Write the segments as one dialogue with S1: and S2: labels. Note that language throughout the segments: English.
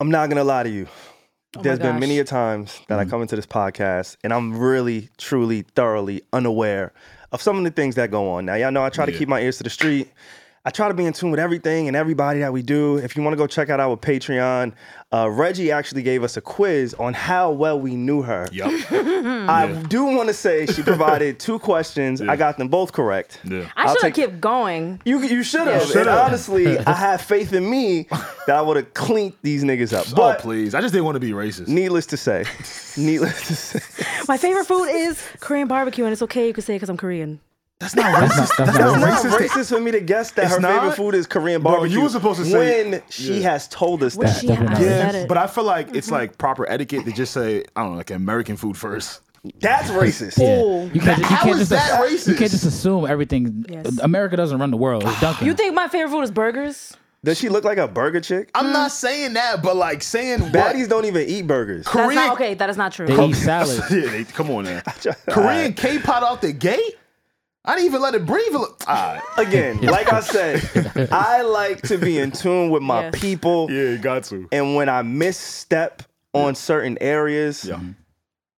S1: I'm not gonna lie to you.
S2: Oh my
S1: There's been
S2: gosh.
S1: many a times that
S3: Mm-hmm.
S1: I come into this podcast and I'm really, truly, thoroughly unaware of some of the things that go on. Now, y'all know I try to keep my ears to the street. I try to be in tune with everything and everybody that we do. If you want to go check out our Patreon, uh, Reggie actually gave us a quiz on how well we knew her.
S3: Yep.
S2: Hmm.
S1: I do want to say she provided two questions. I got them both correct.
S3: Yeah.
S2: I
S1: I'll
S2: should have
S1: take-
S2: kept going.
S1: You you should have.
S3: should've.
S1: And honestly, I had faith in me that I would have cleaned these niggas up.
S3: oh,
S1: But
S3: please. I just didn't want to be racist.
S1: needless to say, needless to say,
S2: My favorite food is Korean barbecue, and it's okay you can say it because I'm Korean.
S3: That's not racist.
S1: that's not racist, for me to guess that
S3: It's
S1: her favorite
S3: not?
S1: food is Korean
S3: Bro, you
S1: barbecue.
S3: were supposed to say-
S1: when she
S3: Yeah.
S1: has told us
S2: Well,
S1: that.
S2: she had
S4: definitely.
S2: said
S3: Yeah,
S2: it.
S3: but I feel like it's
S1: Mm-hmm.
S3: like proper etiquette to just say, I don't know, like American food first.
S1: That's racist.
S2: Ooh.
S4: You can't, you
S3: How
S4: can't
S3: is
S4: just
S3: that
S4: You
S3: racist?
S4: can't just assume everything.
S2: Yes.
S4: America doesn't run the world. It's Dunkin'.
S2: You think my favorite food is burgers?
S1: Does she look like a burger chick?
S3: I'm not saying that, but like saying
S1: Baddies don't even eat burgers.
S3: what?
S2: That's not okay. That is not true.
S4: they eat salad.
S3: yeah, they, come on now. Korean K-pop out the gate? I didn't even let it breathe. a li- Ah,
S1: Again, like I said, I like to be in tune with my
S2: Yeah.
S1: people.
S3: yeah, got to.
S1: And when I misstep on certain areas,
S3: Yeah.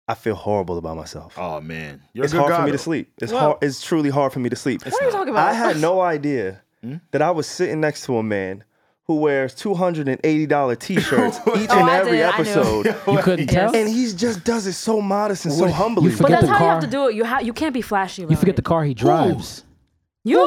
S1: I feel horrible about myself.
S3: Oh man, You're
S1: it's
S3: a
S1: hard
S3: Gargano.
S1: for me to sleep. It's
S2: Well-
S1: hard. It's truly hard for me to sleep.
S2: What Hmm? are you talking about?
S1: I had no idea that I was sitting next to a man who wears two hundred and eighty dollar t shirts each
S2: Oh,
S1: and
S2: I
S1: every
S2: did. I knew.
S1: episode,
S4: You couldn't tell.
S1: and he just does it so modest and so humbly.
S4: you
S2: But
S4: Forget
S2: that's
S4: the
S2: how you
S4: car.
S2: have to do it. You ha- you can't be flashy. About
S4: You forget the
S2: it. Oh,
S4: car he drives.
S2: You.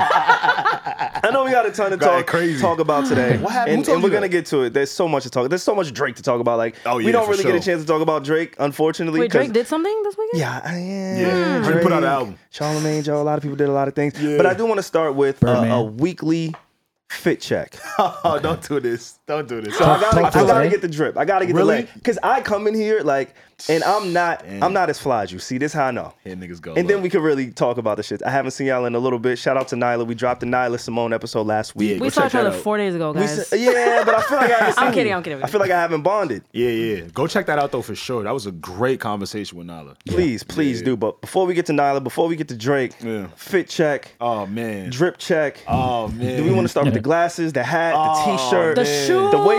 S1: I know we got a ton to
S3: Got
S1: talk
S3: crazy.
S1: talk about today.
S3: What happened? Who
S1: And,
S3: told
S1: and we're
S3: you
S1: gonna
S3: that?
S1: get to it. There's so much to talk. There's so much Drake to talk about. Like
S3: Oh,
S1: we
S3: yeah,
S1: don't
S3: for
S1: really get a
S3: sure.
S1: chance to talk about Drake, unfortunately.
S2: Wait,
S1: 'cause-
S2: Drake did something this weekend?
S1: Yeah, I am.
S3: Yeah. Drake put out an album.
S1: Charlamagne, Joe, a lot of people did a lot of things. But I do want to start with uh,
S4: Birdman.
S1: a weekly fit check.
S3: Oh, don't do this. Don't do this.
S1: I gotta,
S4: Talk to
S1: I
S4: us,
S1: gotta
S4: eh?
S1: get the drip. I gotta get the
S3: Really?
S1: leg. Cause I come in here like, and I'm not, I'm not as fly as you. See, this how I know.
S3: Here niggas go.
S1: And then we could really talk about the shit. I haven't seen y'all in a little bit. Shout out to Nyla. We dropped the Nyla Simone episode last week.
S3: Yeah,
S2: We
S3: Go
S2: saw
S3: check
S2: each other
S3: that out.
S2: four days ago,
S1: We s-
S2: guys.
S1: yeah, but I feel like I haven't seen
S2: I'm kidding,
S1: you.
S2: I'm kidding, I'm
S1: I feel like I haven't bonded.
S3: yeah, yeah. Go check that out though for sure. That was a great conversation with Nala.
S1: Please, please do. But before we get to Nyla, before we get to Drake,
S3: Yeah.
S1: fit check,
S3: Oh man.
S1: drip check.
S3: Oh man.
S1: Do we want to start with the glasses, the hat, the
S3: Oh,
S1: t-shirt,
S2: The
S1: the weight?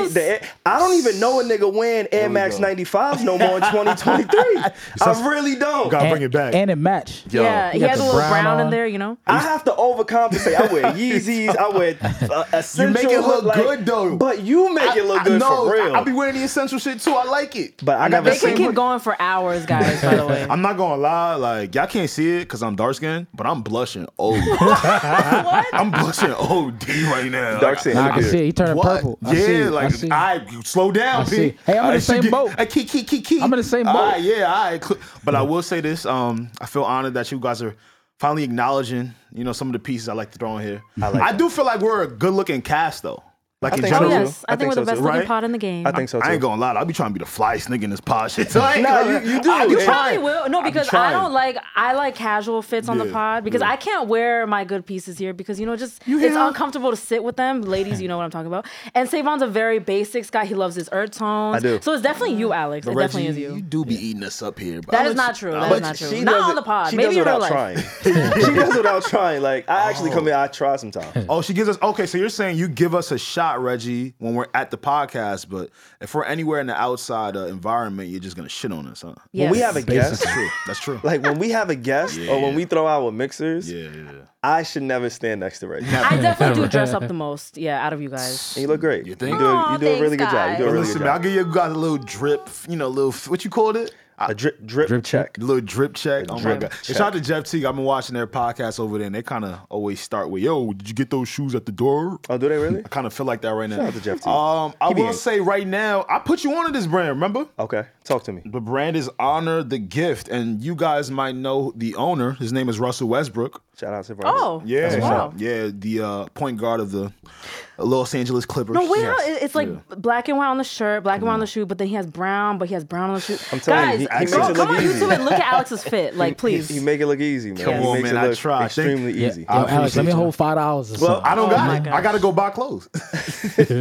S2: shoes.
S1: The Air- I don't even know a nigga wearing Air Max
S3: go.
S1: 95s no more in 2023. I really don't.
S3: Gotta
S4: And-
S3: bring it back.
S4: And it match.
S3: Yo,
S2: yeah, he
S4: got
S2: has a
S4: the
S2: little brown,
S4: brown
S2: in
S4: on.
S2: there, you know.
S1: I have to overcompensate. I wear Yeezys. I wear uh, essential.
S3: make it look
S1: like-
S3: good, though.
S1: But you make it look
S3: I-
S1: good
S3: no,
S1: for real.
S3: I, I be wearing the essential shit too. I like it.
S1: but I,
S3: got
S1: never
S3: the
S2: They can
S3: same
S1: seen.
S2: keep going for hours, guys. By the way,
S3: I'm not gonna lie, like y'all can't see it because I'm dark skinned, but I'm blushing. Oh, I'm blushing OD right now.
S1: Dark
S3: Like,
S1: skin.
S4: Nah, I can see it. He turned
S3: What?
S4: purple. I
S3: yeah,
S4: see it.
S3: like
S4: I see it.
S3: you slow down,
S4: I
S3: P.
S4: see it. Hey, I'm in
S3: I
S4: the
S3: see
S4: same
S3: you.
S4: boat.
S3: Hey, key, key, key, key.
S4: I'm in the same
S3: All right,
S4: boat.
S3: yeah, all right. Cl- But I will say this: um, I feel honored that you guys are finally acknowledging, you know, some of the pieces I like to throw in here. I,
S1: like that.
S3: do feel like we're a good-looking cast, though. Like
S1: I
S3: in
S1: think so,
S2: oh
S3: general,
S1: too.
S2: yes, I,
S1: I
S2: think,
S1: think
S2: we're
S1: so,
S2: the best
S1: too.
S2: looking
S3: Right?
S2: pod in the game.
S1: I think so too.
S3: I ain't gonna lie, I'll be trying to be the flyest nigga in this pod shit. So I ain't
S1: Nah,
S3: gonna
S1: you-
S3: lie.
S1: you do.
S3: I be
S1: You
S2: I
S3: trying.
S2: will. No,
S3: I be
S2: because I
S3: trying.
S2: don't like I like casual fits on the
S3: Yeah,
S2: pod because
S3: yeah.
S2: I can't wear my good pieces here because you know just it's uncomfortable to sit with them. Ladies, you know what I'm talking about. And Savon's a very basics guy. He loves his earth tones.
S1: I do.
S2: So it's definitely you, Alex. it definitely is you.
S3: do be eating us up here. Bro.
S2: That is not true. That is not true. Not
S1: does
S2: on
S1: it-
S2: the pod.
S1: She does
S2: Maybe in
S1: it
S2: real
S1: without
S2: life.
S1: trying. she does it without trying. Like I actually come here, I try sometimes.
S3: Oh, she gives us. Okay, so you're saying you give us a shot, Reggie, when we're at the podcast, but if we're anywhere in the outside uh, environment, you're just gonna shit on us, huh?
S1: When we
S2: Yes.
S1: have a guest,
S3: That's true. That's true.
S1: like when we have a guest or when we throw our mixers,
S3: yeah, yeah, yeah.
S1: I should never stand next to Reggie.
S2: I definitely do dress up the most. Yeah, out of you guys.
S1: And you look great. You
S3: think?
S1: do a,
S2: Aw,
S1: you do a really
S2: thanks,
S1: good job. You do a
S2: guys.
S1: really
S3: Listen,
S1: good
S3: man, I'll
S1: job.
S3: give you guys a little drip. You know, a little f- what you called it.
S1: A Uh, drip drip,
S4: Drip
S1: check.
S4: check.
S3: A little drip check. Oh my
S1: drip
S3: god! And
S1: check.
S3: Shout out to Jeff Teague. I've been watching their podcast over there, and they kind of always start with, "Yo, did you get those shoes at the door?"
S1: Oh, do they really?
S3: I kind of feel like that right now.
S1: Shout out to Jeff Teague.
S3: Um, I
S1: He be
S3: will
S1: in.
S3: say right now, I put you onto this brand. Remember?
S1: Okay, talk to me.
S3: The brand is Honor the Gift, and you guys might know the owner. His name is Russell Westbrook.
S1: Shout out to Bryce.
S2: Oh,
S3: Yeah,
S2: Wow.
S3: yeah, the uh, point guard of the Los Angeles Clippers.
S2: No, wait,
S3: Yes.
S2: how- it- it's like black and white on the shirt, black and white on the shoe, but then he has brown, but he has brown on the shoe.
S1: I'm telling
S2: Guys,
S1: you, he- he
S3: makes
S2: go-
S3: it look
S2: come on
S3: easy.
S2: YouTube and look at Alex's fit, like please.
S1: He make it look easy, man.
S2: Come
S1: he
S2: on,
S1: makes
S3: man,
S1: it
S3: I
S1: look
S3: tried.
S1: extremely
S4: Yeah.
S1: easy.
S4: Yo,
S3: I
S4: Alex, let
S3: appreciate
S4: me
S3: you.
S4: hold five dollars or
S3: Well,
S4: something.
S3: I don't got
S2: Oh my
S3: it.
S2: gosh.
S3: I gotta go buy clothes.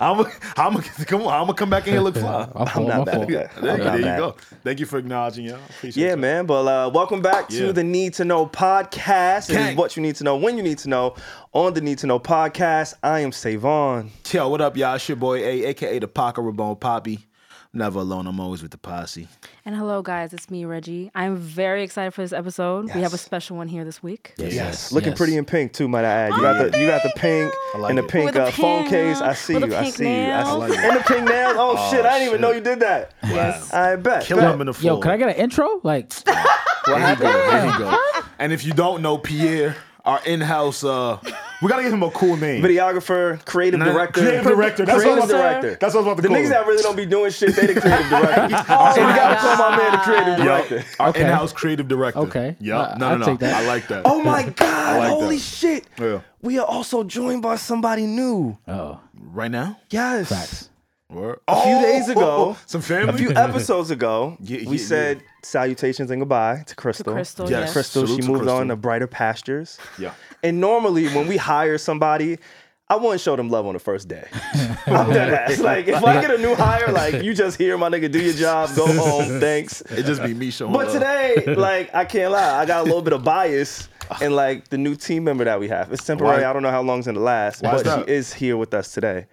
S3: I'm, I'm, come on, I'm gonna come back in here and look fly.
S4: My fault,
S1: not
S4: my
S1: bad at
S4: fault.
S1: that.
S3: There,
S1: I'm not
S3: there you
S1: mad.
S3: go. Thank you for acknowledging, y'all. Appreciate
S1: Yeah,
S3: y'all.
S1: man. But uh, welcome back to
S3: Yeah.
S1: the Need to Know podcast. podcast. It is
S3: Gang.
S1: what you need to know when you need to know on the Need to Know podcast. I am Savon.
S3: Yo, what up, y'all? It's your boy A, aka the Paca Rabone Poppy. I'm never alone. I'm always with the posse.
S2: And hello, guys. It's me, Reggie. I'm very excited for this episode. We have a
S1: Yes.
S2: special one here this week.
S3: Yes,
S1: looking
S4: yes.
S1: pretty in pink too, might I add. You got the you got the pink and the pink
S2: With a
S1: uh, phone
S2: pink
S1: case.
S2: nail.
S1: I see
S2: With a
S1: you. I
S2: pink
S1: see you. I
S2: nail. I
S1: see
S2: like
S1: you. And the pink nails. Oh, shit! I didn't even know you did that.
S2: Yes.
S1: I bet.
S3: Kill
S1: bet.
S3: him in the floor.
S4: Yo, can I get an intro? Like,
S3: Here you go. Here you go. And if you don't know Pierre, our in-house, uh, we gotta give him a cool name.
S1: videographer, creative
S3: Nah,
S1: director,
S5: creative director. That's
S1: creative
S5: what I'm about to-
S1: director.
S5: that's what I'm about to
S1: the
S5: call
S1: niggas
S5: him.
S1: that really don't be doing shit. They the creative director. so we gotta call Oh my man the creative
S3: Yo,
S1: director.
S3: our
S4: Okay.
S3: in-house creative director.
S4: Okay.
S5: Yeah.
S4: I-
S3: No, no,
S4: I'll
S3: no.
S4: take that.
S5: I like that.
S1: Oh my god!
S5: like that.
S1: Holy shit!
S5: Yeah.
S1: We are also joined by somebody new.
S4: oh,
S3: Right now?
S1: Yes.
S4: facts.
S1: A few days ago,
S3: Some family.
S1: Oh, a few episodes ago,
S3: Yeah,
S1: we
S3: yeah,
S1: said salutations and goodbye to Crystal.
S2: Crystal,
S3: Yes.
S2: yes.
S1: Crystal,
S3: Salute
S1: she
S3: to
S1: moved
S3: Crystal.
S1: on to brighter pastures.
S5: Yeah.
S1: And normally, when we hire somebody, I wouldn't show them love on the first day. I'm dead ass. Like, if I get a new hire, like, you just here, my nigga, do your job, go home, thanks.
S3: It just be me showing
S1: But
S3: up.
S1: today, like, I can't lie, I got a little bit of bias in like the new team member that we have. It's temporary.
S3: Why-
S1: I don't know how long it's gonna last,
S3: Why is
S1: but she
S3: that?
S1: is here with us today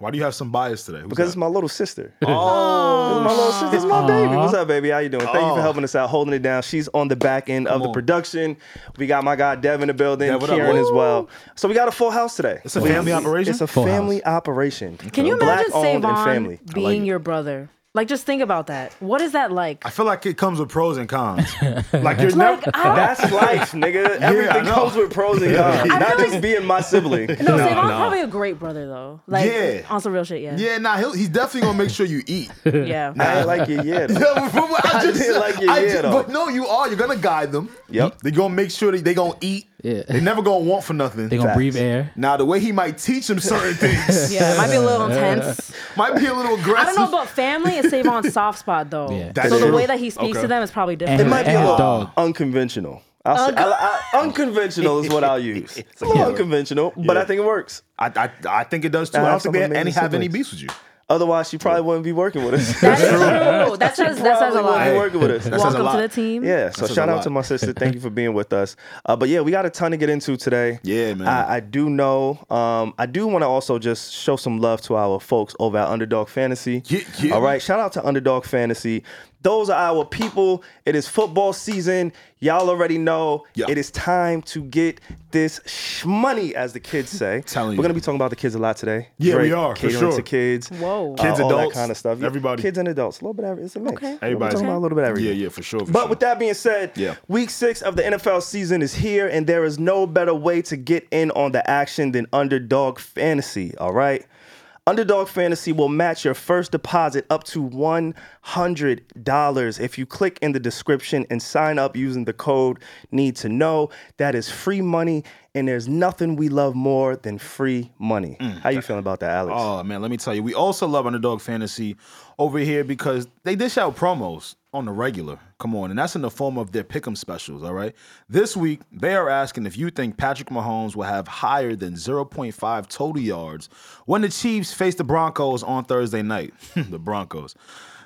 S3: Why do you have some bias today? Who's
S1: because it's
S3: that?
S1: my little sister.
S3: oh,
S1: My little sister, it's my baby.
S4: Aw.
S1: What's up, baby? How you doing? Thank you for
S3: Oh.
S1: helping us out, holding it down. She's on the back end of the
S3: on.
S1: production. We got my guy Dev in the building,
S3: Dev, what up,
S1: Kieran
S3: boy?
S1: as well. So we got a full house today.
S3: it's a family operation.
S1: It's a
S4: Full
S1: family operation.
S2: Can you imagine
S1: Black-owned and
S2: Savon
S1: family?
S2: being your brother? Like, just think about that. What is that like?
S3: I feel like it comes with pros and cons. like you're
S2: Like,
S3: never.
S2: I don't
S1: That's life, nigga. Everything
S3: know.
S1: comes with pros and cons.
S2: I
S1: Not
S2: feel
S1: just
S2: like-
S1: being my sibling.
S2: No, Savon's
S3: no.
S2: probably a great brother though. Like
S3: Yeah.
S2: on some real shit, yeah.
S3: Yeah, nah, he'll, he's definitely gonna make sure you eat.
S2: Yeah.
S1: I ain't like it yet.
S3: Yeah, but from what I just
S1: did
S3: said-
S1: like your
S3: I
S1: yeah,
S3: ju-
S1: though.
S3: but no, you are. You're gonna guide them.
S1: Yep.
S3: They're gonna make sure that they gonna eat.
S4: Yeah.
S3: They never gonna want for nothing.
S4: They gonna
S1: Facts.
S4: breathe air.
S3: now the way he might teach them certain things
S2: Yeah, it might be a little intense.
S3: might be a little
S2: I don't
S3: aggressive.
S2: know, but family is Savon's soft spot though.
S4: Yeah.
S3: That's
S2: so the
S3: true.
S2: way that he speaks
S3: Okay.
S2: to them is probably
S4: And
S2: different.
S1: It might be
S4: And
S1: a
S4: a
S1: little
S4: dog.
S1: unconventional. I'll say, I, I, unconventional is what I'll use. It's a little unconventional, but I think it works.
S3: I, I I think it does too.
S1: Nah,
S3: I don't
S1: have
S3: think they
S1: some
S3: had any
S1: amazing
S3: have any
S1: siblings.
S3: beefs with you.
S1: Otherwise, she probably wouldn't be working with us.
S2: That is true. That says that says
S1: Probably
S2: a
S1: wouldn't
S2: lot.
S1: be working with us.
S3: That says a
S2: Welcome
S3: lot.
S2: to the team.
S1: Yeah, so
S3: This is
S1: shout
S3: a
S1: out
S3: lot.
S1: to my sister. Thank you for being with us. Uh, but yeah, we got a ton to get into today.
S3: Yeah, man.
S1: I, I do know. Um, I do want to also just show some love to our folks over at Underdog Fantasy.
S3: Yeah, yeah.
S1: All right, shout out to Underdog Fantasy. Those are our people. It is football season. Y'all already know
S3: Yeah.
S1: it is time to get this sh- money, as the kids say.
S3: Telling you.
S1: We're gonna be talking about the kids a lot today.
S3: Yeah, we are, for
S1: catering to
S3: sure.
S1: kids. uh,
S2: Whoa.
S3: Kids,
S1: all
S3: adults,
S1: that kind of stuff.
S3: everybody.
S1: Kids and adults. A little bit. of every- It's a mix.
S2: Okay.
S1: We're
S3: Everybody.
S1: talking about a little bit of everything.
S3: Yeah, yeah, for sure. for
S1: But
S3: sure.
S1: with that being said,
S3: Yeah.
S1: week six of the NFL season is here, and there is no better way to get in on the action than underdog fantasy, all right? Underdog Fantasy will match your first deposit up to $100 if you click in the description and sign up using the code need to know. That is free money and there's nothing we love more than free money. How you feeling about that, Alex?
S3: Mm. Oh man, let me tell you, we also love Underdog Fantasy over here because they dish out promos on the regular. Come on, and that's in the form of their pick'em specials. All right, this week they are asking if you think Patrick Mahomes will have higher than 0.5 total yards when the Chiefs face the Broncos on Thursday night. the Broncos.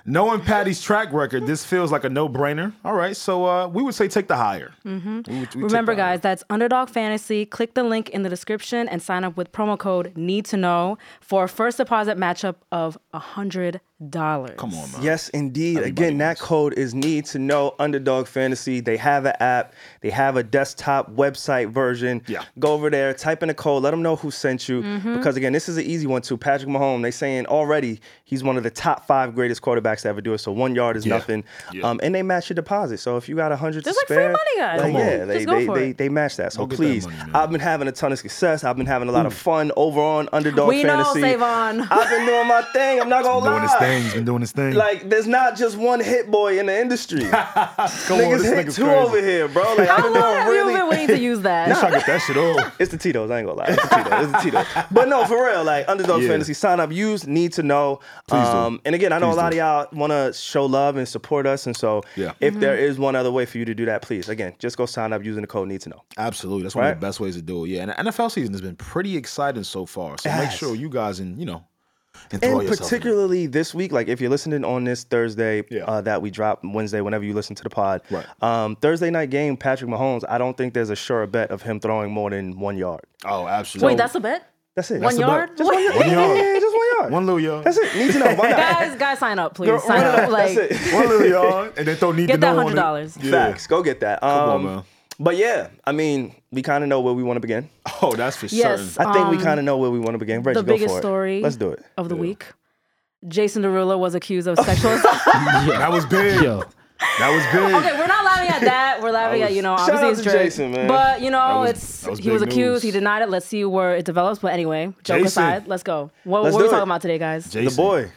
S3: Knowing Patty's track record, this feels like a no-brainer. All right, so uh, we would say take the higher. Mm-hmm.
S2: Remember, guys, that's Underdog Fantasy. Click the link in the description and sign up with promo code Need to Know for a first deposit matchup of hundred dollars.
S3: Come on, man.
S1: Yes, indeed. Again, that code is need to know underdog fantasy. They have an app, they have a desktop website version.
S3: Yeah.
S1: Go over there, type in the code, let them know who sent you.
S2: Mm-hmm.
S1: Because again, this is an easy one too. Patrick Mahomes, they saying already he's one of the top five greatest quarterbacks to ever do it. So one yard is
S3: Yeah.
S1: nothing.
S3: Yeah.
S1: Um, and they match your deposit. So if you got a hundred to
S2: There's like free
S1: spare,
S2: money, guys.
S1: like,
S2: Come on.
S1: yeah, they,
S2: Just go
S1: they,
S2: for
S1: they,
S2: it.
S1: they match that. So
S3: Go get that
S1: please,
S3: money, man. Mm.
S1: I've been having a ton of success. I've been having a lot of fun over on underdog
S2: We know,
S1: fantasy.
S2: Savon.
S1: I've been doing my thing. I'm not gonna
S3: Doing
S1: lie
S3: his thing. He's been doing his thing.
S1: like there's not just one hit boy in the industry.
S3: Come on,
S1: Niggas
S3: Oh, this
S1: hit
S3: nigga's
S1: two
S3: crazy.
S1: over here, bro. Like, I've
S2: How
S1: been
S2: long
S1: doing
S2: have
S1: really.
S2: you been waiting to use that?
S3: Try to get that shit off.
S1: It's the Tito's. I ain't gonna lie. It's the Tito's. It's the Tito's. But no, for real, like underdog
S3: Yeah.
S1: fantasy, sign up, use, need to know. Um, and again, I know a lot of y'all want to show love and support us, and so
S3: Yeah.
S1: if there
S2: Mm-hmm.
S1: is one other way for you to do that, please, again, just go sign up using the code need to know.
S3: Absolutely. That's one
S1: Right?
S3: of the best ways to do it. Yeah. And the NFL season has been pretty exciting so far. So make
S1: has.
S3: sure you guys and, you know, and throw
S1: And
S3: yourself. in it.
S1: particularly this week, like if you're listening on this Thursday
S3: Yeah.
S1: uh, that we drop Wednesday, whenever you listen to the pod,
S3: Right.
S1: um, Thursday night game, Patrick Mahomes. I don't think there's a sure bet of him throwing more than one yard.
S3: Oh, absolutely.
S2: Wait, that's a bet?
S1: That's it.
S2: One
S1: That's the
S2: yard?
S1: bet. Just one yard.
S3: One yard.
S1: Yeah, yeah, just one yard.
S3: One little yard.
S1: That's it. Need to know. Why not?
S2: Guys, guys, sign up, please.
S1: Girl,
S2: sign
S1: run it
S2: up.
S1: up.
S2: Like,
S1: That's it.
S3: One little yard, and then throw need
S2: Get
S3: to
S2: that
S3: know on it.
S2: $100.
S3: Yeah.
S1: Facts. Go get that. Um,
S3: on, man.
S1: But yeah, I mean, we kind of know where we want to begin.
S3: Oh, that's for
S2: Yes.
S3: certain.
S1: I think we kind of know where we want to begin. Reggie,
S2: Um, the
S1: go
S2: biggest
S1: for it.
S2: story
S1: Let's do it.
S2: of the week. Jason Derulo was accused of sexual assault.
S3: That was big.
S4: Yo,
S3: That was big.
S2: okay, we're not laughing at that. We're laughing at you know
S1: Shout
S2: obviously
S1: out
S2: it's
S1: to
S2: Drake,
S1: Jason, man.
S2: but you know
S3: was-
S2: it's
S3: that was
S2: he
S3: big
S2: was
S3: news.
S2: accused. He denied it. Let's see where it develops. But anyway, joke
S3: Jason.
S2: aside, let's go. What,
S1: Let's
S2: what are we
S1: do it.
S2: talking about today, guys?
S1: The
S3: Jason.
S1: boy.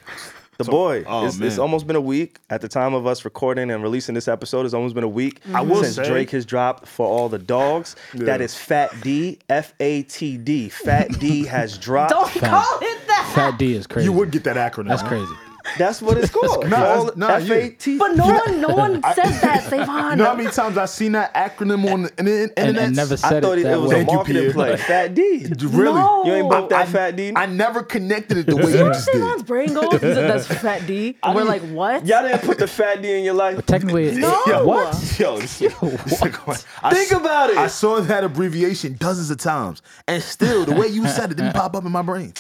S1: The boy.
S3: oh,
S1: it's, it's
S3: man.
S1: almost been a week at the time of us recording and releasing this episode. It's almost been a week
S3: I will
S1: since
S3: say-
S1: Drake has dropped for all the dogs. That is Fat D, F A T D. Fat D has dropped.
S2: Don't call it that.
S4: Fat D is crazy.
S3: You would get that acronym.
S4: That's crazy.
S1: That's what it's called.
S3: No,
S1: All-
S3: it's not you.
S1: F.A.T..
S2: But no one, no one says that. Savon.
S3: You know how many times I've seen that acronym on the in- in- internet?
S4: And, and never
S1: I
S4: said
S1: thought
S4: it
S1: it,
S4: that
S1: it was
S4: way.
S1: a
S3: Thank you,
S1: marketing
S3: Pierre.
S1: play. Fat D.
S3: Really?
S2: No.
S1: You ain't bought that
S3: I-
S1: Fat D?
S3: I never connected it the way you just did.
S2: Savon's brain goes. He said that's Fat D. And we're like,
S1: didn't-
S2: what?
S1: Y'all didn't put the Fat D in your life.
S4: Technically,
S2: No.
S4: what?
S3: Yo, this, this nigga- I,
S1: Think
S3: s-
S1: about it.
S3: I saw that abbreviation dozens of times, and still the way you said it didn't pop up in my brain.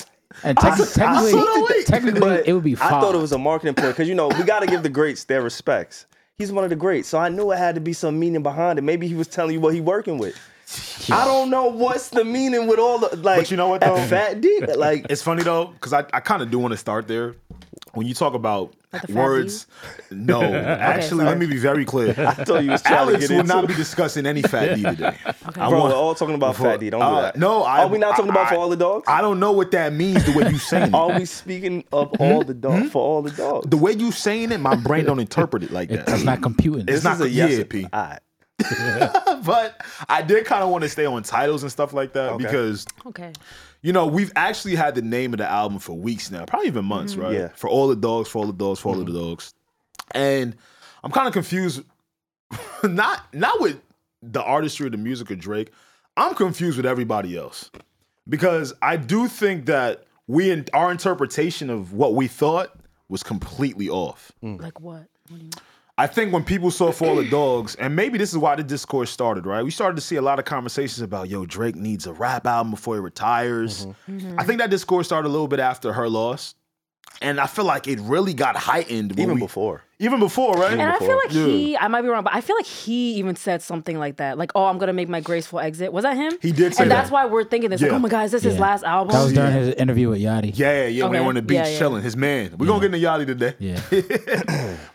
S4: And techni- technically,
S3: saw the link,
S4: technically,
S1: But
S4: it would be five.
S1: I thought it was a marketing play because you know we got to give the greats their respects. He's one of the greats, so I knew it had to be some meaning behind it. Maybe he was telling you what he working with. I don't know what's the meaning with all the like.
S3: But you know what,
S1: that
S3: though?
S1: Fat D, like
S3: It's funny though, because I, I kind of do want to start there. When you talk about
S2: the fat
S3: words, no, actually, let me be very clear.
S1: I told you, was trying to
S3: Alex
S1: get
S3: will
S1: into
S3: not
S1: it.
S3: be discussing any fat D today. Okay.
S1: Bro, we're all talking about Fat D. Don't do that.
S3: No, I,
S1: are we not talking about
S3: I-
S1: for all the dogs?
S3: I don't know what that means. The way you saying it,
S1: are we speaking of
S3: Hmm?
S1: all the dogs for all the dogs?
S3: the way you saying it, my brain don't interpret it like that.
S4: That's not computing.
S1: this
S3: It's not
S1: is a yes
S3: yeah,
S1: or
S3: P.
S1: All right.
S3: but I did kind of want to stay on titles and stuff like that because
S2: Okay.
S3: you know we've actually had the name of the album for weeks now, probably even months, right?
S1: Yeah.
S3: For all the dogs, for all the dogs, for all the dogs, and I'm kind of confused. not not with the artistry of the music of Drake. I'm confused with everybody else because I do think that we in, our interpretation of what we thought was completely off.
S2: Like what? What do you-
S3: I think when people saw For All the Dogs, and maybe this is why the discourse started, right? We started to see a lot of conversations about, yo, Drake needs a rap album before he retires.
S2: Mm-hmm.
S3: I think that discourse started a little bit after her loss. And I feel like it really got heightened. when
S1: Even
S3: we-
S1: before.
S3: Even before, right?
S2: And I feel like
S3: Yeah.
S2: he, I might be wrong, but I feel like he even said something like that. Like, oh, I'm going to make my graceful exit. Was that him?
S3: He did say
S2: And
S3: that.
S2: that's why we're thinking this.
S3: Yeah.
S2: Like, oh my God, is this his
S4: Yeah.
S2: last album?
S4: That was during his interview with Yachty.
S3: Yeah, yeah, when they
S2: Okay.
S3: were on the beach
S2: Yeah, Mm-hmm. yeah.
S3: chilling. His man. We're gonna get into Yachty today.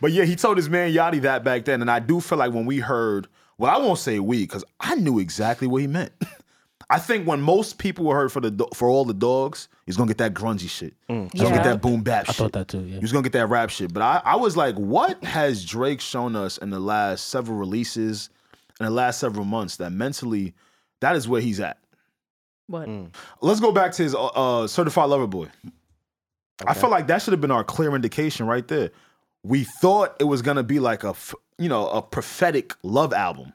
S3: but yeah, he told his man Yachty that back then. And I do feel like when we heard, well, I won't say we, because I knew exactly what he meant. I think when most people heard for the do- for all the dogs, he's gonna get that grungy shit. He's gonna get
S2: Yeah.
S3: that boom bap shit.
S4: Mm. thought that too, yeah.
S3: He was gonna get that rap shit. But I, I was like, what has Drake shown us in the last several releases, in the last several months, that mentally that is where he's at?
S2: What?
S3: Let's go back to his uh, uh, certified lover boy. I felt like that should have been our clear indication right there. We thought it was gonna be like a f- you know a prophetic love album,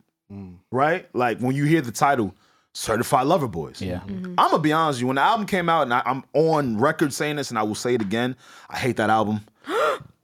S3: right? Like when you hear the title "Certified Lover Boys."
S4: Yeah.
S2: Mm-hmm.
S3: I'm gonna be honest with you. When the album came out, and I, I'm on record saying this, and I will say it again, I hate that album.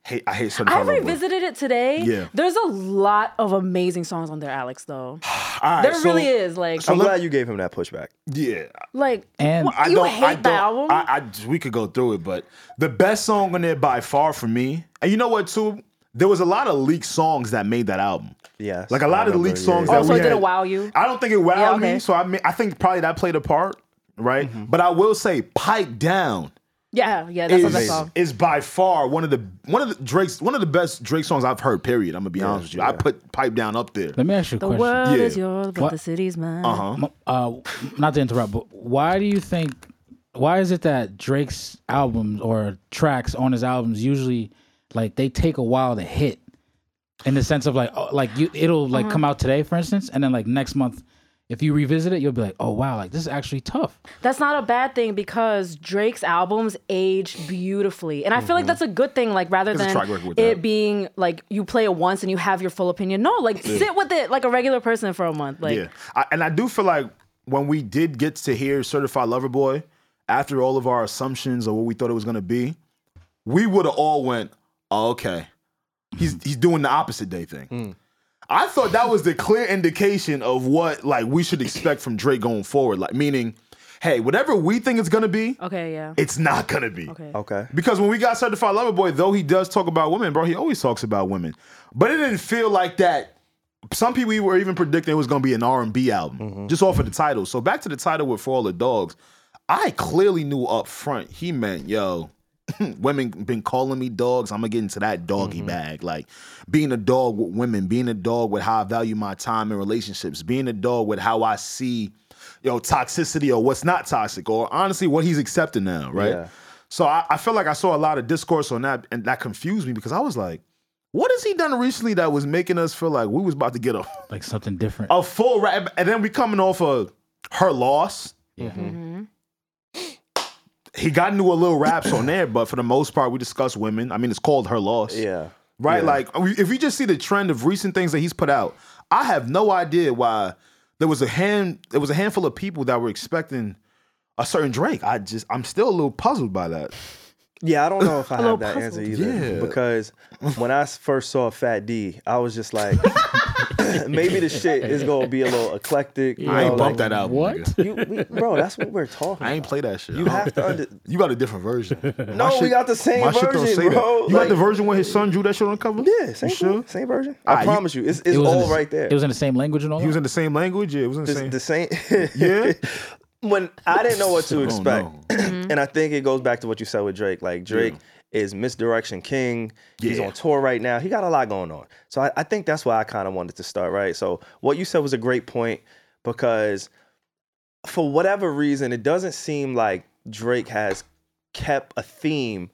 S3: hate I hate
S2: I
S3: Certified Lover Boy.
S2: revisited it today.
S3: Yeah.
S2: There's a lot of amazing songs on there, Alex, though.
S3: All right,
S2: There
S3: so-
S2: really is. Like,
S1: I'm
S3: let-
S1: glad you gave him that pushback.
S3: Yeah,
S2: like
S4: And
S2: what- you hate that album?
S3: I, I we could go through it, but the best song on there by far for me. And you know what? Too, there was a lot of leaked songs that made that album.
S1: Yes,
S3: like a
S1: I
S3: lot of the
S1: remember,
S3: leaked
S1: yeah,
S3: songs.
S1: yeah.
S3: that
S2: Oh, so
S3: we
S2: it didn't
S3: had-
S2: wow you?
S3: I don't think it wowed
S2: Yeah, okay.
S3: me. So I mean, I think probably that played a part, right? But I will say, "Pipe Down"
S2: yeah, yeah, that's what
S3: is,
S2: that song.
S3: is by far one of the one of the Drake's one of the best Drake songs I've heard. Period. I'm gonna be honest with you. I put "Pipe Down" up there.
S4: Let me ask you a
S2: The
S4: question.
S2: world
S3: Yeah. Uh-huh.
S2: is yours, but
S4: What?
S2: the city's mine.
S4: M- Uh, not to interrupt, but why do you think? Why is it that Drake's albums or tracks on his albums usually like they take a while to hit? In the sense of like, oh, like you, it'll like come out today, for instance, and then like next month, if you revisit it, you'll be like, oh wow, like this is actually tough.
S2: That's not a bad thing because Drake's albums age beautifully. And I feel like that's a good thing, like rather
S3: Mm-hmm. There's a
S2: than
S3: track record with
S2: it
S3: that.
S2: being like you play it once and you have your full opinion. No, like sit with it like a regular person for a month. Like
S3: yeah, I, and I do feel like when we did get to hear "Certified Lover Boy" after all of our assumptions of what we thought it was going to be, we would have all went, oh, okay, he's he's doing the opposite day thing.
S2: Hmm.
S3: I thought that was the clear indication of what like we should expect from Drake going forward. Like meaning, hey, whatever we think it's going to be,
S2: Okay, yeah.
S3: it's not going to be.
S2: Okay.
S1: Okay.
S3: Because when we got certified lover boy, though he does talk about women, bro, he always talks about women. But it didn't feel like that. Some people were even predicting it was going to be an R and B album, just off of the title. So back to the title with For All the Dogs, I clearly knew up front he meant, yo, women been calling me dogs. I'm gonna get into that doggy bag, like being a dog with women, being a dog with how I value my time in relationships, being a dog with how I see, yo, toxicity or what's not toxic, or honestly what he's accepting now, right?
S1: Yeah.
S3: So I, I feel like I saw a lot of discourse on that, and that confused me because I was like, what has he done recently that was making us feel like we was about to get a,
S4: like something
S1: Oh,
S4: different.
S3: a full rap, and then we coming off of her loss.
S4: Yeah.
S3: He got into a little raps on there, but for the most part, we discuss women. I mean, it's called her loss,
S1: Yeah.
S3: right? Like, we- if you just see the trend of recent things that he's put out, I have no idea why there was a hand, there was a handful of people that were expecting a certain Drake. I just, I'm still a little puzzled by that.
S1: Yeah, I don't know if I
S2: little
S1: have that answer
S2: puzzled.
S1: either. Because when I first saw Fat D, I was just like, maybe the shit is gonna be a little eclectic. you
S3: I ain't
S1: know,
S3: bumped
S1: like-
S3: that album.
S4: What?
S3: nigga.
S1: You, we, bro, that's what we're talking.
S3: I ain't play that shit.
S1: You have to under.
S3: You got a different version.
S1: No, we got the same version, bro.
S3: You got
S1: Like-
S3: the version where his son drew that shit on the cover?
S1: Yeah, same,
S3: You sure? Ah,
S1: same version. I,
S3: you-
S1: promise you, it's, it's
S4: in
S1: all
S4: the-
S1: right there.
S4: It was in the same language and all.
S3: He was
S4: that?
S3: in the same language. Yeah, it was in the same.
S1: the same.
S3: yeah,
S1: when I didn't know what to
S3: don't
S1: expect,
S3: know.
S1: and I think it goes back to what you said with Drake. Like Drake is misdirection king. He's
S3: Yeah.
S1: on tour right now. He got a lot going on. So I, I think that's why I kind of wanted to start. Right. So what you said was a great point because for whatever reason, it doesn't seem like Drake has kept a theme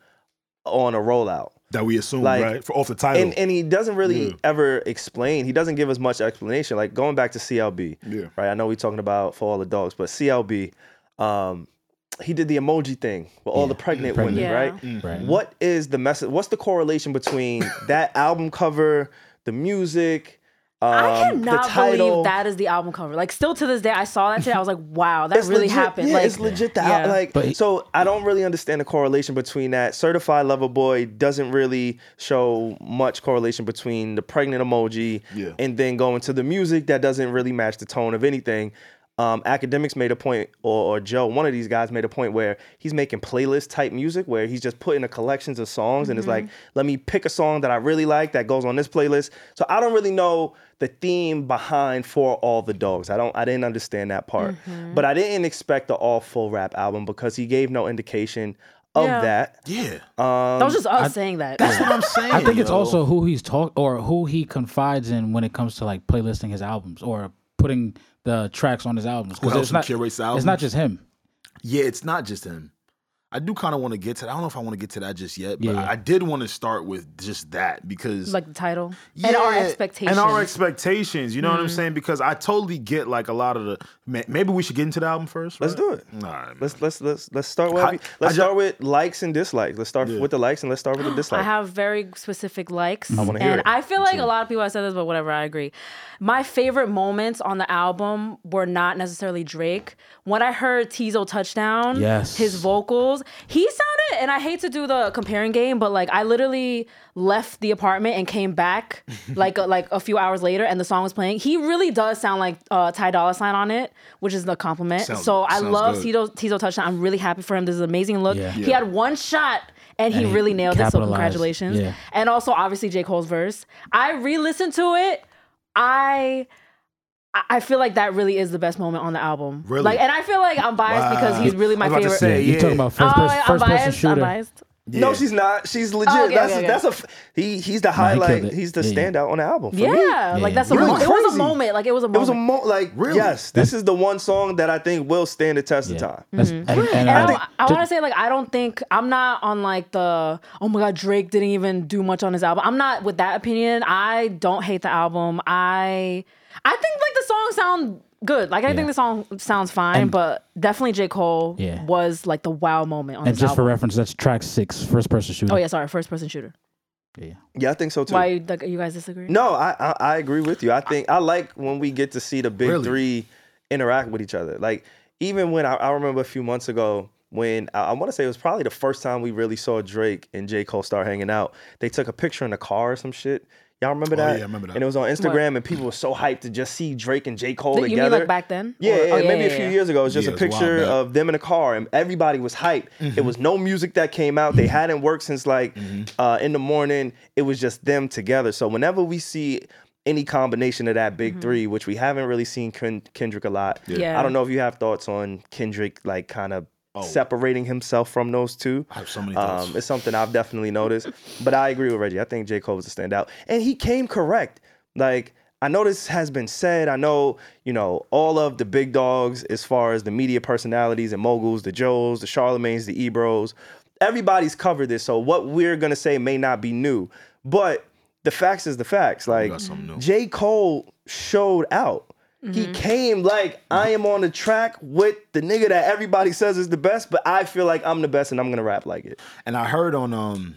S1: on a rollout.
S3: that we assumed
S1: Like-
S3: right for off the title.
S1: And, and he doesn't really
S3: Yeah.
S1: ever explain. He doesn't give us much explanation. Like going back to CLB,
S3: yeah,
S1: right? I know we're talking about for all the dogs, but CLB, um, he did the emoji thing with all the pregnant,
S4: Pregnant.
S1: women,
S2: Yeah.
S1: right?
S3: Mm.
S4: right.
S1: What is the message? What's the correlation between that album cover, the music, um,
S2: I
S1: the
S2: cannot
S1: title?
S2: believe that is the album cover. Like, still to this day, I saw that today. I was like, wow, that
S1: It's
S2: really
S1: legit-
S2: happened.
S1: Yeah,
S2: like,
S1: it's legit. The
S2: yeah.
S1: al- like,
S4: But he-
S1: so I don't really understand the correlation between that. Certified Lover Boy doesn't really show much correlation between the pregnant emoji
S3: Yeah.
S1: and then going to the music that doesn't really match the tone of anything. Um, academics made a point, or, or Joe, one of these guys made a point where he's making playlist type music where he's just putting the collections of songs and it's like, let me pick a song that I really like that goes on this playlist. So I don't really know the theme behind for all the dogs. I don't, I didn't understand that part, but I didn't expect the all full rap album because he gave no indication of
S2: Yeah.
S1: that.
S3: yeah.
S2: that was just us saying that.
S3: That's what I'm saying.
S4: I think it's
S3: yo.
S4: also who he's talk or who he confides in when it comes to like playlisting his albums or putting the tracks on his albums.
S3: Who
S4: Because
S3: helps
S4: it's
S3: him
S4: not
S3: curate the
S4: it's
S3: album?
S4: not just him.
S3: yeah. It's not just him. I do kind of want to get to that. I don't know if I want to get to that just yet, but
S4: Yeah, yeah.
S3: I did want to start with just that because
S2: like the title and our
S3: Yeah,
S2: expectations.
S3: And our expectations. You know
S1: Mm-hmm.
S3: what I'm saying? Because I totally get like a lot of the. ma- Maybe we should get into the album first.
S1: Let's
S3: right?
S1: do it.
S3: All right, man.
S1: Let's let's let's let's start with
S3: How-
S1: let's
S3: I ju-
S1: start with likes and dislikes. Let's start with the likes and let's start with the
S2: I
S1: dislikes.
S2: have very specific likes. I
S1: wanna hear
S2: and
S1: it.
S2: I feel like a lot of people have said this, but whatever, I agree. My favorite moments on the album were not necessarily Drake. When I heard Tizo Touchdown,
S4: Yes.
S2: his vocals, he sounded, and I hate to do the comparing game, but like I literally left the apartment and came back like a, like a few hours later and the song was playing. He really does sound like uh, Ty Dolla Sign on it, which is the compliment.
S3: Sounds-
S2: so I
S3: sounds
S2: love
S3: good.
S2: Tizo, Tizo Touchdown. I'm really happy for him. This is an amazing look.
S4: Yeah.
S2: He
S4: Yeah.
S2: had one shot and he
S4: And he
S2: really nailed it. So
S4: capitalized.
S2: congratulations.
S4: Yeah.
S2: And also obviously J. Cole's verse. I re-listened to it. I I- I feel like that really is the best moment on the album.
S3: Really?
S2: Like and I feel like I'm biased
S3: Wow.
S2: because he's really my
S3: I was about
S2: favorite.
S3: to say,
S4: You're
S3: yeah.
S4: talking about
S2: oh,
S4: first person,
S2: I'm
S4: first person
S2: biased. I'm
S4: shooter.
S2: biased.
S1: No,
S3: Yeah.
S1: she's not. She's legit.
S2: okay,
S1: that's
S2: okay, okay.
S1: that's a f- he. He's the highlight.
S4: killed it.
S1: he's the
S4: Yeah, yeah.
S1: standout on the album. For
S2: Yeah.
S1: me.
S2: Like
S4: Yeah.
S2: that's a
S1: Really
S2: moment. It was a
S1: crazy.
S2: moment. Like it was a
S1: It was
S2: moment.
S1: a mo like
S3: Really?
S1: yes. This is the one song that I think will stand the test of time.
S4: That's- and, and
S2: And I,
S4: I-
S2: don't- I, want to say like I don't think I'm not on like the oh my god Drake didn't even do much on his album. I'm not with that opinion. I don't hate the album. I I think like the songs sound good. Like I think the song sounds fine, but definitely J Cole
S4: Yeah.
S2: was like the wow moment on
S4: and
S2: his
S4: just for
S2: album.
S4: reference, that's track six, first person shooter.
S2: oh yeah, sorry, first person shooter.
S4: yeah.
S1: Yeah, I think so too.
S2: Why you, like, you guys disagree?
S1: No, I, I I agree with you. I think I like when we get to see the big
S3: Really?
S1: three interact with each other. Like even when I, I remember a few months ago when I, I want to say it was probably the first time we really saw Drake and J Cole start hanging out. They took a picture in a car or some shit. Y'all remember that?
S3: Oh, yeah, I remember that.
S1: And it was on Instagram, and people were so hyped to just see Drake and J Cole
S2: You mean,
S1: together.
S2: like, back then?
S1: Yeah,
S2: Or-
S1: yeah,
S2: oh, yeah,
S1: maybe
S2: yeah,
S1: a few
S2: yeah.
S1: years ago. It was just
S3: Yeah,
S1: a
S3: it was a while
S1: picture
S3: back. Mm-hmm.
S1: of them in a car, and everybody was hyped. It was no music that came out. They hadn't worked since like uh, in the morning. It was just them together. So whenever we see any combination of that
S2: Mm-hmm.
S1: big three, which we haven't really seen Ken- Kendrick a lot,
S2: Yeah.
S1: I don't know if you have thoughts on Kendrick, like kind of
S3: Oh.
S1: separating himself from those two.
S3: I have so many thoughts.
S1: Um, it's something I've definitely noticed. But I agree with Reggie. I think J. Cole was a standout. And he came correct. Like, I know this has been said. I know, you know, all of the big dogs as far as the media personalities and moguls, the Joes, the Charlemagne's, the Ebros, everybody's covered this. So what we're gonna say may not be new. But the facts is the facts. Like
S3: got something new.
S1: J. Cole showed out. He came like I am on the track with the nigga that everybody says is the best, but I feel like I'm the best and I'm gonna rap like it.
S3: And I heard on um,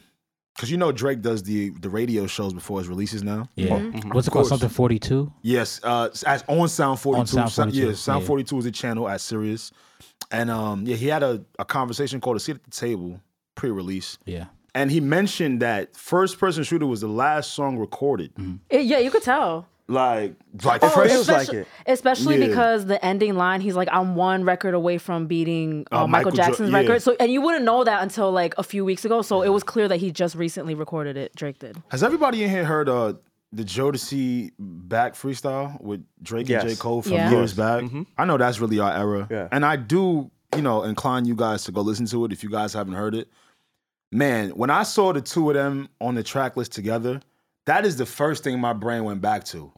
S3: because you know Drake does the the radio shows before his releases now.
S4: Yeah.
S2: Mm-hmm.
S4: What's it called?
S3: course.
S4: Something 42?
S3: Yes, uh, as on Sound Forty Two.
S4: On Sound 42,
S3: yeah, Sound
S4: yeah.
S3: Forty Two is a channel at Sirius, and um, yeah, he had a, a conversation called "A Seat at the Table" pre-release,
S4: Yeah.
S3: and he mentioned that First Person Shooter was the last song recorded.
S4: Mm-hmm.
S2: It- yeah, you could tell.
S3: Like, like
S1: Oh,
S3: first,
S1: feels like
S2: especially,
S1: it.
S2: especially
S3: Yeah.
S2: because the ending line, he's like, "I'm one record away from beating uh,
S3: Uh,
S2: Michael
S3: Michael Jo-
S2: Jackson's
S3: yeah.
S2: record." So, and you wouldn't know that until like a few weeks ago. So it was clear that he just recently recorded it. Drake did.
S3: has everybody in here heard uh the Jodeci back freestyle with Drake and
S1: Yes. Mm-hmm.
S3: J Cole from
S2: Yeah.
S3: years back? I know that's really our era,
S1: Yeah.
S3: and I do you know incline you guys to go listen to it if you guys haven't heard it. Man, when I saw the two of them on the track list together, that is the first thing my brain went back to.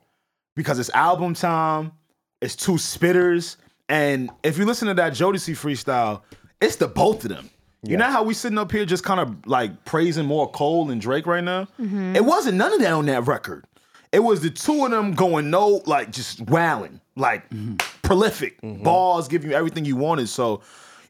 S3: Because it's album time, it's two spitters, and if you listen to that Jodeci freestyle, it's the both of them. You know how we sitting up here just kind of like praising more Cole and Drake right now? It wasn't none of that on that record. It was the two of them going no, like just wailing, like prolific balls, giving you everything you wanted. So,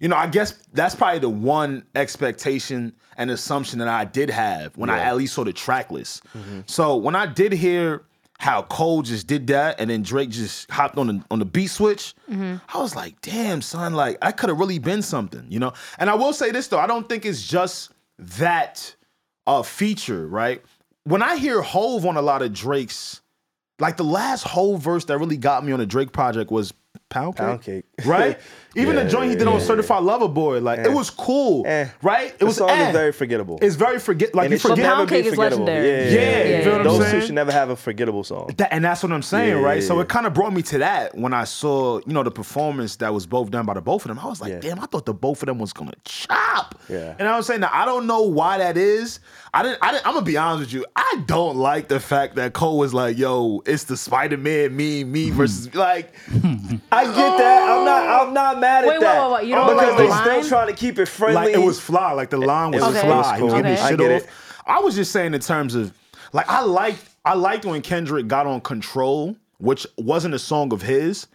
S3: you know, I guess that's probably the one expectation and assumption that I did have when I at least saw the track list. So when I did hear how Cole just did that and then Drake just hopped on the on the beat switch, I was like, damn, son, like I could have really been something, you know? And I will say this though, I don't think it's just that uh feature, right? When I hear Hove on a lot of Drake's like the last whole verse that really got me on the Drake project was Pound Cake.
S1: Pound Cake.
S3: Right? Even the joint he did on Certified Lover Boy, like it was cool.
S1: Eh.
S3: Right? It
S1: The
S3: was
S1: song
S3: eh.
S1: is very forgettable.
S3: It's very forget like
S1: And
S3: you
S1: it should
S3: forget
S2: Pound
S1: never
S2: Cake
S1: be
S2: is
S1: forgettable.
S2: legendary.
S1: Yeah,
S3: Yeah, you feel what I'm
S1: Those
S3: saying?
S1: two should never have a forgettable song.
S3: That- and that's what I'm saying,
S1: Yeah,
S3: right?
S1: yeah,
S3: So
S1: yeah.
S3: it kind of brought me to that when I saw, you know, the performance that was both done by the both of them. I was like,
S1: Yeah.
S3: damn, I thought the both of them was gonna chop.
S1: Yeah.
S3: And I was saying, now, I don't know why that is. I didn't, I didn't. I'm gonna be honest with you. I don't like the fact that Cole was like, yo, it's the Spider Man me, me versus like.
S1: I get that. I'm not. I'm not mad at
S2: Wait, wait,
S1: that.
S2: wait, wait. You don't
S1: because
S3: like the
S1: they
S2: line?
S1: still trying to keep it friendly.
S3: Like it was fly. Like the line was
S1: Okay. It
S3: fly.
S1: was
S3: He was
S1: cool.
S3: getting his
S1: Okay.
S3: shit
S1: I get
S3: off.
S1: it.
S3: I was just saying in terms of like I liked I liked when Kendrick got on control, which wasn't a song of his.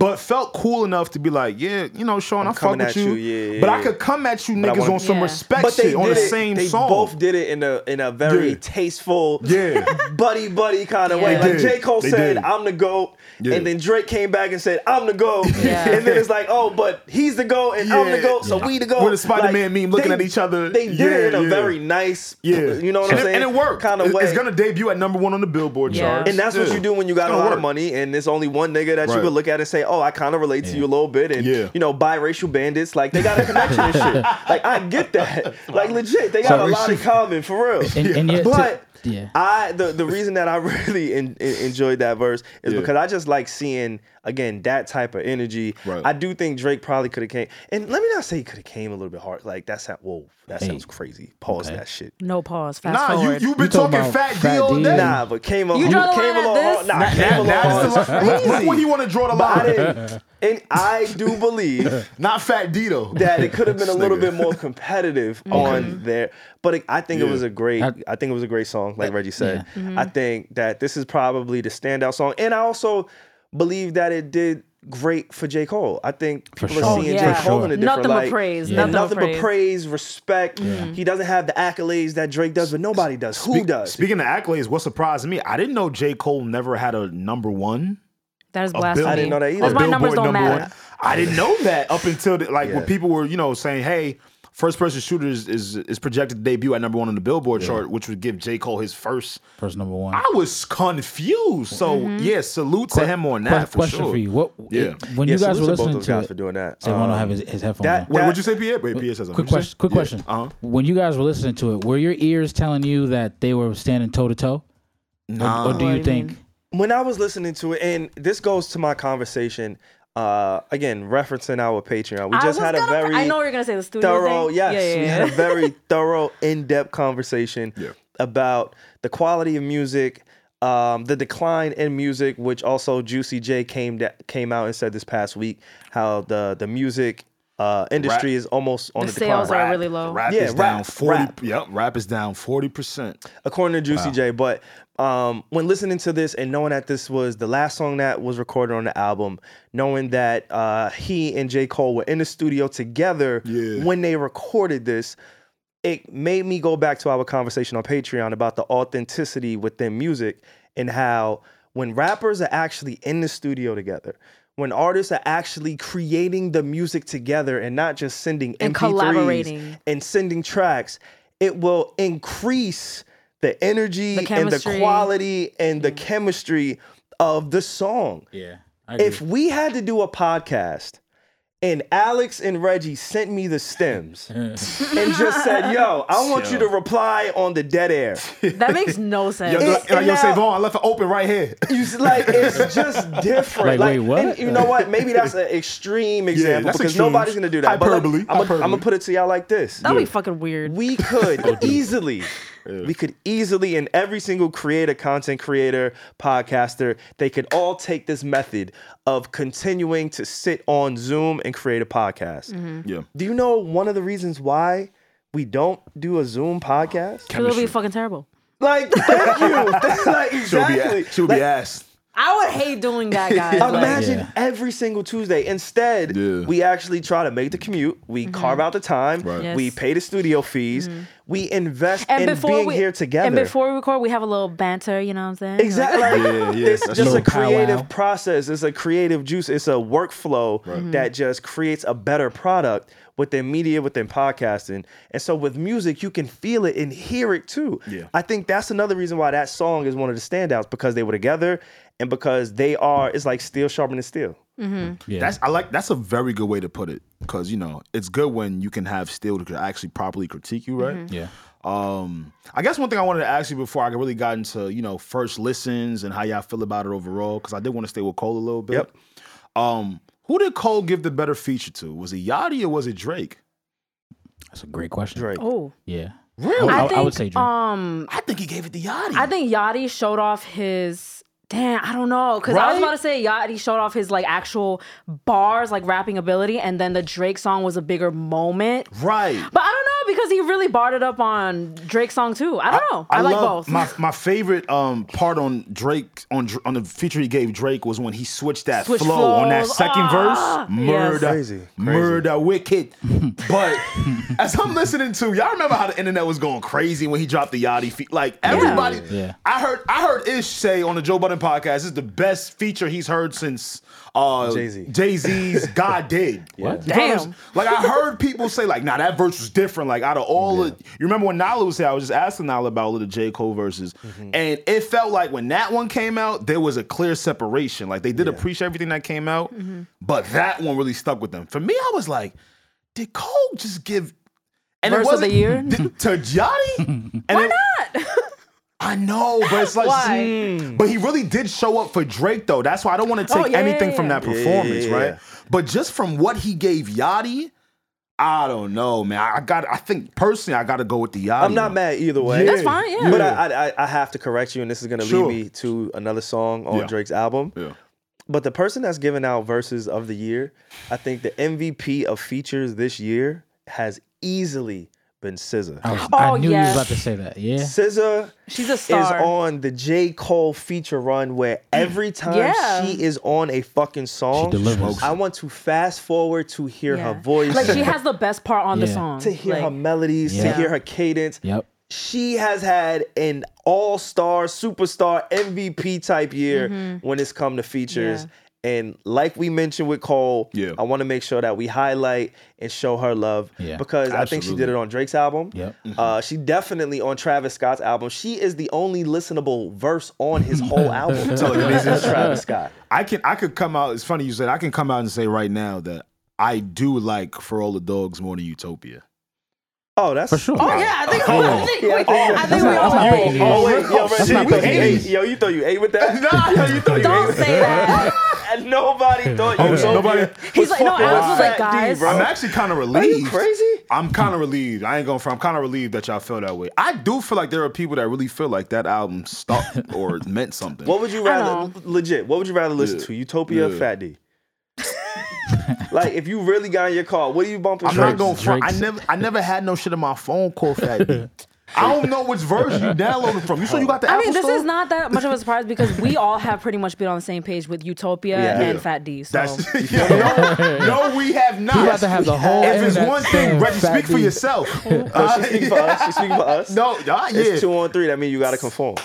S3: But felt cool enough to be like, yeah, you know, Sean, I fuck
S1: Mm-hmm. coming
S3: with
S1: at you,
S3: you,
S1: yeah, yeah,
S3: but I
S1: yeah.
S3: could come at you
S1: I
S3: niggas
S1: wanna-
S3: on some
S2: Yeah.
S3: respect
S1: But they
S3: shit on
S1: did
S3: the
S1: it-
S3: same
S1: they
S3: song.
S1: both did it in a in a very
S3: Yeah.
S1: tasteful,
S3: Yeah.
S1: buddy buddy kind of way.
S2: They
S1: Like
S3: did.
S1: J Cole
S3: They
S1: said,
S3: did.
S1: "I'm the goat,"
S3: Yeah.
S1: and then Drake came back and said, "I'm the goat,"
S2: Yeah.
S1: and then it's like, "Oh, but he's the goat and I'm the
S3: Yeah.
S1: goat, so we the goat."
S3: With a Spider-Man
S1: Like,
S3: meme looking
S1: they-
S3: at each other.
S1: They did it in
S3: Yeah,
S1: a
S3: yeah.
S1: very nice,
S3: yeah,
S1: you know what I'm
S3: and it,
S1: saying,
S3: And it worked.
S1: kind of
S3: It-
S1: way.
S3: It's gonna debut at number one on the Billboard
S2: Yeah. And
S3: charts,
S1: And that's what
S3: Yeah.
S1: you do when you got
S3: It's
S1: a
S3: gonna
S1: lot
S3: work.
S1: of money, and there's only one nigga that you
S3: Right.
S1: could look at and say, "Oh, I kind of relate to you a little bit," and
S3: Yeah.
S1: you know, biracial bandits, like they got a connection and shit. Like I get that, like legit, they got
S4: So-
S1: a lot in common for real.
S4: And- and yet to-
S1: but
S4: yeah.
S1: I the the reason that I really en- en- enjoyed that verse is
S3: Yeah.
S1: because I just like seeing again that type of energy.
S3: Right.
S1: I do think Drake probably could have came, and let me not say he could have came a little bit hard. Like that's not whoa, that
S4: Hey.
S1: sounds crazy. Pause
S4: Okay.
S1: that shit.
S2: No pause. Fast
S3: Nah, you
S2: forward.
S3: you've been
S4: You talking
S3: talking
S4: about
S3: fat D
S4: Fat
S3: all
S4: D?
S3: day.
S1: Nah, but came a
S2: You
S1: came
S2: draw the line
S1: along.
S2: at
S1: hard.
S2: this?
S1: Nah, came
S3: Now-
S1: along.
S3: now it's
S1: hard.
S3: the line. Look- Look where he want to draw the
S1: But I
S3: line.
S1: didn't, and I do believe
S3: Not Fat D though.
S1: that it could have been a little
S3: Nigga.
S1: bit more competitive on there. But it, I think it
S3: Yeah.
S1: was a great.
S4: I-
S1: I think it was a great song, like Reggie said.
S2: Mm-hmm.
S1: I think that this is probably the standout song, and I also believe that it did great for J Cole. I think
S4: For
S1: people
S4: sure.
S1: are
S4: Oh,
S1: seeing
S2: yeah.
S1: J Cole in a
S2: Nothing
S1: different
S2: but
S1: light.
S2: praise.
S1: And
S2: Nothing but praise.
S1: but praise, respect. He doesn't have the accolades that Drake does, but nobody does. Who
S3: Spe-
S1: does?
S3: Speaking of accolades, what surprised me, I didn't know J. Cole never had a number one.
S2: that is
S3: A bill-
S2: blasphemy.
S1: I didn't know that either.
S2: That's why numbers
S3: Billboard
S2: don't
S3: number
S2: matter.
S3: one. I didn't know that up until the, like
S1: Yeah.
S3: when people were you know saying, "Hey, first person shooter is, is is projected to debut at number one on the Billboard chart, which would give J Cole his first."
S4: First number one.
S3: I was confused. So
S2: Mm-hmm.
S3: yeah, salute to him on that.
S4: Que- question
S3: for, sure.
S4: for you. What?
S3: Yeah.
S4: When
S1: Yeah, salute
S4: you guys were
S1: to both
S4: listening
S1: those
S4: to
S1: guys
S4: it,
S1: for doing that.
S4: Say Mono
S1: Um,
S4: have his, his headphones.
S1: that-
S4: on.
S3: Wait,
S1: That-
S3: would you say, Pierre? Wait, Pierre says something.
S4: Quick
S3: What'd you
S4: question.
S3: say?
S4: Quick
S3: Yeah.
S4: question.
S3: Uh-huh.
S4: When you guys were listening to it, were your ears telling you that they were standing toe to toe, or do
S2: What
S4: you
S2: do you
S4: think?
S2: mean?
S1: when I was listening to it, and this goes to my conversation, uh, again, referencing our Patreon. We
S2: I
S1: just
S2: was
S1: had a
S2: gonna-
S1: very
S2: I know what you're gonna say the studio
S1: thorough,
S2: thing.
S1: yes,
S2: Yeah, yeah,
S1: we
S2: yeah.
S1: had a very thorough, in-depth conversation
S3: Yeah.
S1: about the quality of music, um, the decline in music, which also Juicy J came da- came out and said this past week how the the music uh, industry
S3: Rap.
S1: is almost on
S2: The
S1: the, decline.
S2: sales are really low.
S3: Rap
S1: Yeah,
S3: is
S1: rap,
S3: down forty.
S1: rap.
S3: Yep, rap is down forty percent.
S1: according to Juicy J. But um, when listening to this and knowing that this was the last song that was recorded on the album, knowing that uh, he and J. Cole were in the studio together
S3: Yeah.
S1: when they recorded this, it made me go back to our conversation on Patreon about the authenticity within music and how when rappers are actually in the studio together, when artists are actually creating the music together and not just sending
S2: And
S1: MP3s
S2: collaborating.
S1: and sending tracks, it will increase the energy
S2: The
S1: and the
S2: chemistry. Mm.
S1: quality and the chemistry of the song.
S4: Yeah. I
S3: Mm-hmm.
S1: If we had to do a podcast and Alex and Reggie sent me the stems and just said, yo, I want you to reply on the dead air.
S2: That makes no sense.
S3: Yo,
S1: It's-
S3: yo, yo,
S1: now-
S3: Savon, I left it open right here.
S1: You s- like it's just different.
S4: Like, wait, what?
S1: and you know what? Maybe that's an extreme example
S3: that's
S1: because
S3: extreme.
S1: nobody's gonna do that.
S3: Hyperbole,
S1: But I'm gonna
S3: hyperbole.
S1: put it to y'all like this.
S2: That'd be fucking weird.
S1: we could easily we could easily and every single creator content creator podcaster they could all take this method of continuing to sit on zoom and create a podcast
S2: Mm-hmm.
S3: Yeah,
S1: do you know one of the reasons why we don't do a zoom podcast
S2: It'll be fucking terrible.
S1: like thank you That's like
S3: she'll be
S1: exactly
S3: asked. She'll
S1: Like,
S3: be asked.
S2: I would hate doing that, guys. Like,
S1: Imagine
S4: Yeah.
S1: every single Tuesday. Instead,
S3: Yeah.
S1: we actually try to make the commute. We carve out the time.
S3: Right.
S2: Mm-hmm. Yes. Mm-hmm.
S1: We pay the studio fees. We invest
S2: and
S1: in
S2: before
S1: being
S2: we
S1: here together.
S2: and before we record, we have a little banter. You know what I'm saying?
S1: Exactly.
S3: Yeah, yeah,
S1: It's
S3: that's
S1: just a
S4: true. Powwow.
S1: creative process. It's a creative juice. It's a workflow
S2: Mm-hmm.
S1: that just creates a better product within media, within podcasting. And so with music, you can feel it and hear it too.
S3: Yeah.
S1: I think that's another reason why that song is one of the standouts because they were together and because they are, it's like steel sharpening steel.
S4: yeah.
S3: That's I like. That's a very good way to put it because you know it's good when you can have steel to actually properly critique you, right?
S4: yeah.
S3: Um, I guess one thing I wanted to ask you before I really got into you know first listens and how y'all feel about it overall because I did want to stay with Cole a little bit.
S1: Yep.
S3: Um, who did Cole give the better feature to? Was it Yachty or was it Drake?
S4: That's a great question.
S1: Drake.
S2: Oh,
S4: Yeah.
S3: Really?
S4: I,
S2: I,
S4: I
S2: think,
S4: would say Drake.
S2: um,
S3: I think he gave it to Yachty.
S2: I think Yachty showed off his. Damn, I don't know. Because I was
S3: Right?
S2: about to say Yachty showed off his like actual bars, like rapping ability, and then the Drake song was a bigger moment.
S3: right.
S2: But I don't know because he really barred it up on Drake's song too. I don't know. I, like both.
S3: My my favorite um part on Drake on Dr- on the feature he gave Drake was when he switched that
S2: Switch
S3: flow on that
S2: flows.
S3: second
S2: Ah!
S3: verse. Murder,
S2: Yes.
S1: Crazy, crazy.
S3: murder, wicked. But as I'm listening to y'all, remember how the internet was going crazy when he dropped the Yachty feat. Like everybody,
S4: Yeah.
S3: I heard I heard Ish say on the Joe Budden podcast, this is the best feature he's heard since uh,
S1: Jay-Z.
S3: Jay Z's God did.
S4: What?
S2: Damn.
S3: Like I heard people say, like, nah, that verse was different. Like out of all of you remember when Nala was here, I was just asking Nala about the J. Cole verses. And it felt like when that one came out, there was a clear separation. Like they did appreciate everything that came out,
S2: Mm-hmm.
S3: but that one really stuck with them. For me, I was like, did Cole just give and
S2: Verse of the year?
S3: did- to Johnny? And Why
S2: not?
S3: I know, but it's like,
S2: Why?
S3: but he really did show up for Drake though. That's why I don't want to take
S2: Oh, yeah,
S3: anything
S2: yeah,
S3: from
S2: yeah.
S3: that performance,
S1: yeah,
S3: right?
S1: yeah.
S3: But just from what he gave Yachty, I don't know, man. I got, I think personally, I got to go with the Yachty.
S1: I'm not
S3: one.
S1: mad either way.
S2: That's fine, yeah.
S1: But I, I- I, I have to correct you, and this is going to
S3: Sure.
S1: lead me to another song on
S3: Yeah.
S1: Drake's album.
S3: Yeah.
S1: But the person that's giving out verses of the year, I think the MVP of features this year has easily been SZA.
S4: I, was,
S2: Oh,
S4: I knew you
S2: yes.
S4: was about to say that. Yeah.
S1: SZA
S2: She's a
S1: is
S2: star. Mm.
S1: on the J. Cole feature run where every time
S2: Yeah.
S1: she is on a fucking song,
S4: She delivers.
S1: I want to fast forward to hear
S2: Yeah.
S1: her voice,
S2: Like she has the best part on the
S4: Yeah.
S2: song.
S1: to hear
S2: Like,
S1: her melodies, to
S4: Yeah.
S1: hear her cadence.
S4: Yep.
S1: She has had an all-star, superstar, MVP type year when it's come to features.
S2: Mm-hmm. Yeah.
S1: And like we mentioned with Cole,
S3: Yeah.
S1: I want to make sure that we highlight and show her love
S4: Yeah.
S1: because I think she did it on Drake's album.
S4: Yep. Mm-hmm.
S1: Uh, she definitely on Travis Scott's album. She is the only listenable verse on his whole album.
S3: Tell her this is-
S1: Travis Scott.
S3: I can I could come out. It's funny you said I can come out and say right now that I do like For All the Dogs more than Utopia.
S1: Oh, that's
S4: For sure.
S2: Oh yeah, I think, I think,
S1: Yeah, I think-
S2: I think we
S4: not-
S2: all "Oh,
S4: that's not
S2: agree.
S4: big news.
S1: Oh wait, yo,
S4: That's
S1: Reggie,
S4: not
S1: you
S4: big
S1: ate,
S4: news.
S1: yo, you thought you ate with that?
S3: Nah, you thought you
S2: Don't
S3: ate-
S2: say that.
S1: And nobody thought you.
S3: Oh,
S1: was
S3: yeah.
S1: over
S3: Nobody-
S1: here.
S2: He's like, no,
S1: fucking
S2: Alex was
S1: fat
S2: like,
S1: dude,
S2: guys.
S1: bro.
S3: I'm actually kind of
S1: Are
S3: relieved.
S1: you crazy?
S3: I'm kind of relieved. I ain't going for. I'm kind of relieved that y'all feel that way. I do feel like there are people that really feel like that album stuck or meant something.
S1: What would you
S2: I
S1: rather? Legit. What would you rather listen
S3: Yeah.
S1: to? Utopia or
S3: Yeah.
S1: Fat D? like, if you really got in your car, what are you bumping?
S3: I'm
S1: first?
S3: not going front. I
S4: Drake's-
S3: never, I never had no shit in my phone called Fat D. I don't know which version you downloaded from. You sure you got the
S2: I
S3: Apple
S2: mean, this
S3: Store?
S2: is not that much of a surprise because we all have pretty much been on the same page with Utopia
S1: Yeah.
S2: and
S1: Yeah.
S2: Fat D. So
S3: That's no, no, we have not.
S4: You about to have the whole
S3: If it's
S4: internet
S3: one thing,
S4: saying
S3: Reggie,
S4: Fat
S3: speak for
S4: D.
S3: yourself. Uh,
S1: No, she's speaking for us. She's speaking for us.
S3: No, ah, yeah.
S1: It's two on three. That means you gotta conform.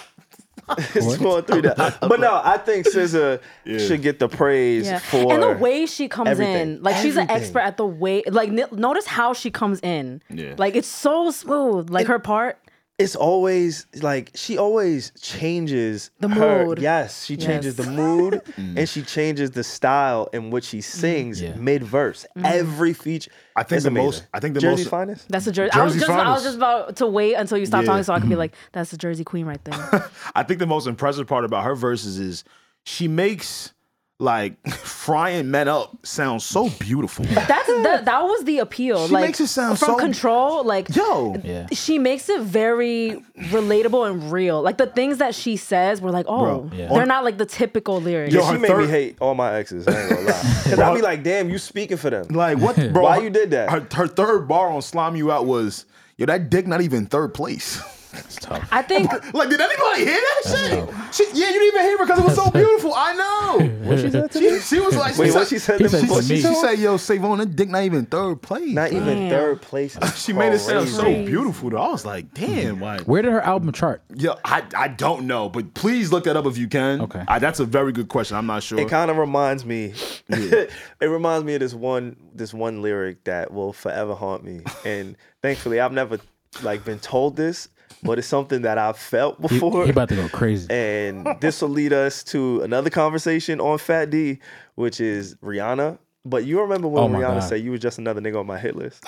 S1: it's two on three. That, but no, I think SZA should get the praise
S2: yeah.
S1: for
S2: and the way she comes
S1: everything.
S2: in, like she's an
S1: Everything.
S2: expert at the way. Like n- notice how she comes in.
S3: Yeah.
S2: Like it's so smooth. Like her part.
S1: it's always like she always changes
S2: The
S1: her-
S2: mood.
S1: Yes, she changes
S2: Yes.
S1: the mood and she changes the style in which
S2: Mm.
S1: she sings
S4: Yeah.
S1: mid verse.
S2: Mm-hmm.
S1: Every feature.
S3: I think
S1: it's
S3: the
S1: amazing.
S3: most- I think the
S1: Jersey's
S3: most-
S1: finest.
S2: That's the jersey. I was
S3: Jersey
S2: just I was
S3: finals.
S2: just about to wait until you stopped
S3: Yeah. Mm-hmm.
S2: talking so I could be like, that's the Jersey Queen right there.
S3: I think the most impressive part about her verses is she makes like frying men up sound so beautiful.
S2: That's that, that was the appeal.
S3: She
S2: like
S3: makes it sound
S2: from
S3: so-
S2: control. Like
S3: Yo,
S4: Yeah.
S2: she makes it very relatable and real. Like the things that she says, we're like, oh,
S3: Bro,
S4: yeah.
S2: they're not like the typical lyrics.
S3: Yo,
S1: Yeah, she
S3: her
S1: made me
S3: third-
S1: hate all my exes. I ain't gonna lie. Because I'll be like, damn, you speaking for them.
S3: like what, bro?
S1: Why you did that?
S3: Her, her third bar on "Slime You Out" was yo, that dick not even third place.
S4: It's tough.
S2: I think
S3: like, did anybody hear that shit? She, yeah, you didn't even hear her because it was so beautiful. I know.
S1: What she said to
S3: She,
S1: me?
S3: she was like,
S1: Wait,
S3: she
S1: what
S3: said-
S1: she said
S4: He
S1: to
S4: said
S1: me?
S4: to
S1: What
S3: She
S1: she
S4: me.
S1: said?
S3: said, "Yo, Savon, that dick not even third place."
S1: Not even Oh,
S2: Damn.
S1: third place. It's
S3: she made it sound
S1: crazy.
S3: so
S2: Crazy.
S3: beautiful. Though. I was like, "Damn, like,
S4: Where did her album chart?
S3: yo, I, I don't know, but please look that up if you can."
S4: Okay.
S3: I, that's a very good question. I'm not sure.
S1: It kind of reminds me. it reminds me of this one this one lyric that will forever haunt me. And thankfully, I've never like been told this, but it's something that I've felt
S4: He,
S1: before.
S4: he about to go crazy.
S1: and this will lead us to another conversation on Fat D, which is Rihanna. But you remember when
S4: Oh my
S1: Rihanna
S4: God.
S1: said you were just another nigga on my hit list?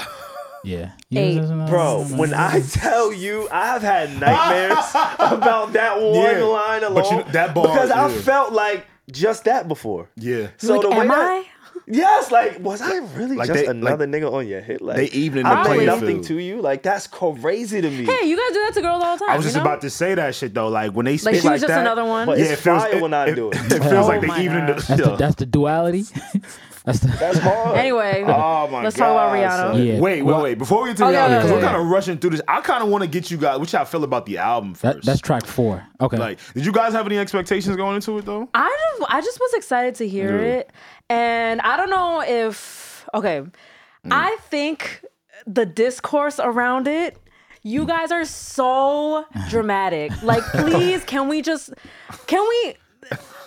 S4: Yeah.
S2: Eight.
S1: Bro, when I tell you, I've had nightmares about that one
S3: Yeah.
S1: line alone.
S3: But you- that bar,
S1: because I
S3: yeah.
S1: felt like just that before.
S3: yeah.
S1: So
S2: like,
S1: the way
S2: am
S1: that-
S2: I?
S1: Yes, like was I really
S3: Like
S1: just
S3: they-
S1: another nigga on your hit? Like
S3: They evening
S1: I
S3: the
S1: did
S3: playing
S1: nothing
S3: field.
S1: to you. Like that's crazy to me.
S2: Hey, you guys do that to girls all the time.
S3: I was
S2: you
S3: just
S2: know?
S3: about to say that shit though. Like when they speak
S2: she was just
S3: that,
S2: another one? But
S1: it's fire when I do it.
S3: It feels like the
S2: my
S3: evening.
S2: God.
S3: The,
S4: that's, the,
S3: yeah.
S4: that's the duality. that's the.
S1: that's hard.
S2: Anyway,
S3: Oh my
S2: let's talk about
S1: God,
S2: Rihanna.
S1: son.
S4: yeah.
S3: Wait, wait, wait. Before we get to
S2: Oh,
S3: the
S2: yeah,
S3: album,
S2: yeah,
S3: because
S2: yeah,
S3: we're
S2: yeah.
S3: kind of rushing through this, I kind of want to get you guys what y'all feel about the album first.
S4: That, that's track four. Okay.
S3: like, did you guys have any expectations going into it though?
S2: I just I just was excited to hear it, and I don't know if okay.
S3: Mm.
S2: I think the discourse around it. You
S3: Mm.
S2: guys are so dramatic. Like, please, can we just, can we,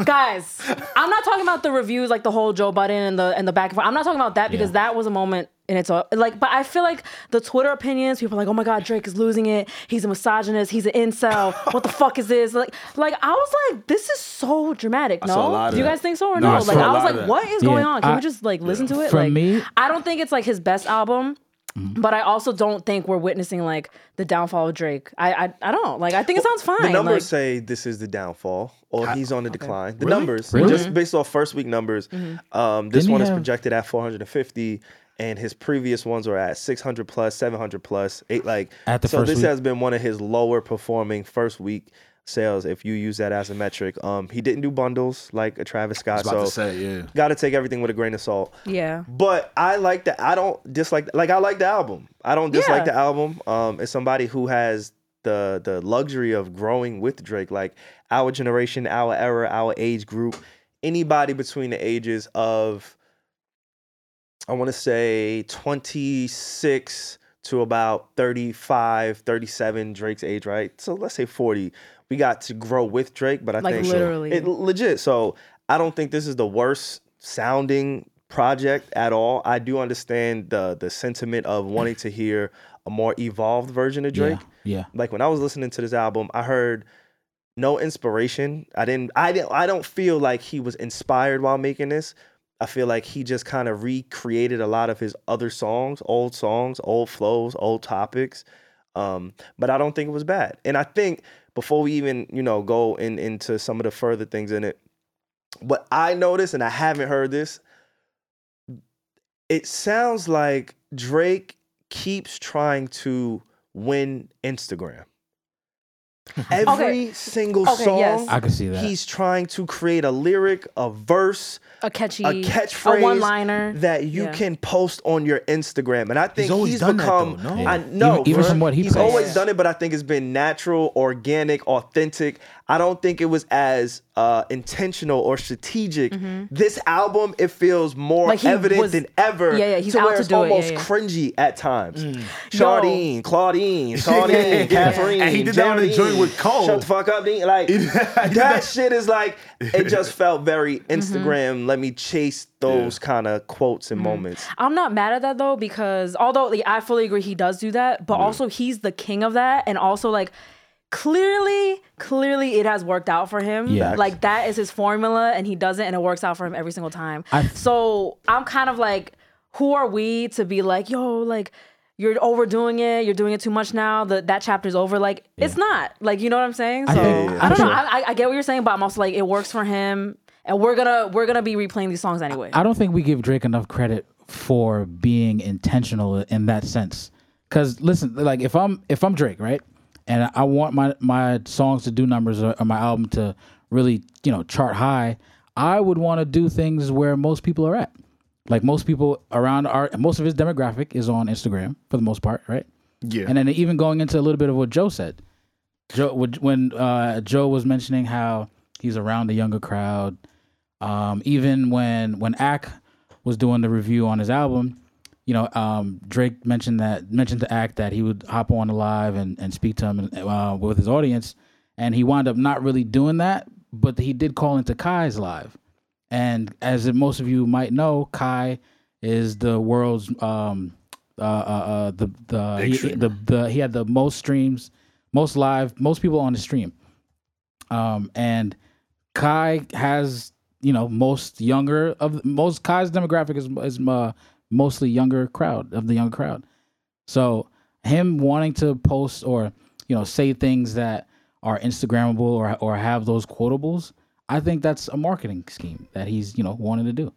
S2: guys? I'm not talking about the reviews, like the whole Joe Budden and the and the back and forth. I'm not talking about that because
S4: Yeah.
S2: that was a moment in its own. Like, but I feel like the Twitter opinions, people are like, oh my god, Drake is losing it. He's a misogynist. He's an incel. What the fuck is this? Like, like I was like, this is so dramatic.
S3: saw
S2: No,
S3: a lot of
S2: do you
S3: that.
S2: guys think so or
S3: No,
S2: no?
S3: I saw
S2: like,
S3: a
S2: I
S3: lot
S2: was
S3: of
S2: like,
S3: that.
S2: what is
S4: Yeah,
S2: going on? Can
S4: I-
S2: we just like listen to it?
S4: For
S2: like,
S4: me-
S2: I don't think it's like his best album.
S1: Mm-hmm.
S2: But I also don't think we're witnessing like the downfall of Drake. I I, I don't like. I think it sounds fine.
S1: The numbers
S2: like,
S1: say this is the downfall, or he's on the decline. The
S3: Really?
S1: numbers,
S4: Really?
S1: just based off first week numbers,
S2: Mm-hmm.
S1: um, this
S4: Didn't he
S1: one is
S4: have-
S1: projected at 450, and his previous ones are at 600 plus, 700 plus, eight like.
S4: At the
S1: so
S4: first
S1: this
S4: week.
S1: has been one of his lower performing first week sales. If you use that as a metric, um, he didn't do bundles like a Travis Scott.
S3: about
S1: so
S3: to say, yeah.
S1: got to take everything with a grain of salt.
S2: yeah.
S1: But I like the I don't dislike like I like the album. I don't dislike
S2: Yeah.
S1: the album. Um as somebody who has the the luxury of growing with Drake, like our generation, our era, our age group, anybody between the ages of I want to say 26 to about 35, 37 Drake's age, right? So let's say 40. We got to grow with Drake, but I
S2: Like
S1: think
S2: literally.
S1: it legit. So I don't think this is the worst sounding project at all. I do understand the the sentiment of wanting to hear a more evolved version of Drake.
S4: yeah.
S1: Like when I was listening to this album, I heard no inspiration. I didn't I didn't I don't feel like he was inspired while making this. I feel like he just kind of recreated a lot of his other songs, old songs, old flows, old topics. Um, but I don't think it was bad. And I think before we even, you know, go in into some of the further things in it, what I noticed, and I haven't heard this, it sounds like Drake keeps trying to win Instagram. Every
S2: Okay.
S1: single
S2: Okay,
S1: song,
S2: yes.
S4: I can see that.
S1: he's trying to create a lyric, a verse,
S2: a catchy,
S1: a catchphrase,
S2: a one-liner
S1: that you
S2: Yeah.
S1: can post on your Instagram. And I think
S3: always
S1: he's
S3: done that,
S1: become
S3: though, no?
S1: I
S4: Yeah.
S1: know
S4: Even- even
S1: bruh.
S4: from what he
S1: he's
S4: posts.
S1: always
S2: Yeah.
S1: done it, but I think it's been natural, organic, authentic. I don't think it was as uh, intentional or strategic. This album, it feels more
S2: Mm-hmm. Like he
S1: evident
S2: was-
S1: than ever.
S2: Yeah, yeah, he's
S1: to
S2: out
S1: where
S2: to
S1: it's
S2: do it, yeah,
S1: almost
S2: yeah.
S1: cringy at times.
S2: Yo.
S1: Charlene, Claudine, Claudine, Catherine,
S3: And he did that on the
S1: Geraldine,
S3: joint with Cole.
S1: Shut the fuck up, Dean. Like that shit is like it just felt very Instagram. Let me chase those kind of quotes and moments.
S2: I'm not mad at that though because although like, I fully agree he does do that, but also he's the king of that, and also like clearly, clearly it has worked out for him.
S4: Yeah.
S2: like that is his formula, and he does it, and it works out for him every single time.
S4: I-
S2: so I'm kind of like, who are we to be like, yo, like. You're overdoing it. You're doing it too much now. The, that chapter's over. Like it's not. Like you know what I'm saying. So I,
S4: think-
S2: don't
S4: I'm
S2: know.
S4: sure.
S2: I, I- I get what you're saying, but I'm also like it works for him, and we're gonna we're gonna be replaying these songs anyway.
S4: I don't think we give Drake enough credit for being intentional in that sense. Cause listen, like if I'm if I'm Drake, right, and I want my my songs to do numbers or, or my album to really you know chart high, I would want to do things where most people are at. Like most people around our most of his demographic is on Instagram for the most part, right?
S3: Yeah.
S4: And then even going into a little bit of what Joe said, Joe would- when uh, Joe was mentioning how he's around the younger crowd, um, even when when Ack was doing the review on his album, you know, um, Drake mentioned that mentioned to Ack that he would hop on the live and, and speak to him uh, with his audience, and he wound up not really doing that, but he did call into Kai's live, and as most of you might know, Kai is the world's um, uh, uh, uh, the the he,
S3: streamer.
S4: the the he had the most streams, most live, most people on the stream. Um, and Kai has, you know, most younger of most Kai's demographic is is uh, mostly younger crowd of the young crowd. So him wanting to post or you know say things that are Instagrammable or or have those quotables, I think that's a marketing scheme that he's you know wanting to do.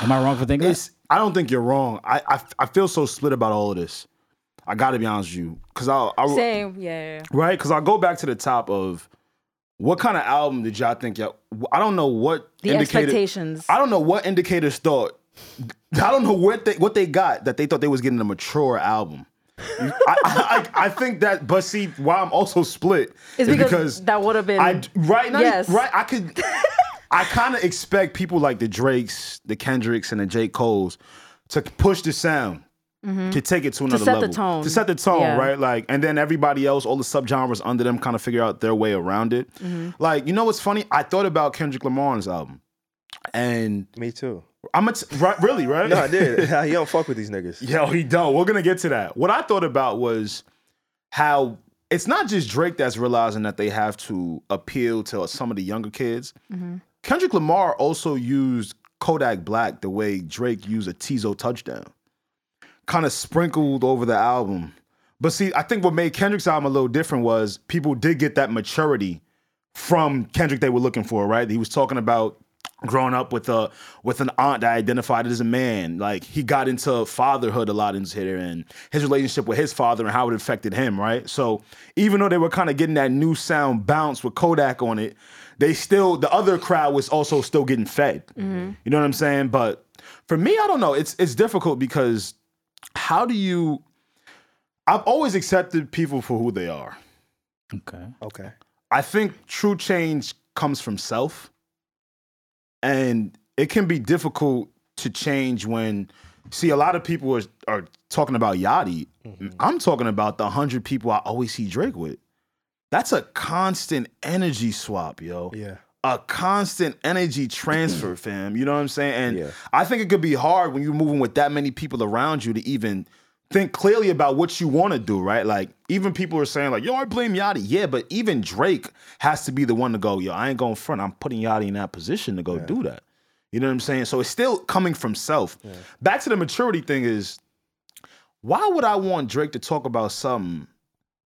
S4: Am I wrong for thinking
S3: It's, I don't think you're wrong. I, I I feel so split about all of this. I got to be honest with you, because I, I
S2: Same. Yeah. yeah.
S3: right? Because I go back to the top of what kind of album did y'all think? Y'all, I don't know what
S2: The expectations.
S3: I don't know what indicators thought. I don't know what they what they got that they thought they was getting a mature album. I, I, I I think that, but see, why I'm also split
S2: It's
S3: is
S2: because that would've been-
S3: I right now.
S2: Yes.
S3: Right, I could. I kind of expect people like the Drakes, the Kendricks, and the J. Cole's to push the sound. To take it to
S2: Mm-hmm.
S3: another
S2: set the
S3: level,
S2: tone.
S3: to set the tone,
S2: Yeah.
S3: right? Like, and then everybody else, all the subgenres under them, kind of figure out their way around it.
S2: Mm-hmm.
S3: Like, you know what's funny? I thought about Kendrick Lamar's album, and
S1: Me too.
S3: I'm a t- right, really right.
S1: No, I did. he don't fuck with these niggas.
S3: Yo, he don't. We're gonna get to that. What I thought about was how it's not just Drake that's realizing that they have to appeal to some of the younger kids. Kendrick Lamar also used Kodak Black the way Drake used a Tizo touchdown, kind of sprinkled over the album. But see, I think what made Kendrick's album a little different was people did get that maturity from Kendrick they were looking for, right? He was talking about growing up with a with an aunt that identified as a man. Like he got into fatherhood a lot in here and his relationship with his father and how it affected him, right? So even though they were kind of getting that new sound bounce with Kodak on it, they still the other crowd was also still getting fed. You know what I'm saying? But for me, I don't know. It's it's difficult because how do you I've always accepted people for who they are.
S4: that? Okay.
S1: Okay.
S3: I think true change comes from self. And it can be difficult to change when, see, a lot of people are, are talking about Yachty. I'm talking about the 100 people I always see Drake with. That's a constant energy swap, yo.
S1: Yeah.
S3: A a constant energy transfer, fam. You know what I'm saying? And
S1: Yeah.
S3: I think it could be hard when you're moving with that many people around you to even think clearly about what you want to do, right? Like even people are saying like, "Yo, I blame Yachty." Yeah, but even Drake has to be the one to go, "Yo, I ain't going front. I'm putting Yachty in that position to go do that." You know what I'm saying? So it's still coming from self. Back to the maturity thing is why would I want Drake to talk about something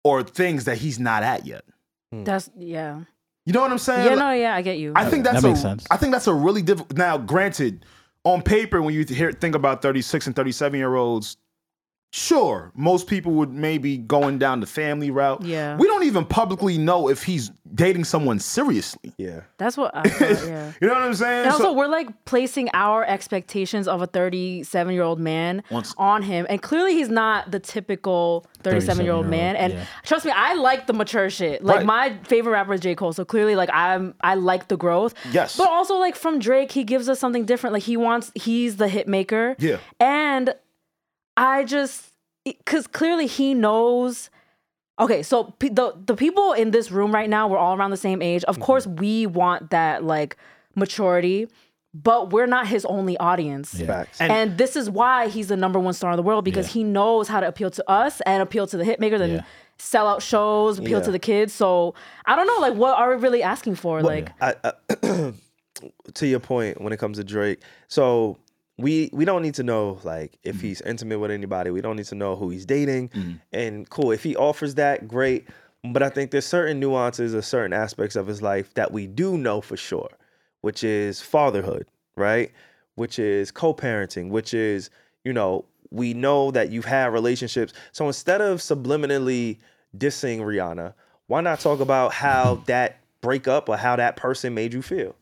S3: or things that he's not at yet?
S2: That's yeah.
S3: You know what I'm saying?
S2: Yeah,
S3: Like-
S2: no, yeah, I get you.
S3: I think that's
S4: That makes
S3: a,
S4: sense.
S3: I think that's a really difficult. Now, granted, on paper, when you hear think about thirty six and thirty seven year olds, sure, most people would maybe going down the family route.
S2: Yeah.
S3: we don't even publicly know if he's dating someone seriously.
S1: Yeah.
S2: That's what I thought, yeah.
S3: You know what I'm saying?
S2: And also,
S3: So-
S2: we're like placing our expectations of a 37 year old man
S3: Once-
S2: on him. And clearly, he's not the typical 37 year old
S4: 37-year-old,
S2: man. And
S4: yeah.
S2: trust me, I like the mature shit. Like,
S3: Right.
S2: my favorite rapper is J. Cole. So clearly, like, I'm, I like the growth.
S3: Yes.
S2: But also, like, from Drake, he gives us something different. Like, he wants, he's the hit maker.
S3: Yeah.
S2: And I just, because clearly he knows. Okay, so pe- the the people in this room right now, we're all around the same age. Of course, we want that like maturity, but we're not his only audience.
S1: Facts.
S2: And, this is why he's the number one star in the world because
S4: Yeah.
S2: he knows how to appeal to us and appeal to the hit makers and
S4: Yeah.
S2: sell out shows, appeal
S1: Yeah.
S2: to the kids. So I don't know, like, what are we really asking for? like,
S1: I, I, to your point when it comes to Drake, so we we don't need to know like if he's intimate with anybody. We don't need to know who he's dating, and cool if he offers that, great. But I think there's certain nuances or certain aspects of his life that we do know for sure, which is fatherhood, right? Which is co-parenting, which is you know we know that you've had relationships. So instead of subliminally dissing Rihanna, why not talk about how that breakup or how that person made you feel?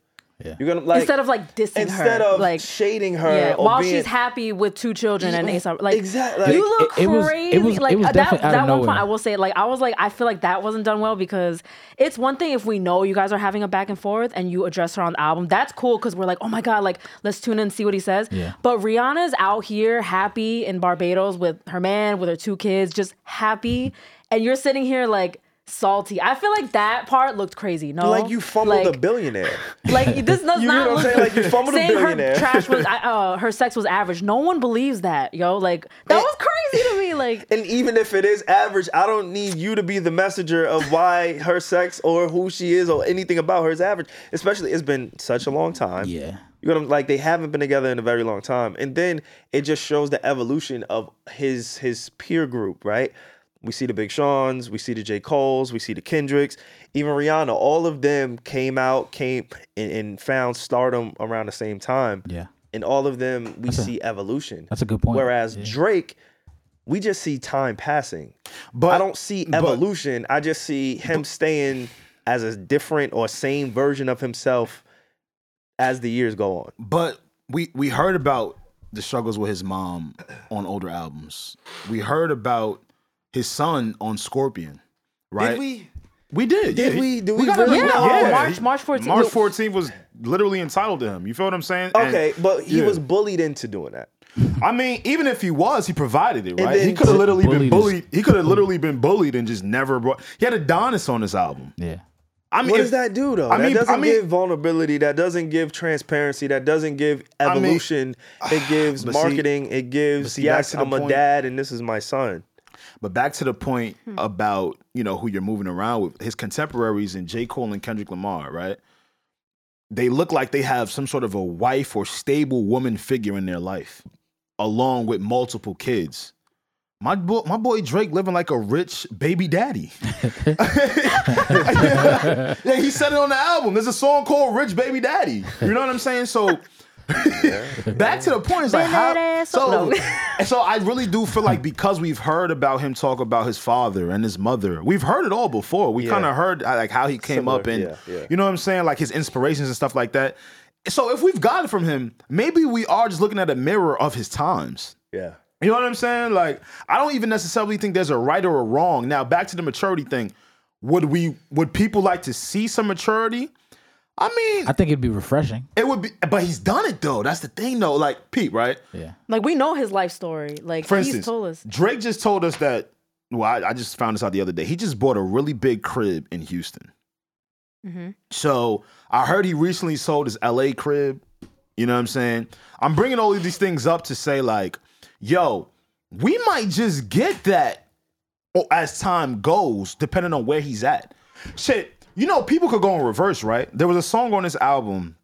S4: Yeah.
S1: You're gonna like
S2: instead of like dissing
S1: instead
S2: her,
S1: of
S2: like
S1: shading her
S2: yeah,
S1: or
S2: while
S1: being,
S2: she's happy with two children and ASAP. Like
S1: Exactly.
S2: you
S1: Like,
S2: look
S4: it- it was- it
S2: crazy.
S4: was- it
S2: like
S4: was
S2: uh, that,
S4: definitely out of
S2: that one point,
S4: nowhere.
S2: I will say, like I was like, I feel like that wasn't done well because it's one thing if we know you guys are having a back and forth and you address her on the album. That's cool because we're like, oh my god, like let's tune in and see what he says.
S4: Yeah.
S2: But Rihanna's out here happy in Barbados with her man, with her two kids, just happy, and you're sitting here like. Salty. I feel like that part looked crazy. No,
S1: like you fumbled
S2: Like,
S1: a billionaire.
S2: like this does
S1: You
S2: not
S1: know what I'm
S2: look
S1: saying? Like you fumbled a
S2: saying her
S1: billionaire.
S2: trash was I- uh, her sex was average. No one believes that, yo. Like that was crazy to me. Like
S1: And even if it is average, I don't need you to be the messenger of why her sex or who she is or anything about her is average. Especially it's been such a long time.
S4: Yeah.
S1: You know, like they haven't been together in a very long time, and then it just shows the evolution of his his peer group, right? We see the Big Sean's, we see the J. Cole's, we see the Kendricks, even Rihanna. All of them came out, came and, and found stardom around the same time.
S4: Yeah.
S1: And all of them, we see evolution.
S4: that's a good point.
S1: Whereas Drake, we just see time passing.
S3: But-
S1: I don't see evolution. I just see him staying as a different or same version of himself as the years go on.
S3: But we we heard about the struggles with his mom on older albums. We heard about his son on Scorpion, right?
S1: we?
S3: We did.
S1: Did
S3: yeah.
S1: we- do we
S3: got
S1: really?
S3: it.
S1: Yeah,
S2: oh, March- March 14th.
S3: March 14th was literally entitled to him. You feel what I'm saying? And,
S1: Okay, but he
S3: yeah.
S1: was bullied into doing that.
S3: I mean, even if he was, he provided it, right?
S1: then
S3: He could have literally been
S4: bullied is-
S3: bullied. He could have literally been bullied and just never brought. He had Adonis on his album.
S4: Yeah.
S3: I mean,
S1: What
S3: if-
S1: does that do though?
S3: I mean,
S1: that doesn't
S3: I mean,
S1: give vulnerability. That doesn't give transparency. That doesn't give
S3: mean-
S1: evolution. it gives
S3: But see-
S1: marketing. it gives
S3: see, back
S1: yes,
S3: to the
S1: I'm a
S3: point-
S1: dad and this is my son.
S3: But back to the point about you know who you're moving around with, his contemporaries and J. Cole and Kendrick Lamar, right? They look like they have some sort of a wife or stable woman figure in their life, along with multiple kids. My boy, my boy Drake living like a rich baby daddy. yeah, he said it on the album. There's a song called "Rich Baby Daddy." You know what I'm saying? So back to the point. It's like how,
S2: Bananas.
S3: so,
S2: No.
S3: so I really do feel like because we've heard about him talk about his father and his mother, we've heard it all before. We
S1: Yeah.
S3: kind of heard uh, like how he came
S1: Similar,
S3: up and
S1: yeah, yeah.
S3: you know what I'm saying, like his inspirations and stuff like that. So if we've got it from him, maybe we are just looking at a mirror of his times.
S1: Yeah.
S3: You know what I'm saying? Like, I don't even necessarily think there's a right or a wrong. Now, back to the maturity thing. Would we would people like to see some maturity? I mean,
S4: I think it'd be refreshing.
S3: it would be but he's done it though. That's the thing though. Like Pete, right?
S4: Yeah.
S2: like we know his life story. Like
S3: For
S2: he's
S3: instance,
S2: told us.
S3: Drake just told us that well, I, I just found this out the other day. He just bought a really big crib in Houston. So I heard he recently sold his LA crib. You know what I'm saying? I'm bringing all of these things up to say like, yo, we might just get that o- as time goes, depending on where he's at. Shit, you know, people could go in reverse, right? There was a song on this album,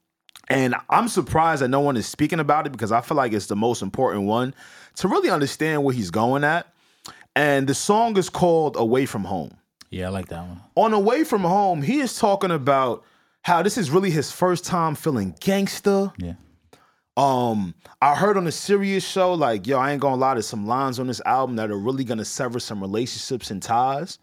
S3: and I'm surprised that no one is speaking about it because I feel like it's the most important one to really understand where he's going at. And the song is called Away From Home
S4: Yeah, I like that one.
S3: on Away From Home, he is talking about how this is really his first time feeling gangster.
S4: Yeah.
S3: Um, I heard on a serious show, like, yo, I ain't gonna lie, there's some lines on this album that are really gonna sever some relationships and ties.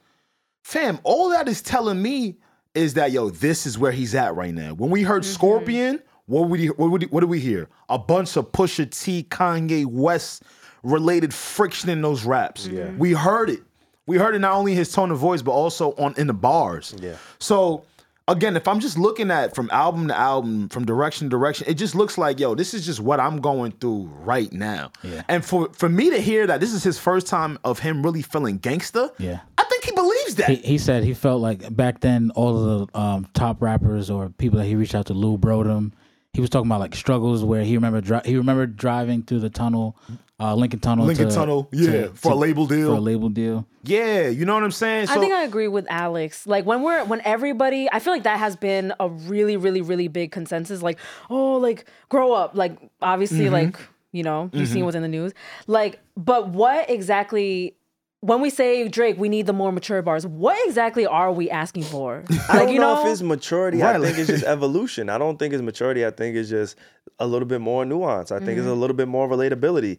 S3: Fam, all that is telling me is that yo, this is where he's at right now. When we heard Scorpion, what would he, what would he- what do we hear? A bunch of Pusha T, Kanye West related friction in those raps. Yeah. We heard it. We heard it not only in his tone of voice, but also on in the bars. Yeah. So again, if I'm just looking at from album to album, from direction to direction, it just looks like, yo, this is just what I'm going through right now.
S4: Yeah.
S3: And for for me to hear that this is his first time of him really feeling gangster,
S4: Yeah.
S3: I think he believes that.
S4: He, he said he felt like back then all of the um, top rappers or people that he reached out to, Lou Brodum, he was talking about like struggles where he remembered dri- he remembered driving through the tunnel, uh, Lincoln Tunnel,
S3: Lincoln
S4: to-
S3: Tunnel,
S4: to-
S3: yeah, for a label deal.
S4: for a label deal.
S3: yeah, you know what I'm saying? So
S2: I think I agree with Alex. Like when we're when everybody, I feel like that has been a really, really, really big consensus. Like, oh, like grow up. Like obviously,
S1: Mm-hmm.
S2: like you know, you've seen what's in the news. Like, but what exactly? When we say Drake, we need the more mature bars. What exactly are we asking for? Like,
S1: I don't know, if it's maturity. I
S3: Right.
S1: think it's just evolution. I don't think it's maturity. I think it's just a little bit more nuance. I think it's a little bit more relatability.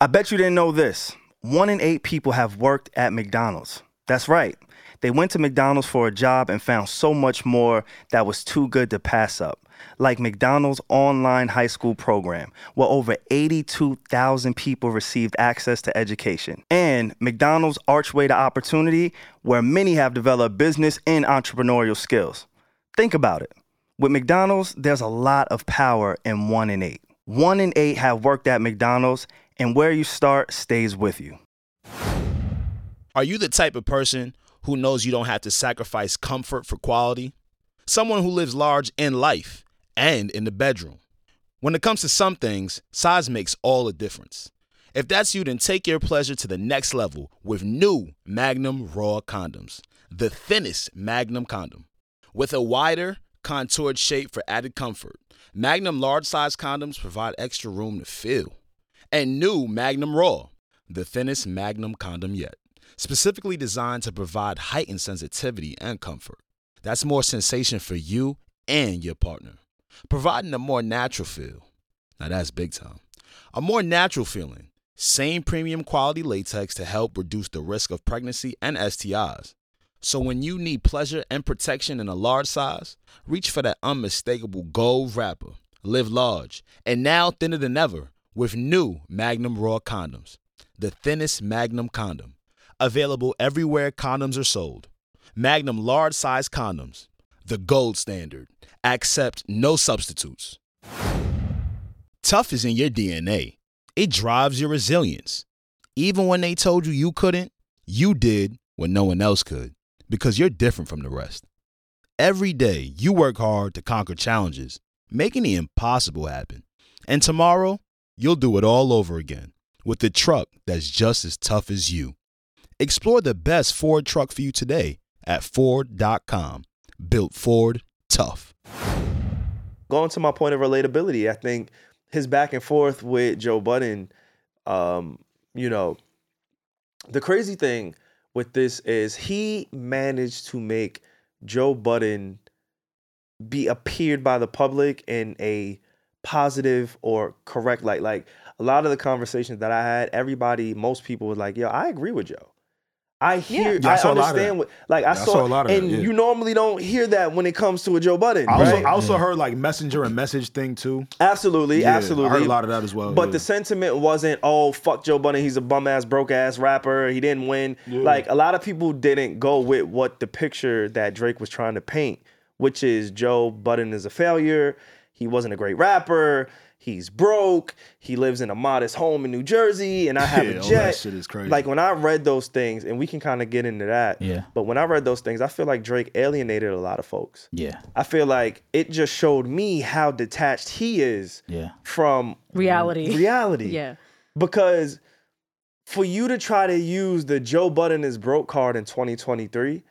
S1: I bet you didn't know this. One in eight people have worked at McDonald's. That's right. They went to McDonald's for a job and found so much more that was too good to pass up, like McDonald's online high school program, where over 82,000 people received access to education, and McDonald's Archway to Opportunity, where many have developed business and entrepreneurial skills. Think about it. With McDonald's, there's a lot of power in one in eight. One in eight have worked at McDonald's, and where you start stays with you.
S5: Are you the type of person who knows you don't have to sacrifice comfort for quality? Someone who lives large in life and in the bedroom. When it comes to some things, size makes all the difference. If that's you, then take your pleasure to the next level with new Magnum Raw condoms, the thinnest Magnum condom. With a wider, contoured shape for added comfort, Magnum large size condoms provide extra room to feel and new Magnum Raw, the thinnest Magnum condom yet, specifically designed to provide heightened sensitivity and comfort. That's more sensation for you and your partner, providing a more natural feel. Now that's big time. A more natural feeling. Same premium quality latex to help reduce the risk of pregnancy and STIs. So when you need pleasure and protection in a large size, reach for that unmistakable gold wrapper. Live large and now thinner than ever with new Magnum Raw condoms. The thinnest Magnum condom. Available everywhere condoms are sold. Magnum large size condoms. The gold standard. Accept no substitutes. Tough is in your DNA. It drives your resilience. Even when they told you you couldn't, you did what no one else could because you're different from the rest. Every day, you work hard to conquer challenges, making the impossible happen. And tomorrow, you'll do it all over again with the truck that's just as tough as you. Explore the best Ford truck for you today at Ford.com. Built Ford Tough.
S1: going to my point of relatability, I think his back and forth with Joe Budden, um, you know, the crazy thing with this is he managed to make Joe Budden be appeared by the public in a positive or correct light. Like a lot of the conversations that I had, everybody, most people was like, "Yo, I agree with Joe." I hear,
S3: Yeah, I
S1: I,
S3: saw a lot of
S1: understand
S3: that.
S1: what, like I,
S3: I
S1: saw,
S3: saw a lot of that,
S1: and
S3: yeah.
S1: you normally don't hear that when it comes to a Joe Budden.
S3: I also,
S1: right?
S3: I also heard like messenger and message thing too.
S1: Absolutely,
S3: Yeah,
S1: absolutely.
S3: I heard a lot of that as well.
S1: But
S3: yeah.
S1: the sentiment wasn't, oh fuck Joe Budden, he's a bum ass, broke ass rapper. He didn't win. Like a lot of people didn't go with what the picture that Drake was trying to paint, which is Joe Budden is a failure. He wasn't a great rapper. he's broke, he lives in a modest home in New Jersey, and I have
S3: Yeah,
S1: a
S3: all
S1: jet.
S3: that shit is crazy.
S1: Like when I read those things, and we can kind of get into that.
S4: Yeah.
S1: But when I read those things, I feel like Drake alienated a lot of folks.
S4: Yeah.
S1: I feel like it just showed me how detached he is
S4: Yeah.
S1: from
S2: Reality.
S1: reality.
S2: Yeah.
S1: Because for you to try to use the Joe Budden is broke card in 2023,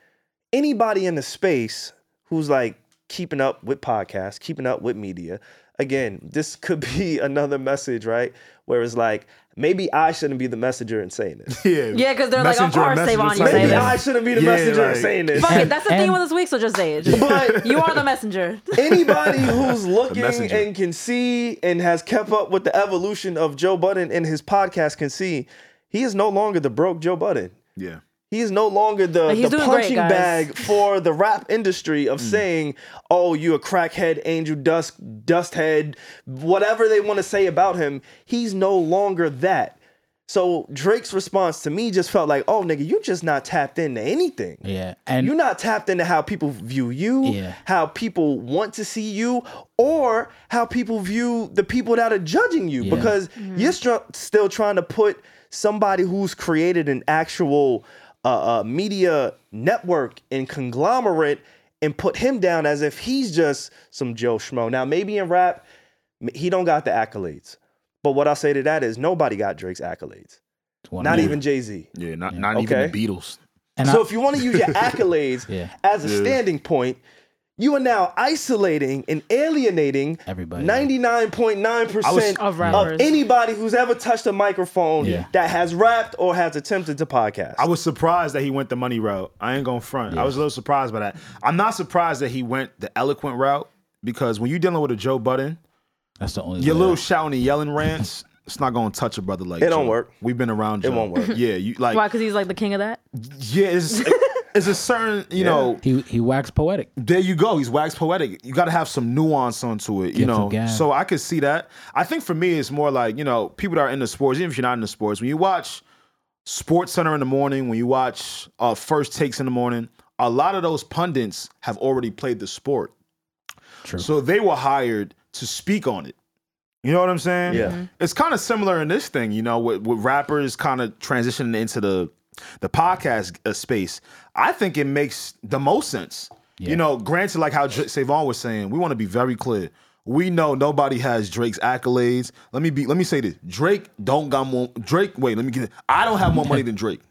S1: anybody in the space who's like keeping up with podcasts, keeping up with media, again, this could be another message, right? Where it's like, maybe I shouldn't be the messenger in saying this.
S3: Yeah,
S2: Yeah, 'cause they're like, of
S3: Messenger,
S2: course
S3: messenger,
S2: Savon, you
S3: messenger.
S2: say
S1: Maybe
S2: that.
S1: I shouldn't be the
S3: Yeah,
S1: messenger
S3: like-
S1: in saying this.
S2: Fuck it. That's the theme
S4: and-
S2: of this week, so just say it. Just-
S1: But-
S2: you are the messenger.
S1: anybody who's looking
S3: messenger.
S1: and can see and has kept up with the evolution of Joe Budden and his podcast can see he is no longer the broke Joe Budden.
S3: yeah.
S1: He is no longer the,
S2: he's
S1: the
S2: doing great,
S1: punching
S2: guys.
S1: bag for the rap industry of saying, "Oh, you a crackhead, angel dust, dusthead, whatever they want to say about him." He's no longer that. So Drake's response to me just felt like, "Oh, nigga, you just not tapped into anything."
S4: Yeah. And
S1: You're not tapped into how people view you,
S4: Yeah.
S1: how people want to see you, or how people view the people that are judging you because you're str- still trying to put somebody who's created an actual uh, uh, media network and conglomerate and put him down as if he's just some Joe Schmo. Now, maybe in rap, m- he don't got the accolades. But what I say to that is nobody got Drake's accolades.
S4: one
S1: Not
S4: more.
S1: even Jay-Z.
S3: Yeah, not not
S1: Okay.
S3: even the Beatles.
S4: And
S1: so
S4: I-
S1: if you want to use your accolades
S4: Yeah.
S1: as a standing point, you are now isolating and alienating
S4: Everybody.
S1: 99.9%
S3: I was-
S2: Of rappers.
S1: anybody who's ever touched a microphone
S4: Yeah.
S1: that has rapped or has attempted to podcast.
S3: I was surprised that he went the money route. I ain't gonna front. I was a little surprised by that. I'm not surprised that he went the eloquent route because when you're dealing with a Joe Budden,
S4: that's the only
S3: your
S4: way.
S3: little shouting and yelling rants, it's not gonna touch a brother like
S1: It don't
S3: Joe.
S1: work.
S3: We've been around. Joe.
S1: won't work.
S3: Yeah, you like
S2: Why? Because he's like the king of that.
S3: yeah. It's, it's a certain you know.
S4: he he waxed poetic.
S3: There you go. He's wax poetic. You got to have some nuance onto it, you
S4: Give some
S3: know.
S4: gas.
S3: So I could see that. I think for me, it's more like you know, people that are into sports. Even if you're not into sports, when you watch Sports Center in the morning, when you watch uh, First Takes in the morning, a lot of those pundits have already played the sport.
S4: True.
S3: So they were hired to speak on it. You know what I'm saying?
S1: Yeah.
S2: Mm-hmm.
S1: Mhm.
S3: It's kind of similar in this thing, you know, with, with rappers kind of transitioning into the the podcast uh, space. I think it makes the most sense. You know, granted, like how Dra- Savon was saying, we want to be very clear. We know nobody has Drake's accolades. Let me be. Let me say this: Drake don't got more. Drake, wait. Let me get. It. I don't have more money than Drake.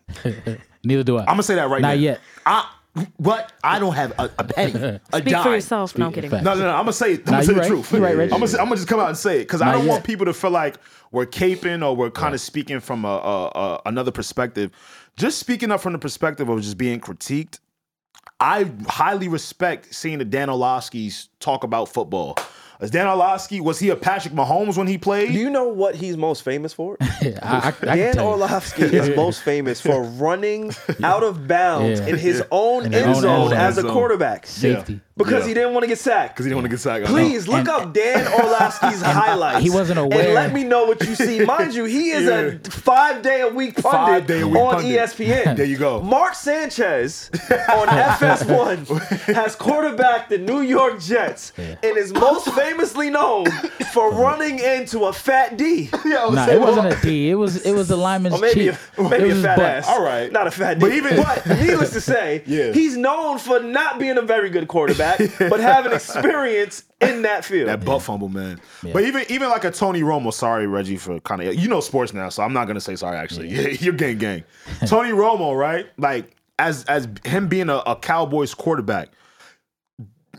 S4: Neither do I.
S3: I'm gonna say that right now.
S4: Not yet.
S3: I what? I don't have a, a penny. A
S2: Speak
S3: dime.
S2: for yourself. No, I'm kidding.
S4: Fact.
S3: No, no, no. I'm gonna say it. I'm
S4: Nah,
S3: gonna
S4: you
S3: say
S4: right.
S3: the truth.
S4: You right, Reggie.
S3: I'm, gonna, say- I'm gonna just come out and say it because I
S4: Not
S3: don't want
S4: yet.
S3: people to feel like we're caping or we're kind of speaking from a, a, a another perspective. Just speaking up from the perspective of just being critiqued. I highly respect seeing the Dan Orlovsky's talk about football. Is Dan Orlovsky was he a Patrick Mahomes when he played?
S1: Do you know what he's most famous for?
S4: Yeah, I, I, I can
S1: Dan
S4: tell you.
S1: Orlovsky is most famous for running out of bounds
S4: Yeah.
S1: in his own
S4: In their
S1: end
S4: own
S1: zone
S4: end
S1: as a
S3: zone.
S1: quarterback
S4: safety.
S1: because
S3: Yeah.
S1: he didn't want to get sacked.
S3: Because he didn't want to get sacked. I know.
S1: Please look
S4: And-
S1: up Dan Orlovsky's highlights.
S4: he wasn't
S1: And
S4: aware.
S1: let me know what you see. Mind you, he is a five day a week pundit
S3: Five-day-a-week
S1: on E
S3: pundit.
S1: ESPN.
S3: There you go.
S1: Mark Sanchez on FS1 has quarterbacked the New York Jets and is most famously known for running into a fat D.
S4: Nah, it wasn't a D. It was it was the lineman's
S1: Or maybe
S4: cheek.
S1: a, maybe
S4: it
S1: a
S4: was his
S1: fat
S4: butt.
S1: ass.
S3: All right.
S1: not a fat.
S3: But
S1: But
S3: even-
S1: but needless to say,
S3: Yeah.
S1: he's known for not being a very good quarterback, but having experience in that field.
S3: That butt fumble, man. But even even like a Tony Romo, sorry Reggie for kind of you know sports now, so I'm not gonna say sorry actually. You're gang gang. Tony Romo, right? Like as as him being a, a Cowboys quarterback,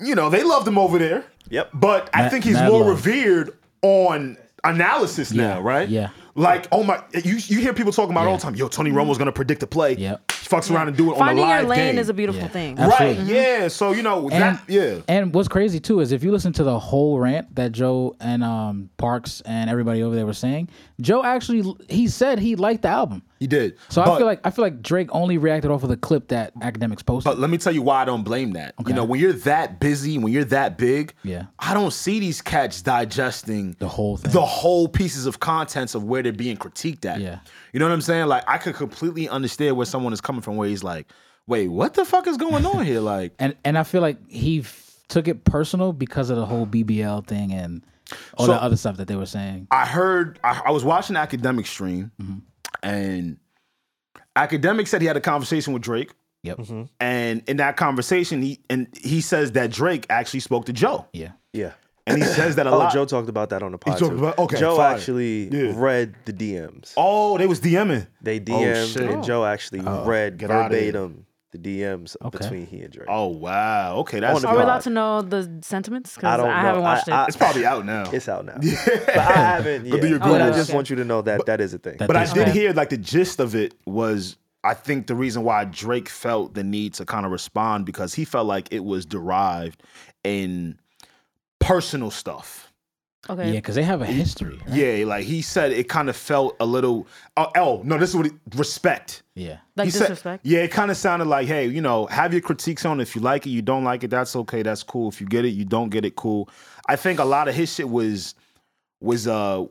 S3: you know they loved him over there.
S1: Yep.
S3: But I
S4: Ma-
S3: think he's
S4: mad
S3: more
S4: love.
S3: revered on analysis now, right?
S4: yeah.
S3: Like oh my, you you hear people talking about all the time. Yo, Tony Romo's gonna predict a play.
S4: Yep.
S3: Fucks around and do it
S2: Finding
S3: on a
S2: your
S3: live
S2: lane
S3: game.
S2: is a beautiful
S4: Yeah.
S2: thing.
S4: Absolutely.
S3: right. Yeah. So you know
S4: And,
S3: that. Yeah.
S4: and what's crazy too is if you listen to the whole rant that Joe and um, Parks and everybody over there were saying, Joe actually he said he liked the album.
S3: He did.
S4: So I
S3: But-
S4: feel like I feel like Drake only reacted off of the clip that academics posted.
S3: But let me tell you why I don't blame that. You know, when you're that busy, when you're that big,
S4: Yeah.
S3: I don't see these cats digesting
S4: the whole thing.
S3: the whole pieces of contents of where they're being critiqued at.
S4: Yeah.
S3: You know what I'm saying? Like I could completely understand where someone is coming from where he's like, wait, what the fuck is going on here? Like
S4: and and I feel like he f- took it personal because of the whole BBL thing and all
S3: So-
S4: that other stuff that they were saying.
S3: I heard I, I was watching academic stream,
S4: Mm-hmm.
S3: and academic said he had a conversation with Drake,
S4: Yep.
S3: Mm-hmm. and in that conversation, he and he says that Drake actually spoke to Joe,
S4: Yeah.
S1: Yeah.
S3: and he says that a
S1: Oh,
S3: lot.
S1: Joe talked about that on the podcast.
S3: talked about- okay,
S1: Joe
S3: fire.
S1: actually
S3: Yeah.
S1: read the DMs.
S3: oh, they was DMing.
S1: They
S3: shit. Oh,
S1: DM'd and Joe actually read
S3: get outta here.
S1: verbatim the DMs between he and Drake.
S3: Oh wow, okay,
S1: On
S3: that's
S1: the
S2: Are we
S1: God.
S2: allowed to know the sentiments? Because
S1: I
S2: I,
S1: don't know.
S2: haven't watched
S1: I-
S2: it.
S3: it's probably out now.
S1: It's out now. But I haven't.
S3: do your
S1: Yeah. But I
S2: Googles.
S1: just
S2: Okay.
S1: want you to know that that is a thing.
S4: That
S3: But I
S4: they-
S3: did hear like the gist of it was I think the reason why Drake felt the need to kind of respond because he felt like it was derived in personal stuff.
S4: Yeah,
S2: okay.
S4: because they have a history. right?
S3: Yeah, like he said it kind of felt a little oh, oh no, this is what it, respect.
S4: Yeah.
S2: Like
S3: He said-
S2: disrespect.
S3: yeah, it kind of sounded like, hey, you know, have your critiques on. If you like it, you don't like it, that's okay, that's cool. If you get it, you don't get it, cool. I think a lot of his shit was was uh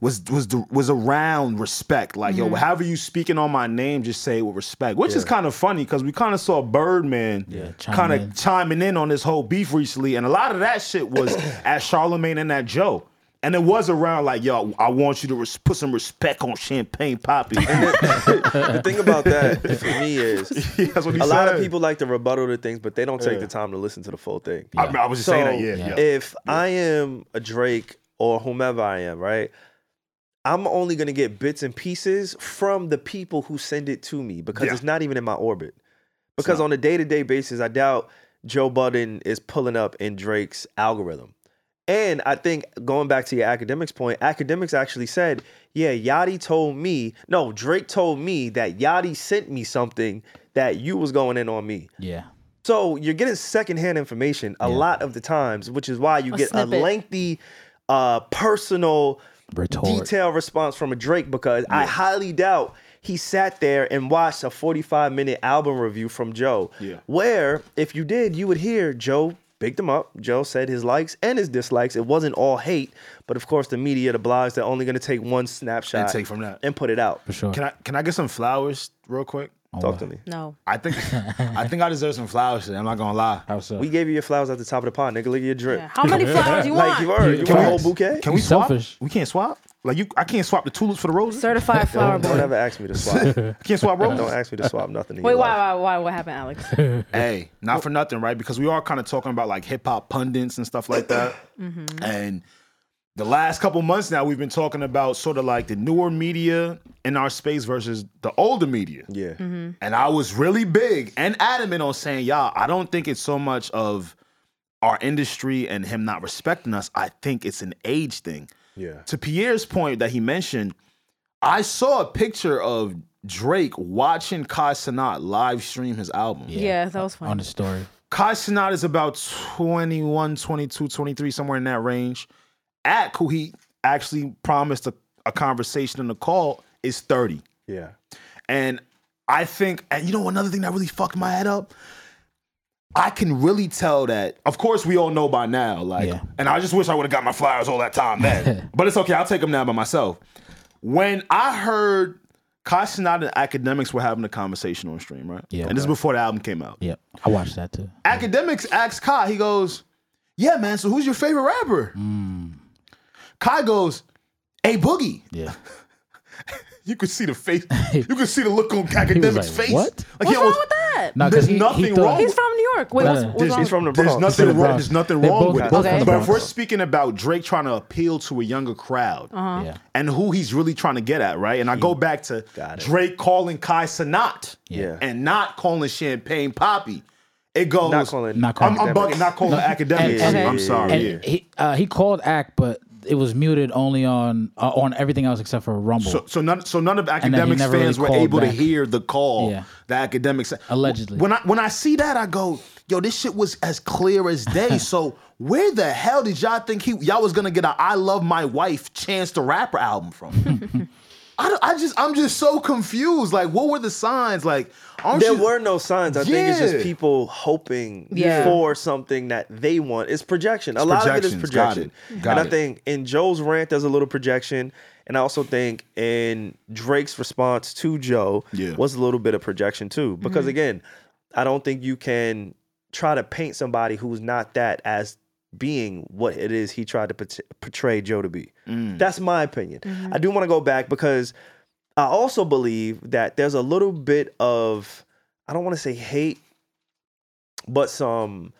S3: was was the- was around respect. Like,
S2: Mm-hmm.
S3: yo, however you speaking on my name, just say it with respect, which is kind of funny because we kind of saw Birdman
S4: chime
S3: kind
S4: in.
S3: of chiming in on this whole beef recently, and a lot of that shit was at Charlemagne and at Joe. And it was around like, yo, I want you to res- put some respect on Champagne Poppy.
S1: the thing about that for me is
S3: That's what he
S1: a lot of
S3: said.
S1: people like to rebuttal to things, but they don't take the time to listen to the full thing.
S3: I, mean, I was just
S1: So
S3: saying that, yeah. yeah.
S1: if I am a Drake or whomever I am, right? I'm only gonna get bits and pieces from the people who send it to me because
S3: Yeah.
S1: it's not even in my orbit. Because on a day to day basis, I doubt Joe Budden is pulling up in Drake's algorithm. And I think going back to your academics point, academics actually said, yeah, Yachty told me, no, Drake told me that Yachty sent me something that you was going in on me.
S4: Yeah.
S1: So you're getting secondhand information a lot of the times, which is why you get a
S2: snippet.
S1: lengthy, uh, personal,
S4: Retort.
S1: detailed response from a Drake because I highly doubt he sat there and watched a 45 minute album review from Joe.
S3: Yeah.
S1: Where if you did, you would hear Joe picked him up. Joe said his likes and his dislikes. It wasn't all hate, but of course the media, the blogs, they're only gonna take one snapshot
S3: And take from that.
S1: and put it out.
S4: For sure.
S3: Can I can I get some flowers real quick?
S1: Talk to me.
S2: No.
S3: I think I think I deserve some flowers today. I'm not gonna lie.
S4: How so?
S1: We gave you your flowers at the top of the pod, nigga. Look at your drip.
S2: Yeah. How many flowers you
S1: Like
S2: want?
S1: you were, you
S4: Can
S1: want a whole
S4: we-
S1: bouquet?
S3: Can we
S4: You
S3: swap?
S4: selfish.
S3: We can't swap. Like you, I can't swap the tulips for the roses.
S2: Certified flower
S1: Don't
S2: boy.
S1: ever ask me to swap.
S3: I can't swap roses.
S1: Don't ask me to swap nothing. in
S2: Wait,
S1: your
S2: why,
S1: life.
S2: why, why? What happened, Alex?
S3: Hey, not for nothing, right? Because we are kind of talking about like hip hop pundits and stuff like that. And the last couple months now, we've been talking about sort of like the newer media in our space versus the older media.
S1: Yeah.
S3: And I was really big and adamant on saying, y'all, I don't think it's so much of our industry and him not respecting us. I think it's an age thing.
S1: Yeah.
S3: To Pierre's point that he mentioned, I saw a picture of Drake watching Kai Sanat live stream his album.
S2: yeah. that was
S4: on
S2: fun.
S4: the story.
S3: Kai Sinat is about 21, 22, 23, somewhere in that range. Ack, who he actually promised a, a conversation and a call, is 30.
S1: Yeah.
S3: And I think, and you know, another thing that really fucked my head up, I can really tell that. Of course, we all know by now, like,
S4: Yeah.
S3: and I just wish I would have got my flowers all that time then. but it's okay, I'll take them now by myself. When I heard Kai Sinat and Academics were having a conversation on stream, right?
S4: Yeah.
S3: And this is before the album came out.
S4: Yep. I watched that too.
S3: Academics asks Kai, he goes, Yeah, man, so who's your favorite rapper? Kai goes, A Boogie.
S4: Mm. Yeah.
S3: You could see the face. You could see the look on Academic's
S4: like,
S3: face.
S4: "What?"
S3: Like,
S2: What's
S3: yeah,
S2: wrong
S3: well,
S2: with that?
S4: No, 'cause
S3: There's
S4: he- he
S3: nothing
S4: thought-
S3: wrong.
S2: He's from New York. Wait,
S4: No,
S2: what's,
S4: no,
S2: what's wrong?
S1: He's from the
S3: There's
S1: Bronx.
S3: nothing wrong.
S4: Bronx.
S3: There's nothing
S4: They're
S3: wrong
S4: both-
S3: with
S4: both
S3: it.
S2: from the
S3: But if
S4: Bronx.
S3: we're speaking about Drake trying to appeal to a younger crowd
S1: Uh-huh.
S4: Yeah.
S3: and who he's really trying to get at, right? And I go back to
S1: Got it.
S3: Drake calling Kai Sanat
S1: Yeah.
S3: and not calling Champagne Poppy. It goes.
S1: Not calling.
S4: Not calling
S3: I'm, I'm bugging. Not calling academics.
S4: and-
S3: I'm
S1: yeah,
S3: sorry.
S4: And
S3: yeah.
S4: he uh, he called Act, but it was muted only on uh, on everything else except for Rumble.
S3: So, so none, so none of
S4: he
S3: academics
S4: never really
S3: fans were
S4: called
S3: able
S4: back.
S3: to hear the call.
S4: Yeah.
S3: The academics
S4: Allegedly.
S3: When I when I see that, I go, yo, this shit was as clear as day. so where the hell did y'all think he y'all was gonna get a I Love My Wife Chance the Rapper album from? I, don't- I just I'm just so confused. Like, what were the signs? Like, aren't
S1: There
S3: you-
S1: were no signs. I think it's
S3: Yeah.
S1: just people hoping
S2: Yeah.
S1: for something that they want. It's projection. a lot of it is
S3: projections. Got
S1: projection.
S3: it. Got
S1: and I
S3: it.
S1: think in Joe's rant, there's a little projection. And I also think in Drake's response to Joe
S3: Yeah.
S1: was a little bit of projection too. Because again, I don't think you can try to paint somebody who's not that as being what it is he tried to portray- portray Joe to be.
S3: Mm.
S1: That's my opinion. I do want to go back because I also believe that there's a little bit of I don't want to say hate, but some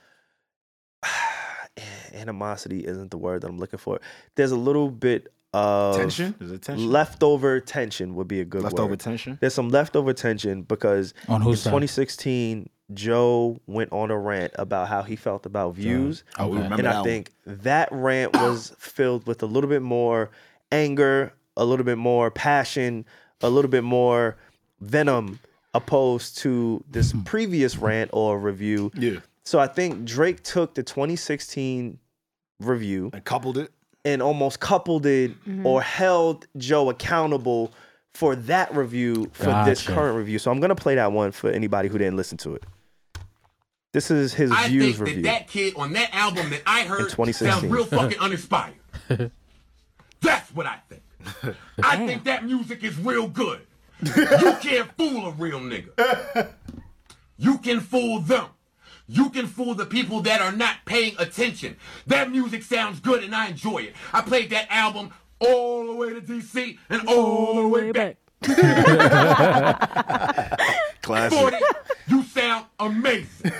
S1: animosity isn't the word that I'm looking for. There's a little bit of
S3: Tension? Is it tension?
S1: Leftover tension would be a good
S3: Leftover
S1: word.
S3: tension?
S1: There's some leftover tension because
S4: On whose
S1: in
S4: side?
S1: 2016, Joe went on a rant about how he felt about views.
S3: Oh, we
S4: Okay.
S3: remember
S1: And
S3: that
S1: I
S3: one.
S1: think that rant was filled with a little bit more anger, a little bit more passion, a little bit more venom, opposed to this previous rant or review.
S3: Hmm. Yeah.
S1: So I think Drake took the 2016 review
S3: And coupled it.
S1: and almost coupled it
S2: Mm-hmm.
S1: or held Joe accountable for that review for this
S4: Gotcha.
S1: current review. So I'm gonna play that one for anybody who didn't listen to it. This is his
S6: I
S1: views
S6: think
S1: review.
S6: that that kid on that album that I heard
S1: 2016.
S6: sounds real fucking uninspired. That's what I think. I think that music is real good. You can't fool a real nigga. You can fool them. You can fool the people that are not paying attention. That music sounds good and I enjoy it. I played that album all the way to DC and all the way back.
S3: Classic.
S6: 40, you sound amazing.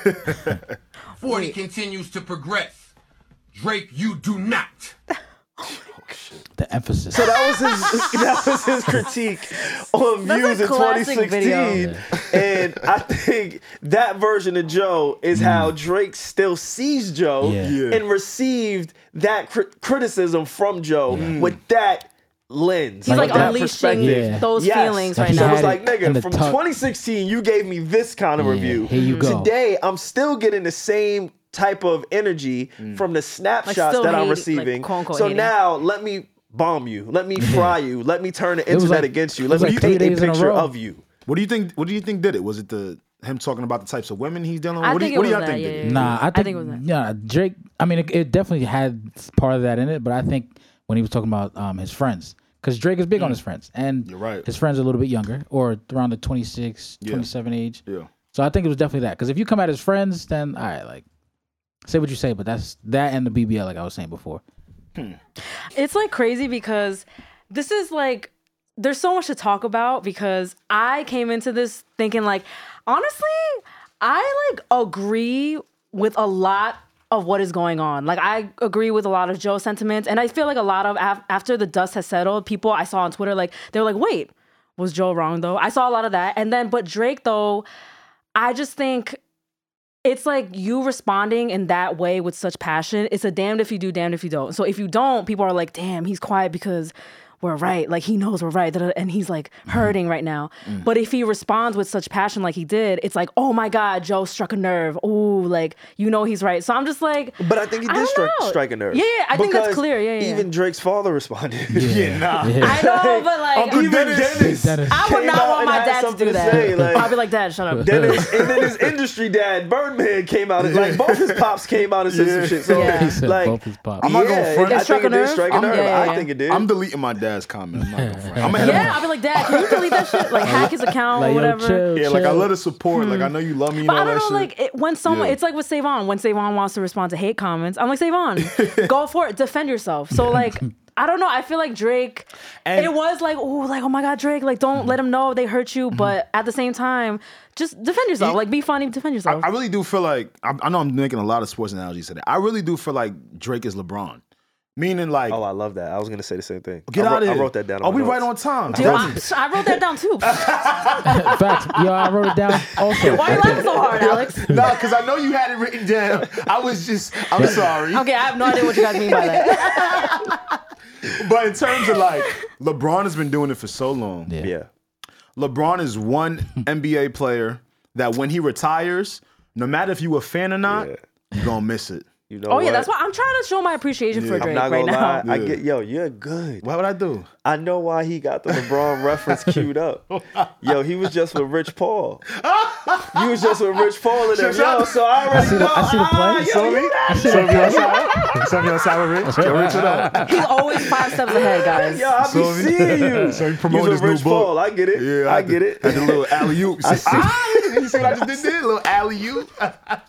S6: 40 continues to progress. Drake, you do not.
S4: The emphasis.
S1: So that was his that was his critique on
S2: That's a
S1: views in
S2: classic
S1: 2016.
S2: video.
S1: And I think that version of Joe
S6: Mm.
S1: is how Drake still sees Joe
S4: Yeah. Yeah.
S1: and received that cri- criticism from Joe with that lens.
S2: He's like,
S1: with that
S2: unleashing
S1: perspective.
S4: Yeah.
S2: those
S1: Yes.
S2: feelings
S1: Like
S2: right
S4: he
S1: So
S2: now.
S1: I was
S4: had
S1: like,
S4: it in
S1: nigga,
S4: the
S1: from
S4: tuck.
S1: 2016, you gave me this kind of
S4: Yeah,
S1: review.
S4: here you go.
S1: Today, I'm still getting the same type of energy
S4: Mm.
S1: from the snapshots
S2: still
S1: that I'm
S2: hate- like,
S1: receiving.
S2: quote, unquote,
S1: so
S2: hating.
S1: now, let me bomb you. Let me fry you. Let me turn the
S4: was
S1: internet
S4: like-
S1: against you.
S4: it
S1: Let
S4: was
S1: me
S4: like three
S1: paint a
S4: days in a
S1: picture
S4: row.
S1: of you.
S3: What do you think? What do you think did it? Was it the him talking about the types of women he's dealing with?
S2: I
S3: what do
S2: think
S3: you,
S2: it
S3: what do
S2: was
S3: y'all
S2: that,
S3: think
S2: yeah,
S3: did it?
S2: yeah,
S4: Nah, I think,
S2: I think it was that.
S4: yeah, Drake. I mean, it, it definitely had part of that in it, but I think when he was talking about um, his friends, because Drake is big on his friends, and
S3: Mm. You're right.
S4: his friends are a little bit younger or around the 26, 27 age.
S3: Yeah.
S4: So I think it was definitely that. Because if you come at his friends, then all right, like say what you say, but that's that and the BBL, like I was saying before.
S2: it's like crazy because this is like there's so much to talk about because I came into this thinking like honestly I like agree with a lot of what is going on. Like I agree with a lot of Joe's sentiments and I feel like a lot of af- after the dust has settled, people I saw on Twitter like they were like, "Wait, was Joe wrong though?" I saw a lot of that. And then but Drake though, I just think it's like you responding in that way with such passion. It's a damned if you do, damned if you don't. So if you don't, people are like, damn, he's quiet because we're right. Like he knows we're right. da-da-da, And he's like
S1: Mm-hmm.
S2: hurting right now.
S1: Mm.
S2: But if he responds with such passion like he did, it's like, oh my God, Joe struck a nerve. Ooh, like you know he's right. So I'm just like,
S1: But I think he
S2: I
S1: did
S2: don't
S1: strike,
S2: know.
S1: strike a nerve.
S2: Yeah, yeah, I think that's
S1: Because
S2: clear. Yeah, yeah,
S1: Even
S2: yeah.
S1: Drake's father responded.
S3: Yeah, nah.
S2: I know, but like,
S1: Even Dennis.
S4: Dennis.
S2: I would
S1: came
S2: not
S1: out
S2: want
S1: and
S2: my
S1: had
S2: dad to
S1: something to
S2: do that.
S1: say, like-
S2: I'll be like, dad, shut up.
S1: Then his, and then his industry dad, Birdman, came out and like both his pops came out and said some shit. So
S2: Yeah. He
S4: said
S1: like,
S4: both his pops.
S3: I'm not gonna
S1: yeah,
S3: front-
S1: I
S2: It struck
S1: think it
S2: a
S1: did
S2: nerve?
S1: strike a
S2: I'm-
S1: nerve.
S2: yeah, yeah,
S1: I
S2: yeah.
S1: think it did.
S3: I'm deleting my dad's comment. I'm not gonna front. I'm gonna hit him.
S2: Yeah, I'll be like, dad, can you delete that shit? Like hack his account,
S4: Like, yo,
S2: whatever.
S4: chill,
S3: Yeah, like I
S4: chill.
S3: love the support. Like I know you love me and
S2: Hmm. But
S3: all
S2: I don't
S3: that
S2: know,
S3: shit.
S2: like it, when someone,
S3: Yeah.
S2: it's like with Savon. When Savon wants to respond to hate comments, I'm like Savon, go for it, defend yourself. So like, I don't know. I feel like Drake.
S3: And-
S2: it was like, oh, like oh my God, Drake, like don't let them know they hurt
S4: Mm-hmm.
S2: you. But at the same time, just defend yourself. like be funny, defend yourself.
S3: I really do feel like I, I know I'm making a lot of sports analogies today. I really do feel like Drake is LeBron, meaning like
S1: Oh, I love that. I was gonna say the same thing.
S3: get
S1: I wrote,
S3: out of here.
S1: I wrote that down.
S3: Are we
S1: my
S3: right on
S1: notes.
S3: time?
S2: Dude, I, I wrote that down too. Why
S4: Facts. Yo, I wrote it down also.
S2: are you laughing so hard, Alex?
S3: no, because I know you had it written down. I was just, I'm sorry.
S2: Okay, I have no idea what you guys mean by that.
S3: But in terms of like, LeBron has been doing it for so long.
S1: Yeah.
S3: LeBron is one NBA player that when he retires, no matter if you a fan or not,
S1: Yeah.
S3: you're gonna miss it.
S1: You know
S2: Oh yeah,
S1: what?
S2: that's why I'm trying to show my appreciation for
S1: I'm
S2: Drake
S1: not
S2: right
S1: gonna lie.
S2: now.
S1: I
S3: Yeah.
S1: get yo, you're good.
S3: Why would I do?
S1: I know why he got the LeBron reference queued up. Yo, he was just with Rich Paul. You was just with Rich Paul and them. Yo, so I already
S4: see the-
S1: know.
S4: I see the play.
S1: Ah, yo, you
S3: Some of y'all side, some of y'all side with Rich. Get Rich it up.
S2: He's always five steps ahead, guys.
S1: Yo, I be
S3: So he-
S1: seeing you.
S3: so he
S1: You
S3: promoted
S1: with
S3: his new
S1: Rich
S3: book.
S1: Paul. I get it.
S3: Yeah,
S1: I,
S3: I
S1: get it.
S3: Had the little alley oop. Ah, you see what I just did there? Little alley you.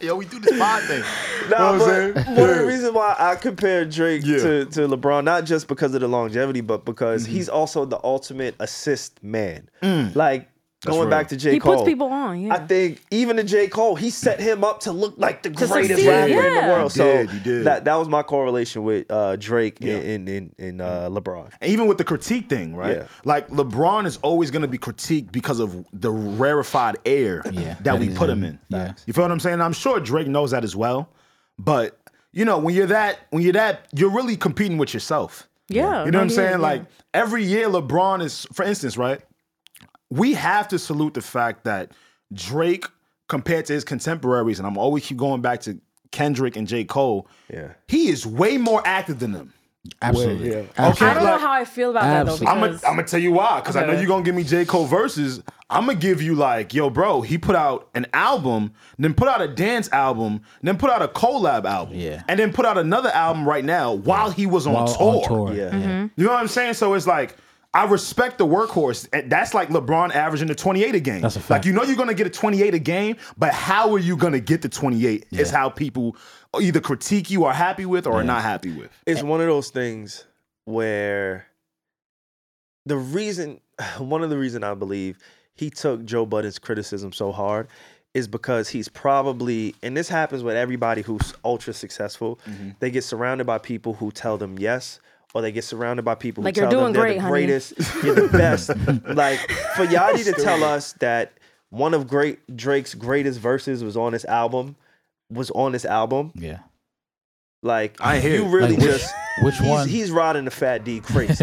S3: Yo, we do this pod thing.
S1: Nah,
S3: You know what I'm
S1: but
S3: saying?
S1: one of the
S3: Yeah.
S1: reasons why I compare Drake
S3: Yeah. Mm-hmm.
S1: to, to LeBron, not just because of the longevity, but because he's also the ultimate assist man. Like going
S3: real.
S1: back to J.
S2: Mm. He
S1: Cole.
S2: puts people on, yeah.
S1: I think even to J. Cole, he set him up to look like the
S2: To
S1: greatest
S2: succeed,
S1: rapper in the
S2: yeah.
S1: world.
S3: He did,
S1: so
S3: he did.
S1: that that was my correlation with uh, Drake
S3: Yeah.
S1: and, and, and
S2: Mm.
S1: uh, LeBron.
S3: And even with the critique thing, right?
S1: Yeah.
S3: Like LeBron is always going to be critiqued because of the rarefied air
S4: Yeah,
S3: that,
S4: that
S3: we
S4: he's
S3: put
S4: in.
S3: him in.
S4: Yeah.
S3: You feel what I'm saying? I'm sure Drake knows that as well. But you know, when you're that, when you're that, you're really competing with yourself.
S2: yeah.
S3: You know what I'm
S2: yeah,
S3: saying?
S2: yeah.
S3: Like every year, LeBron is, for instance, right? We have to salute the fact that Drake, compared to his contemporaries, and I'm always keep going back to Kendrick and J. Cole,
S1: Yeah.
S3: he is way more active than them.
S4: Absolutely.
S1: yeah.
S2: I
S4: Absolutely.
S2: don't
S3: like-
S2: know how I feel about that though.
S4: Absolutely.
S3: I'm
S2: Because
S3: gonna I'm gonna tell you why, because I know
S2: Okay.
S3: you're gonna give me J. Cole verses. I'm gonna give you like, yo, bro, he put out an album, then put out a dance album, then put out a collab album,
S4: Yeah.
S3: and then put out another album right now while he was on,
S4: While
S3: tour.
S4: on
S2: Mm-hmm.
S4: tour.
S1: Yeah.
S3: You know what I'm saying? So it's like I respect the workhorse. And That's like LeBron averaging the 28 a game.
S4: That's a fact.
S3: Like you know you're gonna get a 28 a game, but how are you gonna get the 28? Is how people either critique you, are happy with, or are not happy with.
S2: Eh
S1: It's one of those things where the reason, one of the reason I believe he took Joe Budden's criticism so hard is because he's probably, and this happens with everybody who's ultra successful,
S2: Mm-hmm.
S1: they get surrounded by people who tell them yes. Or they get surrounded by people who
S2: Like,
S1: tell
S2: you're
S1: them
S2: doing
S1: they're
S2: great,
S1: the
S2: honey.
S1: greatest, you're the best. like for Yachty to tell us that one of great Drake's greatest verses was on this album, was on this album.
S4: Yeah.
S1: Like
S3: I hear
S1: you
S3: it.
S1: really
S4: Like, which-
S1: just
S4: which
S1: he's,
S4: one?
S1: He's riding the fat D crazy.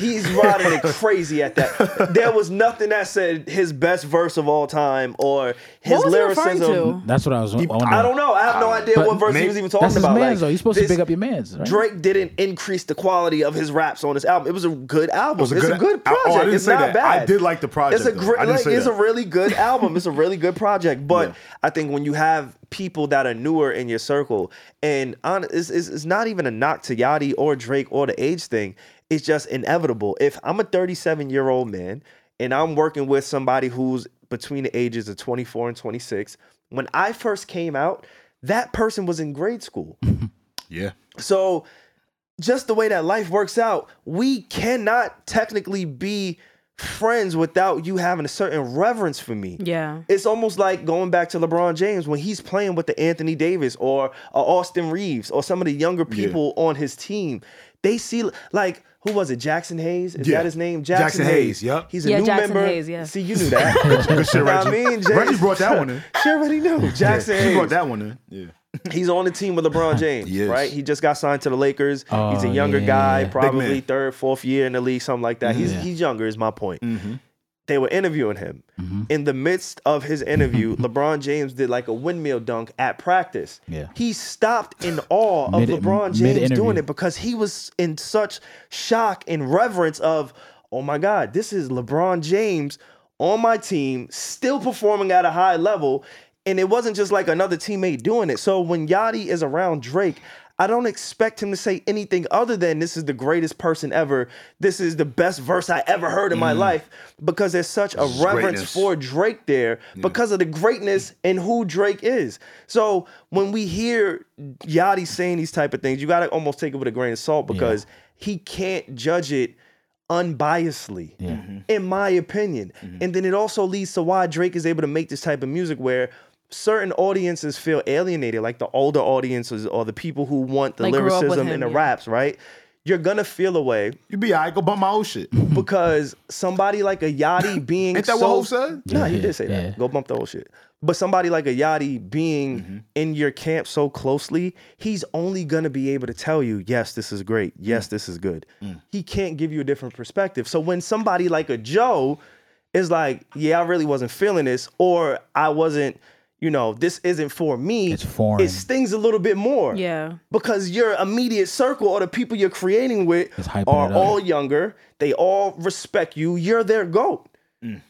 S1: he's riding it crazy at that. There was nothing that said his best verse of all time or his
S2: what was he referring
S1: lyricism.
S2: to?
S4: That's what I was. I,
S1: I don't know. I have no idea
S4: But
S1: what verse
S3: may-
S1: he was even
S4: That's
S1: talking
S4: his
S1: about. Like,
S4: man's though. You're supposed to
S1: this-
S4: pick up your man's, right?
S1: Drake didn't increase the quality of his raps on this album. It was a good album.
S3: was a
S1: it's
S3: good-
S1: a good
S3: I- oh, I
S1: project.
S3: didn't
S1: it's
S3: say
S1: not
S3: that.
S1: bad.
S3: I did like the project,
S1: It's a
S3: though. I
S1: great.
S3: didn't
S1: Like,
S3: say
S1: it's
S3: that.
S1: a really good album. It's a really good project. But
S3: Yeah.
S1: I think when you have people that are newer in your circle, and on, it's, it's, it's not even a knock to Yachty or Drake or the age thing. It's just inevitable. If I'm a 37 year old man and I'm working with somebody who's between the ages of 24 and 26, when I first came out, that person was in grade school.
S3: Yeah.
S1: So just the way that life works out, we cannot technically be friends without you having a certain reverence for me.
S2: Yeah.
S1: It's almost like going back to LeBron James when he's playing with the Anthony Davis or a Austin Reeves or some of the younger people on his team. They see like who was it? Jackson Hayes? Is
S3: Yeah.
S1: that his name?
S3: Jackson Hayes, yep.
S1: He's a
S2: Yeah,
S1: new
S2: Jackson
S1: member.
S2: Hayes, yeah.
S1: See, you knew that.
S3: Good shit,
S1: You know
S3: Reggie.
S1: what I mean, James?
S3: Reggie brought that one in.
S1: she already knew. Jackson
S3: He
S1: Hayes
S3: brought that one in. Yeah.
S1: he's on the team with LeBron James,
S3: Yes.
S1: right? He just got signed to the Lakers. he's a
S4: Oh,
S1: younger
S4: yeah,
S1: guy,
S4: yeah, yeah.
S1: probably
S3: man.
S1: third, fourth year in the league, something like that. He's he's younger, is my point.
S4: Mm-hmm.
S1: They were interviewing him. In the midst of his interview, LeBron James did like a windmill dunk at practice.
S4: Yeah.
S1: He stopped in awe of
S4: Mid-
S1: LeBron James
S4: mid-interview.
S1: doing it because he was in such shock and reverence of, oh my God, this is LeBron James on my team, still performing at a high level. And it wasn't just like another teammate doing it. So when Yachty is around Drake, I don't expect him to say anything other than this is the greatest person ever. This is the best verse I ever heard in my life because there's such a reverence
S3: greatness.
S1: for Drake there because of the greatness and who Drake is. So when we hear Yachty saying these type of things, you gotta almost take it with a grain of salt because he can't judge it unbiasedly,
S2: Mm-hmm.
S1: in my opinion. And then it also leads to why Drake is able to make this type of music where certain audiences feel alienated, like the older audiences or the people who want the
S2: Like, grew up with
S1: lyricism
S2: him,
S1: and the
S2: yeah.
S1: raps, right? You're gonna feel a way
S3: You be alright. Go bump my old shit.
S1: because somebody like a Yachty being
S3: Ain't
S1: so,
S3: that what Hov said?
S1: No, he did say that.
S4: Yeah.
S1: Go bump the whole shit. But somebody like a Yachty being
S3: Mm-hmm.
S1: in your camp so closely, he's only gonna be able to tell you, yes, this is great.
S3: Mm.
S1: Yes, this is good. He can't give you a different perspective. So when somebody like a Joe is like, yeah, I really wasn't feeling this, or I wasn't, you know, this isn't for me.
S4: It's foreign.
S1: It stings a little bit more
S2: Yeah.
S1: because your immediate circle or the people you're creating with
S4: It's hyping
S1: are
S4: it up.
S1: all younger. They all respect you. You're their goat.
S4: Mm.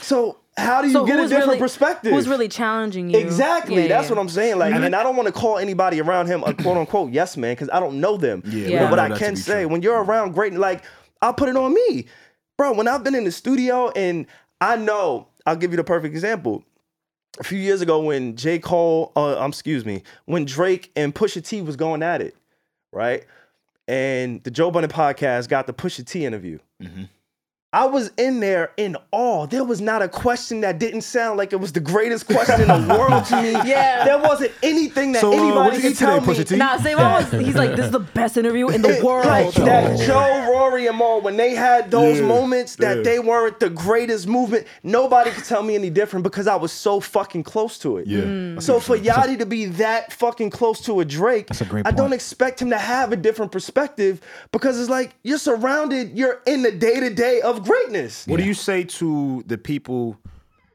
S1: So how do you
S2: So
S1: get a
S2: who's
S1: different
S2: really,
S1: perspective?
S2: Who's really challenging you?
S1: Exactly.
S2: Yeah,
S1: That's
S2: yeah.
S1: what I'm saying. Like, and I don't want to call anybody around him a quote unquote yes man because I don't know them.
S3: Yeah,
S1: But
S2: we don't
S1: what
S3: know
S1: I
S3: that to
S1: can
S3: be
S1: say
S3: true.
S1: when you're around great, like I'll put it on me, bro. When I've been in the studio and I know I'll give you the perfect example. A few years ago, when J. Cole, uh, um, excuse me, when Drake and Pusha T was going at it, right? And the Joe Budden podcast got the Pusha T interview.
S3: Mm-hmm.
S1: I was in there in awe. There was not a question that didn't sound like it was the greatest question in the world to me.
S2: Yeah.
S1: There wasn't anything that
S3: So, uh,
S1: anybody
S3: what did you
S1: could
S3: get today,
S1: tell me.
S3: Pusha T?
S2: Nah, Savon was. He's like, this is the best interview in the world.
S1: Like that Joe, Rory, and Maul, when they had those
S3: Yeah,
S1: moments that
S3: yeah.
S1: they weren't the greatest movement, nobody could tell me any different because I was so fucking close to it.
S3: Yeah. Mm.
S1: So for Yachty to be that fucking close to a Drake,
S4: a great
S1: I don't
S4: point.
S1: expect him to have a different perspective because it's like you're surrounded, you're in the day to day of greatness.
S3: What do you say to the people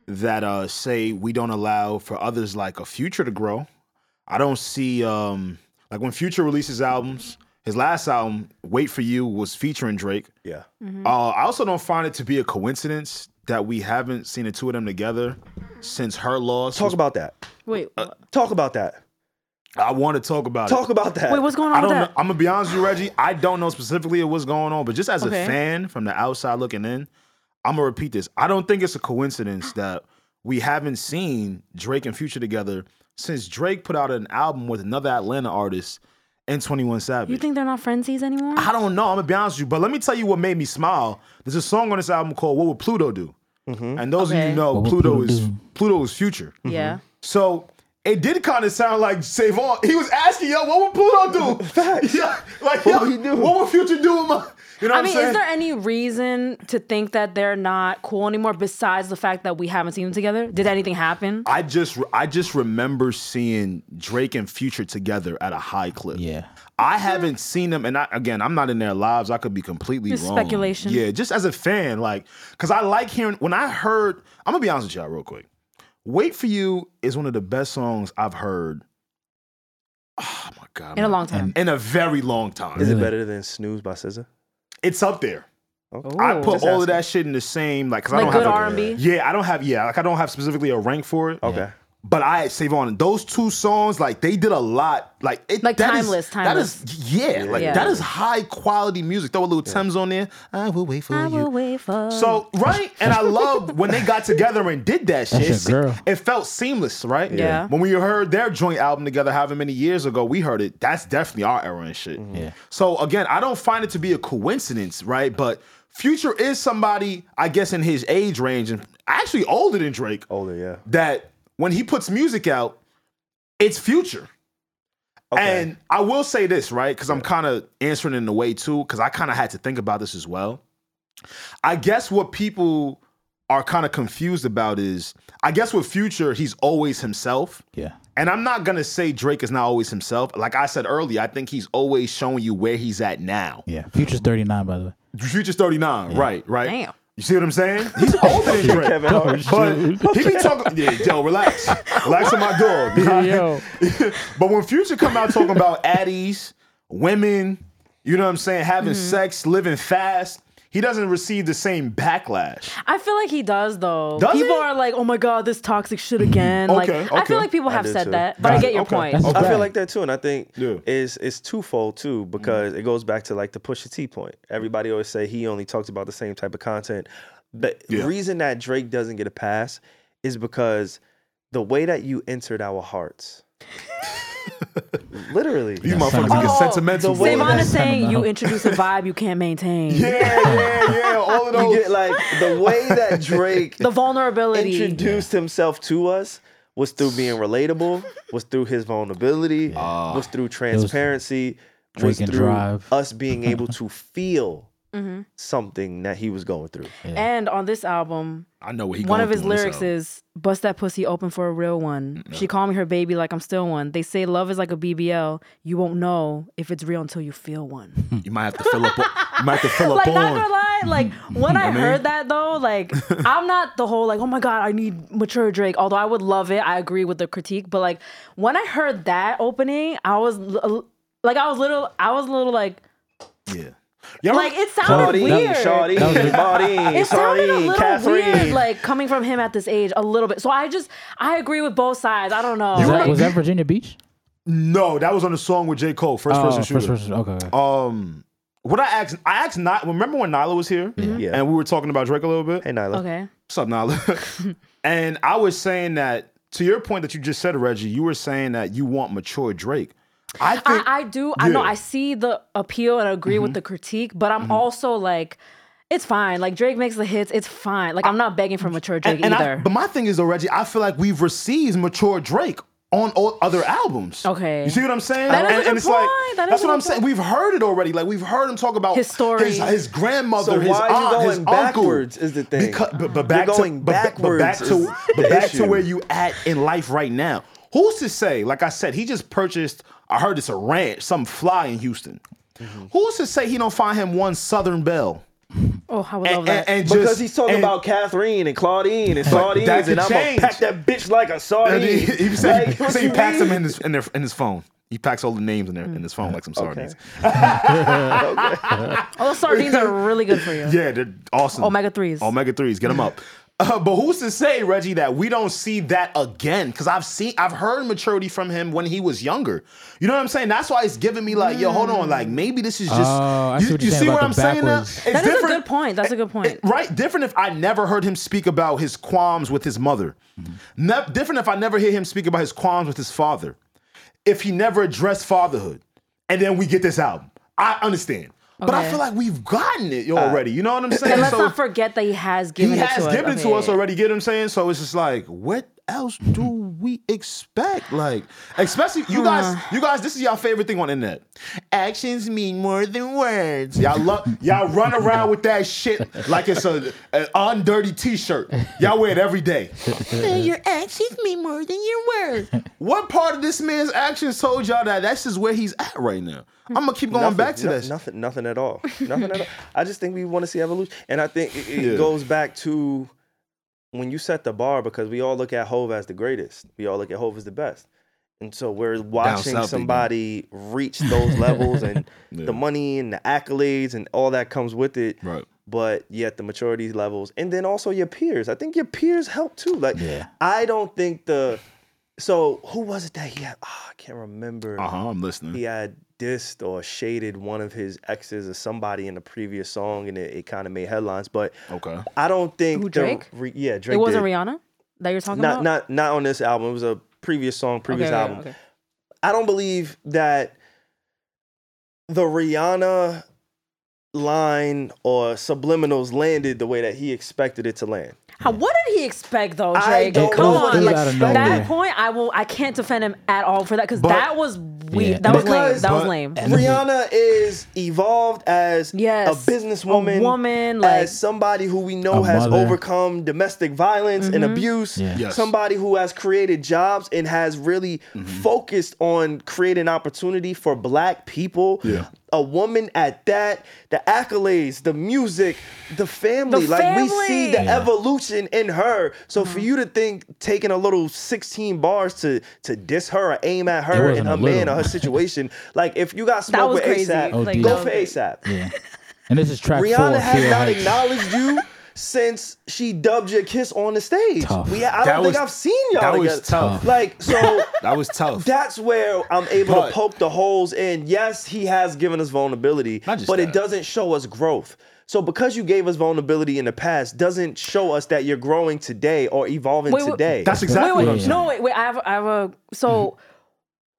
S3: that uh, say we don't allow for others like a future to grow? I don't see um, like when Future releases albums. His last album, "Wait for You," was featuring Drake.
S1: Yeah.
S3: Uh, I also don't find it to be a coincidence that we haven't seen the two of them together since her loss.
S1: Talk about that.
S2: Wait,
S3: Uh,
S2: what-
S1: Talk about that.
S3: I want to talk about it.
S1: Talk about that.
S2: wait, what's going on
S3: I don't.
S2: with
S3: Know,
S2: that?
S3: I'm gonna be honest with you, Reggie. I don't know specifically what's going on, but just as
S2: Okay.
S3: a fan from the outside looking in, I'm gonna repeat this. I don't think it's a coincidence that we haven't seen Drake and Future together since Drake put out an album with another Atlanta artist and 21 Savage.
S2: You think they're not frenzies anymore?
S3: I don't know. I'm gonna be honest with you, but let me tell you what made me smile. There's a song on this album called "What Would Pluto Do," and those of you
S2: Mm-hmm. Okay.
S3: who know
S4: Would
S3: Pluto,
S4: Pluto
S3: is
S4: Do?
S3: Pluto is Future.
S2: Yeah.
S3: So it did kind of sound like Savon. He was asking, yo, what would Pluto do?
S1: Facts.
S3: Yeah, like, yo,
S1: What would he do?
S3: what would Future do with my. You know what
S2: I
S3: I'm
S2: mean,
S3: saying?
S2: is there any reason to think that they're not cool anymore besides the fact that we haven't seen them together? Did anything happen?
S3: I just I just remember seeing Drake and Future together at a high clip.
S4: Yeah.
S3: I haven't seen them, and I, again, I'm not in their lives. I could be completely
S2: Just
S3: wrong.
S2: speculation.
S3: Yeah, just as a fan, like, cause I like hearing. When I heard, I'm gonna be honest with y'all real quick. "Wait for You" is one of the best songs I've heard. Oh my god!
S2: In a long time.
S3: in a very long time.
S1: Mm. Is it
S4: Really?
S1: better than Snooze by SZA?
S3: It's up there.
S1: Okay.
S3: I put
S1: Just
S3: all of
S1: asking.
S3: that shit in the same like 'cause
S2: Like
S3: I don't
S2: good
S3: have
S2: R&B?
S3: A, yeah, I don't have yeah, like I don't have specifically a rank for it.
S1: Okay.
S3: But I save on those two songs, like they did a lot. Like it
S2: Like
S3: that
S2: timeless,
S3: is- That is yeah, like
S2: Yeah.
S3: that is high quality music. Throw a little Thames on there. I will wait for
S2: I
S3: you.
S2: will wait for.
S3: So right, and I love when they got together and did that shit.
S4: your girl.
S3: It felt seamless, right?
S2: Yeah.
S3: When we heard their joint album together, however many years ago, we heard it. That's definitely our era and shit.
S4: Mm-hmm. Yeah.
S3: So again, I don't find it to be a coincidence, right? But Future is somebody, I guess, in his age range and actually older than Drake.
S1: Older, yeah.
S3: That when he puts music out, it's Future.
S1: Okay.
S3: And I will say this, right? Because I'm kind of answering in a way too, because I kind of had to think about this as well. I guess what people are kind of confused about is, I guess with Future, he's always himself.
S4: Yeah.
S3: And I'm not gonna say Drake is not always himself. Like I said earlier, I think he's always showing you where he's at now.
S4: Yeah. Future's 39, by the way.
S3: Future's 39, right? Right.
S2: Damn.
S3: You see what I'm saying? He's older than Drake.
S1: Kevin Hart.
S3: But he be talking. Yeah, yo, relax, relax on my dog.
S4: Yo.
S3: but when Future come out talking about addies, women, you know what I'm saying, having sex, living fast, he doesn't receive the same backlash.
S2: I feel like he does though.
S3: Does
S2: people
S3: he? Mm-hmm.
S2: are like, "Oh my god, this toxic shit again." like,
S3: Okay,
S2: I
S3: okay.
S2: feel like people
S1: I
S2: have
S1: do
S2: said
S1: too.
S2: that, but I
S3: Got
S2: get
S3: it.
S2: your
S3: Okay.
S2: point.
S4: That's
S1: I
S4: Right.
S1: feel like that too, and I think
S3: Yeah. Mm-hmm.
S1: it's it's twofold too because it goes back to like the Pusha T point. Everybody always say he only talks about the same type of content. The
S3: Yeah.
S1: reason that Drake doesn't get a pass is because the way that you entered our hearts, literally.
S3: You
S4: That's
S3: motherfuckers
S4: something.
S3: get
S2: Oh,
S3: sentimental.
S1: the way
S3: bro.
S1: that-
S2: Savon
S1: That's
S2: is saying
S4: sentimental.
S2: you introduce a vibe you can't maintain.
S3: yeah, yeah, yeah. All of
S1: You
S3: those.
S1: get like the way that Drake
S2: The vulnerability.
S1: introduced himself to us was through being relatable, was through his vulnerability, was through transparency, was,
S4: Drink and
S1: through
S4: drive.
S1: us being able to feel
S2: Mm-hmm.
S1: something that he was going through.
S2: and on this album,
S3: I know what he.
S2: one
S3: going
S2: of his
S3: through in this
S2: lyrics
S3: album.
S2: is "Bust that pussy open for a real one." She called me her baby like I'm still one. They say love is like a BBL. You won't know if it's real until you feel one.
S3: You might have to fill up. You might have to fill
S2: like
S3: up
S2: not gonna
S3: on.
S2: lie, like when I
S3: mean-
S2: heard that though, like I'm not the whole like oh my god I need mature Drake. Although I would love it, I agree with the critique. But like when I heard that opening, I was l- like I was little, I was a little like
S3: Yeah. Y'all
S2: like it sounded
S1: Shawty,
S2: weird.
S1: Shawty,
S4: That was-
S1: Shawty,
S2: It sounded a
S1: Shawty,
S2: little
S1: Catherine.
S2: weird, like coming from him at this age, a little bit. So I just, I agree with both sides. I don't know.
S1: Oh
S4: Was
S2: Like,
S4: that, was that Virginia Beach?
S3: no, that was on the song with J Cole, first
S4: Oh,
S3: person
S1: Oh.
S3: shooter.
S4: first person. Okay. okay.
S3: Um, What I asked, I asked Nyla. Remember when Nyla was here,
S1: Yeah.
S3: and we were talking about Drake a little bit.
S1: Hey, Nyla.
S2: Okay.
S3: What's up, Nala? and I was saying that to your point that you just said, Reggie. You were saying that you want mature Drake. I
S2: I,
S3: think
S2: I do. I know.
S3: Yeah. Mm-hmm.
S2: I see the appeal and I agree with the critique, but I'm also like, it's fine. Like Drake makes the hits. It's fine. Like I'm not begging for mature Drake
S3: and, and I,
S2: either.
S3: but my thing is though, Reggie. I feel like we've received mature Drake on all other albums.
S2: Okay.
S3: you see what I'm saying?
S2: That is a
S3: and,
S2: good
S3: and it's like
S2: point. That is a
S3: that's what
S2: good
S3: I'm saying.
S2: point.
S3: We've heard it already. Like we've heard him talk about
S2: His story.
S3: his, his grandmother,
S1: So
S3: his
S1: why are you
S3: aunt, his
S1: going
S3: uncle.
S1: backwards is the thing.
S3: Because, but, but back
S1: You're going
S3: to, but- but- but back
S1: backwards
S3: to,
S1: is
S3: but
S1: the
S3: back to
S1: issue.
S3: where you at in life right now. Who's to say? Like I said, he just purchased. I heard it's a ranch, some fly in Houston.
S1: Mm-hmm.
S3: Who's to say he don't find him one Southern Belle?
S2: oh, I would love
S3: And,
S2: that.
S3: and, and just,
S1: Because he's talking
S3: and-
S1: about Catherine and Claudine and
S3: But
S1: sardines,
S3: that could
S1: and I'm gonna
S3: change.
S1: pack that bitch like a
S3: And
S1: sardine.
S3: he, he said,
S1: Like,
S3: he,
S1: what
S3: said he
S1: you
S3: packs them
S1: mean?
S3: in his in, their, in his phone. He packs all the names in there in his
S2: Mm.
S3: phone like some sardines.
S2: oh, those sardines are really good for you.
S3: Yeah, they're awesome.
S2: Omega threes.
S3: Omega threes. Get them up. Uh, but who's to say, Reggie, that we don't see that again? Because I've seen, I've heard maturity from him when he was younger. You know what I'm saying? That's why it's giving me like, yo, hold on, like maybe this is just.
S4: Oh, I see
S3: you
S4: what you're
S3: you
S4: saying
S3: see what
S4: about
S3: I'm
S4: the
S3: saying? Now?
S4: backwards.
S3: It's
S2: Mm. That is a
S3: different.
S2: good point. That's a good point.
S3: It- right? Different if I never heard him speak about his qualms with his mother. Ne- different if I never hear him speak about his qualms with his father. If he never addressed fatherhood. And then we get this album. I understand. But I
S2: Okay.
S3: feel like we've gotten it already. You know what I'm saying?
S2: And let's
S3: So
S2: not forget that he has given
S3: he
S2: it
S3: has
S2: to
S3: given
S2: us.
S3: it to us already. Get what I'm saying? So it's just like, what else do we expect? Like, especially you guys,
S7: Uh-huh.
S3: you guys, this is y'all favorite thing on internet. Actions mean more than words. Y'all love y'all run around with that shit like it's a an undirty t-shirt. Y'all wear it every day.
S7: your actions mean more than your words.
S3: What part of this man's actions told y'all that that's just where he's at right now? I'm gonna keep going
S1: Nothing,
S3: back to
S1: no-
S3: that. shit.
S1: Nothing, nothing at all. Nothing at all. I just think we want to see evolution, and I think it, it
S3: Yeah.
S1: goes back to when you set the bar because we all look at Hove as the greatest. We all look at Hove as the best, and so we're watching
S3: south, they do.
S1: somebody reach those levels and the money and the accolades and all that comes with it.
S3: Right.
S1: But yet the maturity levels, and then also your peers. I think your peers help too. Like
S4: Yeah.
S1: I don't think the so who was it that he had? ah, I can't remember
S3: Uh-huh, I'm listening.
S1: he had dissed or shaded one of his exes or somebody in the previous song, and it, it kind of made headlines. But
S3: Okay.
S1: I don't think
S2: Who,
S1: the
S2: Drake?
S1: re- yeah, Drake.
S2: It wasn't
S1: did.
S2: Rihanna that you're talking
S1: Not
S2: about.
S1: not not on this album. It was a previous song,
S2: okay,
S1: previous
S2: okay,
S1: album.
S2: okay.
S1: I don't believe that the Rihanna line or subliminals landed the way that he expected it to land.
S2: How, what did he expect though, Drake?
S1: I don't
S2: Come
S1: know
S2: on,
S1: what he
S2: like,
S1: expected.
S2: that point, I will. I can't defend him at all for that because
S3: But-
S2: that was weird.
S4: Yeah.
S2: that was lame.
S1: Because-
S2: That was
S3: but-
S2: lame.
S4: this is-
S1: Rihanna is evolved as
S2: Yes,
S1: a businesswoman,
S2: a woman, like-
S1: as somebody who we know
S4: A
S1: has
S4: mother.
S1: overcome domestic violence and
S2: Mm-hmm.
S1: abuse,
S4: Yeah.
S3: Yes. Mm-hmm.
S1: somebody who has created jobs and has really focused on creating opportunity for black people.
S3: Yeah.
S1: A woman at that, the accolades, the music, the family.
S2: The
S1: like we see the
S2: family.
S1: evolution in her. So
S4: Mm-hmm.
S1: for you to think taking a little 16 bars to to diss her or aim at her
S4: wasn't
S1: and her
S4: a little.
S1: man or her situation, like if you got
S2: That
S1: smoke
S2: was
S1: with
S2: crazy.
S1: ASAP.
S4: Oh,
S2: Like,
S4: deep.
S1: Go
S2: that
S1: for
S2: was-
S1: ASAP.
S4: Yeah. And this is track four.
S1: Rihanna has
S4: Fear
S1: not
S4: Heights.
S1: acknowledged you since she dubbed your kiss on the stage.
S4: Tough.
S1: We, I
S3: That
S1: don't
S3: was-
S1: think I've seen y'all
S3: that was
S1: together.
S3: tough.
S1: Like so.
S3: That was tough.
S1: That's where I'm able
S3: But-
S1: to poke the holes in. Yes, he has given us vulnerability,
S3: Not just
S1: but
S3: that.
S1: it doesn't show us growth. So because you gave us vulnerability in the past, doesn't show us that you're growing today or evolving
S2: Wait, wait.
S1: today.
S3: That's exactly
S2: wait,
S3: what I'm
S2: wait,
S3: saying. Mm-hmm.
S2: no, wait, wait. I have, I have a. So,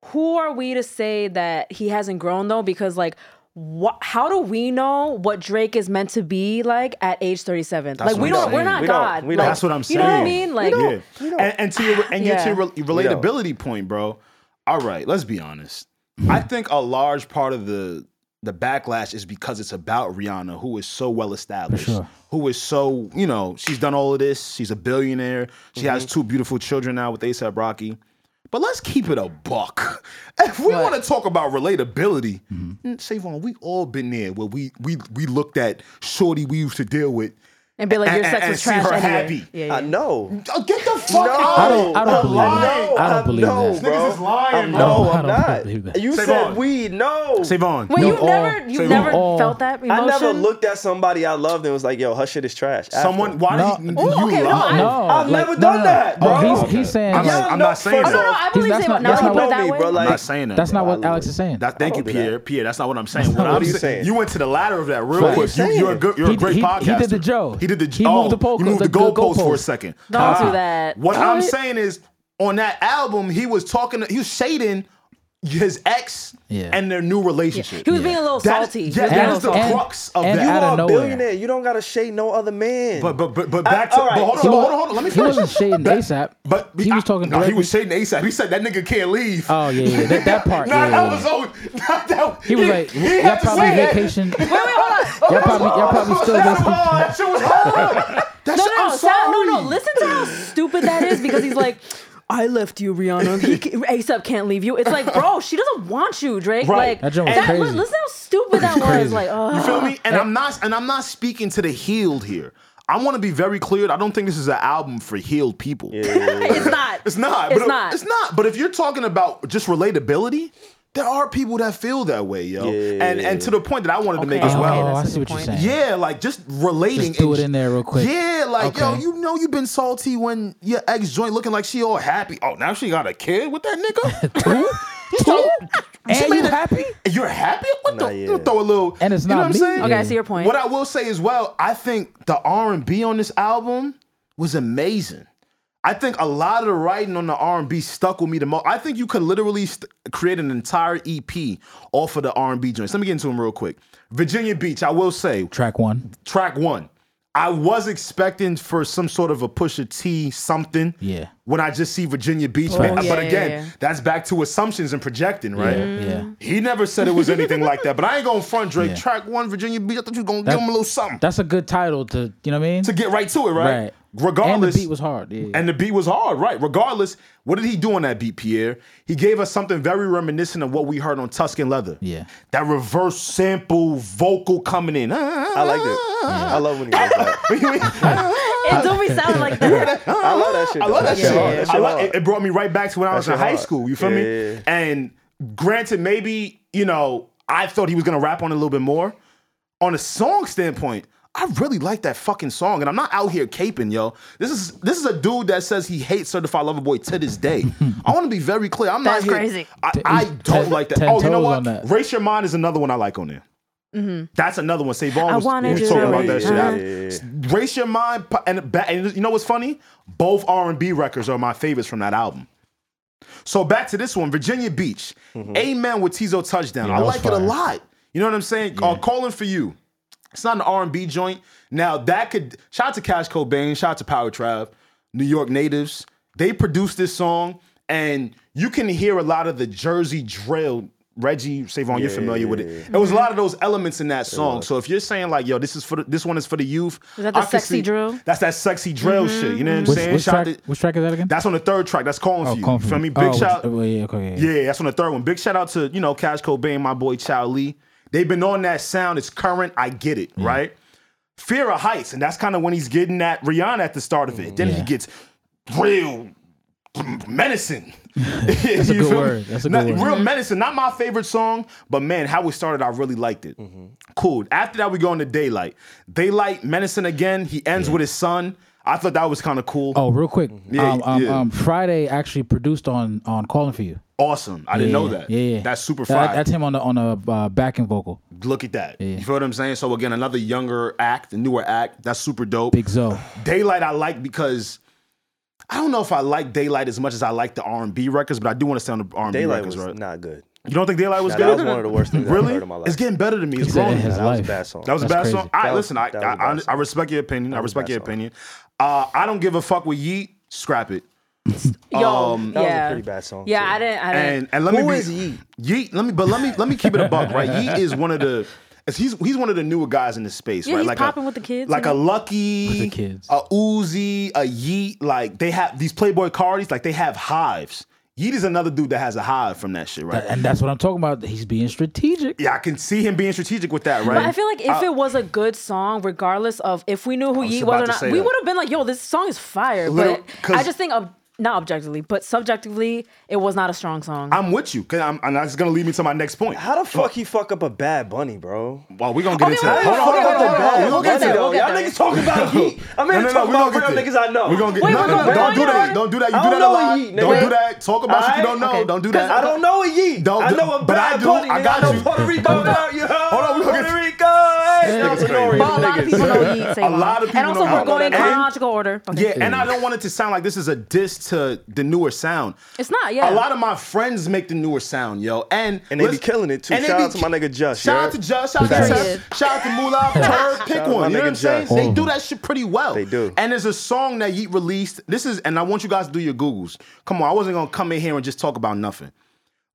S2: who are we to say that he hasn't grown though? Because like, what? How do we know what Drake is meant to be like at age thirty seven? Like,
S3: what
S2: we
S3: I'm
S2: don't. We're
S1: saying.
S2: not
S1: We don't-
S2: God.
S1: we
S2: Like,
S1: don't.
S3: That's what I'm saying.
S2: You know what I mean? Like,
S3: yeah. and, and to your and
S2: Yeah.
S3: your to your
S1: We don't.
S3: relatability point, bro. All right, let's be honest. I think a large part of the the backlash is because it's about Rihanna, who is so well established,
S4: sure.
S3: who is so you know she's done all of this. She's a billionaire. She has
S2: Mm-hmm.
S3: two beautiful children now with ASAP Rocky. But let's keep it a buck. If we want to talk about relatability,
S2: Mm-hmm.
S3: mm Savon, we all been there where we we we looked at Shorty we used to deal with
S2: and be like, your sex
S3: and
S2: was
S3: see
S2: trash
S3: her
S2: anyway.
S3: happy.
S2: Yeah,
S1: I
S2: yeah.
S1: know.
S3: Oh, get the fuck out!
S4: I don't- I don't
S3: You're
S4: believe
S3: lying.
S4: that. I don't believe
S1: no,
S4: that.
S1: Bro.
S3: Niggas is lying,
S1: I'm-
S3: bro.
S1: No,
S4: No, I
S1: I'm
S4: don't
S1: not.
S4: believe that.
S1: You
S3: Say
S1: said
S3: Vaughn.
S1: we no.
S3: Savon.
S2: Wait,
S4: No,
S2: you've
S4: all-
S2: never, you've
S3: say
S2: never
S4: all.
S2: felt that emotion.
S1: I never looked at somebody I loved and was like, "Yo, her shit is trash." After.
S3: Someone, why
S4: No.
S3: did he,
S2: Ooh,
S3: you
S2: okay, no,
S3: lie?
S2: I-
S4: No,
S1: I've never done that,
S4: Oh,
S1: bro.
S4: he's he's saying
S3: I'm,
S4: like,
S3: not, I'm not saying
S1: Y'all
S2: Oh, No,
S3: that.
S1: know-
S2: no, I believe
S4: that's
S2: it.
S4: not-
S2: Never
S4: that's
S1: Y'all
S2: put
S4: not
S1: know
S2: it that
S1: me,
S2: way.
S1: bro.
S3: I'm
S1: Like,
S3: not saying that.
S4: that's not
S3: bro.
S4: what Alex is saying.
S3: That, thank you,
S1: do that.
S3: Pierre. Pierre, that's not what I'm saying.
S4: not
S3: What
S4: what
S3: I'm
S1: he's saying.
S3: saying, you went to the latter of that real
S4: Right.
S3: quick. You,
S1: Saying.
S3: you're a good, you're a
S4: He-
S3: great
S4: he-
S3: podcaster.
S4: he did the Joe.
S3: He did the.
S4: He
S3: oh,
S4: moved the polka-
S3: You moved the,
S4: the- the
S3: goalpost for a
S4: goalpost.
S3: second.
S2: Don't
S3: Ah.
S2: do that.
S3: What I'm
S4: What?
S3: saying is, on that album, he was talking. He was shading his ex
S4: Yeah.
S3: and their new relationship.
S2: He was being a little
S3: That-
S2: salty.
S3: yeah,
S2: He was
S3: that
S2: being
S3: is the
S2: a little salty.
S3: crux of
S4: and
S3: that.
S1: you
S4: out
S1: are a
S4: of nowhere.
S1: billionaire. You don't gotta shade no other man.
S3: But but but but back to
S1: all right.
S3: but hold on,
S1: He
S3: hold
S1: wa-
S3: on, hold on. Let me
S4: he
S3: finish.
S4: wasn't shading
S3: That-
S4: ASAP.
S3: But
S4: He was talking
S3: No, he
S4: directly-
S3: was shading ASAP. He said that nigga can't leave.
S4: Oh yeah, yeah, that, that part.
S3: Nah,
S4: yeah,
S3: that
S4: yeah.
S3: was all. Not that,
S4: he was like,
S3: had
S4: y'all
S3: to
S4: probably
S3: say that.
S4: vacation. Y'all probably, y'all probably still
S3: That was
S4: vacation.
S3: hard. That shit was hard.
S2: No,
S3: That shit-
S2: no,
S3: I'm
S2: no, sound, no, no.
S3: sorry.
S2: Listen to how stupid that is because he's like, I left you, Rihanna. He, ca- ASAP can't leave you. It's like, bro, she doesn't want you, Drake. Like,
S3: Right.
S4: That joint was crazy.
S2: li- Listen how stupid that was.
S4: Crazy.
S2: Like,
S3: You
S2: ugh.
S3: feel me? And I'm not and I'm not speaking to the healed here. I want to be very clear. I don't think this is an album for healed people.
S2: oh. it's not.
S3: It's not.
S2: It's
S3: but
S2: not.
S3: It's not. But if you're talking about just relatability, there are people that feel that way, yo.
S1: Yeah.
S3: And and to the point that I wanted to make
S2: Okay,
S3: as
S2: okay,
S3: well.
S4: Oh,
S2: that's
S4: I
S2: a
S4: see
S2: good
S4: what you're
S2: point.
S4: saying.
S3: Yeah, like just relating.
S4: Just threw
S3: and
S4: it in there real quick.
S3: Yeah, like yo,
S4: Okay.
S3: you know you've been salty when your ex joint looking like she all happy. Oh, now she got a kid with that nigga. Two,
S4: And you happy?
S3: You're happy? What
S1: Nah,
S3: the?
S1: yeah.
S3: You throw a little.
S4: And it's
S3: you know
S4: not
S3: what I'm
S4: me.
S3: saying?
S2: Okay, I see your point.
S3: What I will say as well, I think the R and B on this album was amazing. I think a lot of the writing on the R and B stuck with me the most. I think you could literally st- create an entire EP off of the R and B joints. Let me get into them real quick. Virginia Beach, I will say,
S4: Track one.
S3: track one. I was expecting for some sort of a Pusha T something.
S4: Yeah.
S3: When I just see Virginia Beach,
S4: Right.
S3: but,
S2: Oh, yeah,
S3: but
S2: yeah,
S3: again,
S2: yeah.
S3: that's back to assumptions and projecting, right?
S4: Yeah. yeah.
S3: He never said it was anything like that. But I ain't gonna front Drake.
S4: Yeah.
S3: Track one, Virginia Beach. I thought you gonna
S4: That-
S3: give him a little something
S4: That's a good title to you know what I mean.
S3: to get right to it, right?
S4: Right. and the
S3: Regardless,
S4: beat was hard. Yeah.
S3: and the beat was hard, right? Regardless, what did he do on that beat, Pierre? He gave us something very reminiscent of what we heard on Tuscan Leather.
S4: Yeah.
S3: That reverse sample vocal coming in.
S1: I like it. I love when he does that.
S2: It don't be sound like that.
S1: I love that shit.
S3: I love that
S1: though.
S3: shit.
S1: hard. That
S3: I
S1: shit
S3: love-
S1: hard.
S3: it, it brought me right back to when I was
S1: shit
S3: in high
S1: hard.
S3: school. You feel
S1: Yeah,
S3: me?
S1: yeah, yeah.
S3: And granted, maybe you know, I thought he was gonna rap on it a little bit more. On a song standpoint, I really like that fucking song, and I'm not out here caping, yo. This is this is a dude that says he hates Certified Lover Boy to this day. I want to be very clear. I'm
S2: That's
S3: not here-
S2: crazy.
S3: I, I don't
S4: Ten-
S3: like that.
S4: ten
S3: Oh, you know
S4: toes
S3: what?
S4: on that.
S3: Race Your Mind is another one I like on there. That's another one. Savon
S2: Mm-hmm. I
S3: was,
S2: wanna
S3: was
S2: do
S3: talking
S2: it.
S3: about that shit.
S2: Yeah,
S3: I- Race Your Mind p- and, ba- and you know what's funny? Both R and B records are my favorites from that album. So back to this one, Virginia Beach, Amen with Tizo Touchdown. I
S4: Mm-hmm. that was
S3: like it a
S4: fire.
S3: lot. You know what I'm saying? Uh, calling for you. It's not an R and B joint. Now that could shout out to Cash Cobain, shout out to Power Trav, New York natives. They produced this song, and you can hear a lot of the Jersey drill. Reggie Savon, you're familiar with it. There was a lot of those elements in that song. So if you're saying like, "Yo, this is for the, this one is for the youth,"
S2: Is that the
S3: I can
S2: sexy
S3: see-
S2: drill? Mm-hmm.
S3: That's that sexy drill shit. You know what I'm
S4: which,
S3: saying?
S4: which
S3: Shout out
S4: track,
S3: to-
S4: which track is that again?
S3: that's on the third track. That's calling for you. you. Feel me? Big
S4: oh,
S3: shout.
S4: Which, oh, yeah, okay, yeah.
S3: Yeah, that's on the third one. Big shout out to, you know, Cash Cobain, my boy Chow Lee. They've been on that sound. It's current. I get it, right? Fear of Heights. And that's kind of when he's getting that Rihanna at the start of it. Then he
S4: Yeah.
S3: gets real menacing. that's
S4: a good word. That's a good word.
S3: Real menacing. Not my favorite song, but man, how it started, I really liked it. Cool. After that, we go into Daylight. Daylight, menacing again. He ends with his son. I thought that was kind of cool.
S4: Oh, real quick.
S3: Yeah,
S4: um, um,
S3: yeah.
S4: um, Friday actually produced on on calling for you.
S3: Awesome. I didn't
S4: yeah,
S3: know that.
S4: Yeah, yeah.
S3: That's super
S4: That-
S3: fire.
S4: that's him on the on the uh, backing vocal.
S3: Look at that. You feel what I'm saying? So again, another younger act, a newer act. That's super dope.
S4: Big Zo.
S3: Daylight I like because I don't know if I like Daylight as much as I like the R&B records, but I do want to stay on the R&B
S1: Daylight
S3: records,
S1: was
S3: right?
S1: not good.
S3: You don't think Daylight was
S1: Nah,
S3: good?
S1: that was one of the worst things I've
S3: really?
S1: heard in my life.
S3: It's getting better to me. It's
S4: He said
S3: growing.
S4: in his
S1: That was a
S4: life.
S1: bad song.
S3: That was a
S4: That's
S3: bad
S4: crazy.
S3: song. All right,
S1: That was-
S3: listen, I,
S1: that was a
S3: I, I,
S1: bad
S3: I
S1: song.
S3: respect your opinion.
S1: was
S3: I
S1: a
S3: respect
S1: bad
S3: your
S1: song.
S3: opinion. Uh, I don't give a fuck with Yeet. Scrap it.
S2: Yo,
S3: Um,
S1: That
S2: yeah.
S1: was a pretty bad song.
S2: Yeah,
S1: too.
S2: I didn't. I didn't.
S3: And and let me
S1: Who
S3: be,
S1: is Yeet?
S3: Yeet, let me but let me let me keep it a buck, right? Yeet is one of the he's he's one of the newer guys in the space,
S2: Yeah,
S3: right?
S2: he's
S3: like
S2: popping
S3: a,
S2: with the kids
S3: like a
S2: and-
S3: Lucky,
S4: With the kids.
S3: a Uzi, a Yeet. Like they have these Playboy Cardis, like they have hives. Yeet is another dude that has a high from that shit, right?
S4: and that's what I'm talking about. He's being strategic.
S3: yeah, I can see him being strategic with that, right? Uh,
S2: But I feel like if it was a good song, regardless of if we knew who
S3: was
S2: Yeet was
S3: about to
S2: or not,
S3: say
S2: we
S3: that.
S2: would have been like, "Yo, this song is fire."
S3: Little-
S2: but
S3: 'cause-
S2: I just think, ob- not objectively, but subjectively, it was not a strong song.
S3: I'm with you, cause I'm, and that's gonna lead me to my next point.
S1: How the fuck he fuck up a bad bunny, bro?
S3: Well, we're gonna get
S2: Okay,
S3: into
S2: wait,
S3: that.
S2: wait, wait, wait, wait, wait, wait,
S1: We'll
S2: we'll
S1: get
S2: get there,
S1: Y'all
S2: we'll get there.
S1: niggas talking about Yeet. I'm here to talk about
S3: get
S1: real
S3: there.
S1: niggas I know.
S3: We're gonna get
S2: Wait,
S3: no,
S2: wait,
S3: no, no,
S2: wait,
S3: don't
S2: wait,
S3: do
S2: wait,
S3: that.
S2: wait.
S3: Don't do that. You
S1: I don't
S3: do that a
S1: know
S3: lot.
S1: Yeet,
S3: Don't
S1: nigga.
S3: do that. Talk about shit you
S1: Alright,
S3: don't know.
S2: okay.
S3: Don't do
S2: 'Cause
S3: that.
S1: I don't know a Yeet.
S3: Don't-
S1: I know a
S3: but I
S1: bad
S3: do.
S1: bunny.
S3: I
S1: nigga.
S3: got
S1: know
S3: you.
S1: Puerto Rico without you.
S3: Hold on, we gonna get-
S1: Puerto Rico. Hey,
S2: but a lot of people know Yeet. Say
S3: A lot of people
S2: and also
S3: know
S2: we're
S3: Yeet.
S2: going in
S3: And-
S2: chronological order. Okay.
S3: Yeah, and I don't want it to sound like this is a diss to the newer sound.
S2: It's not, yeah.
S3: A lot of my friends make the newer sound, yo. And
S1: And they be
S3: listen-
S1: killing it, too.
S3: and they
S1: Shout
S3: be
S1: out to my nigga Just,
S3: Shout out
S1: yeah.
S3: to Just. Shout out to
S2: Period. Mm.
S3: Tess. Shout out to Moolah, Turd,
S1: Shout
S3: pick
S1: out to my
S3: one. You know
S1: nigga
S3: what I'm saying?
S1: Just.
S3: They do that shit pretty well.
S1: They do.
S3: And there's a song that Yeet released. This is, and I want you guys to do your Googles. Come on, I wasn't gonna come in here and just talk about nothing.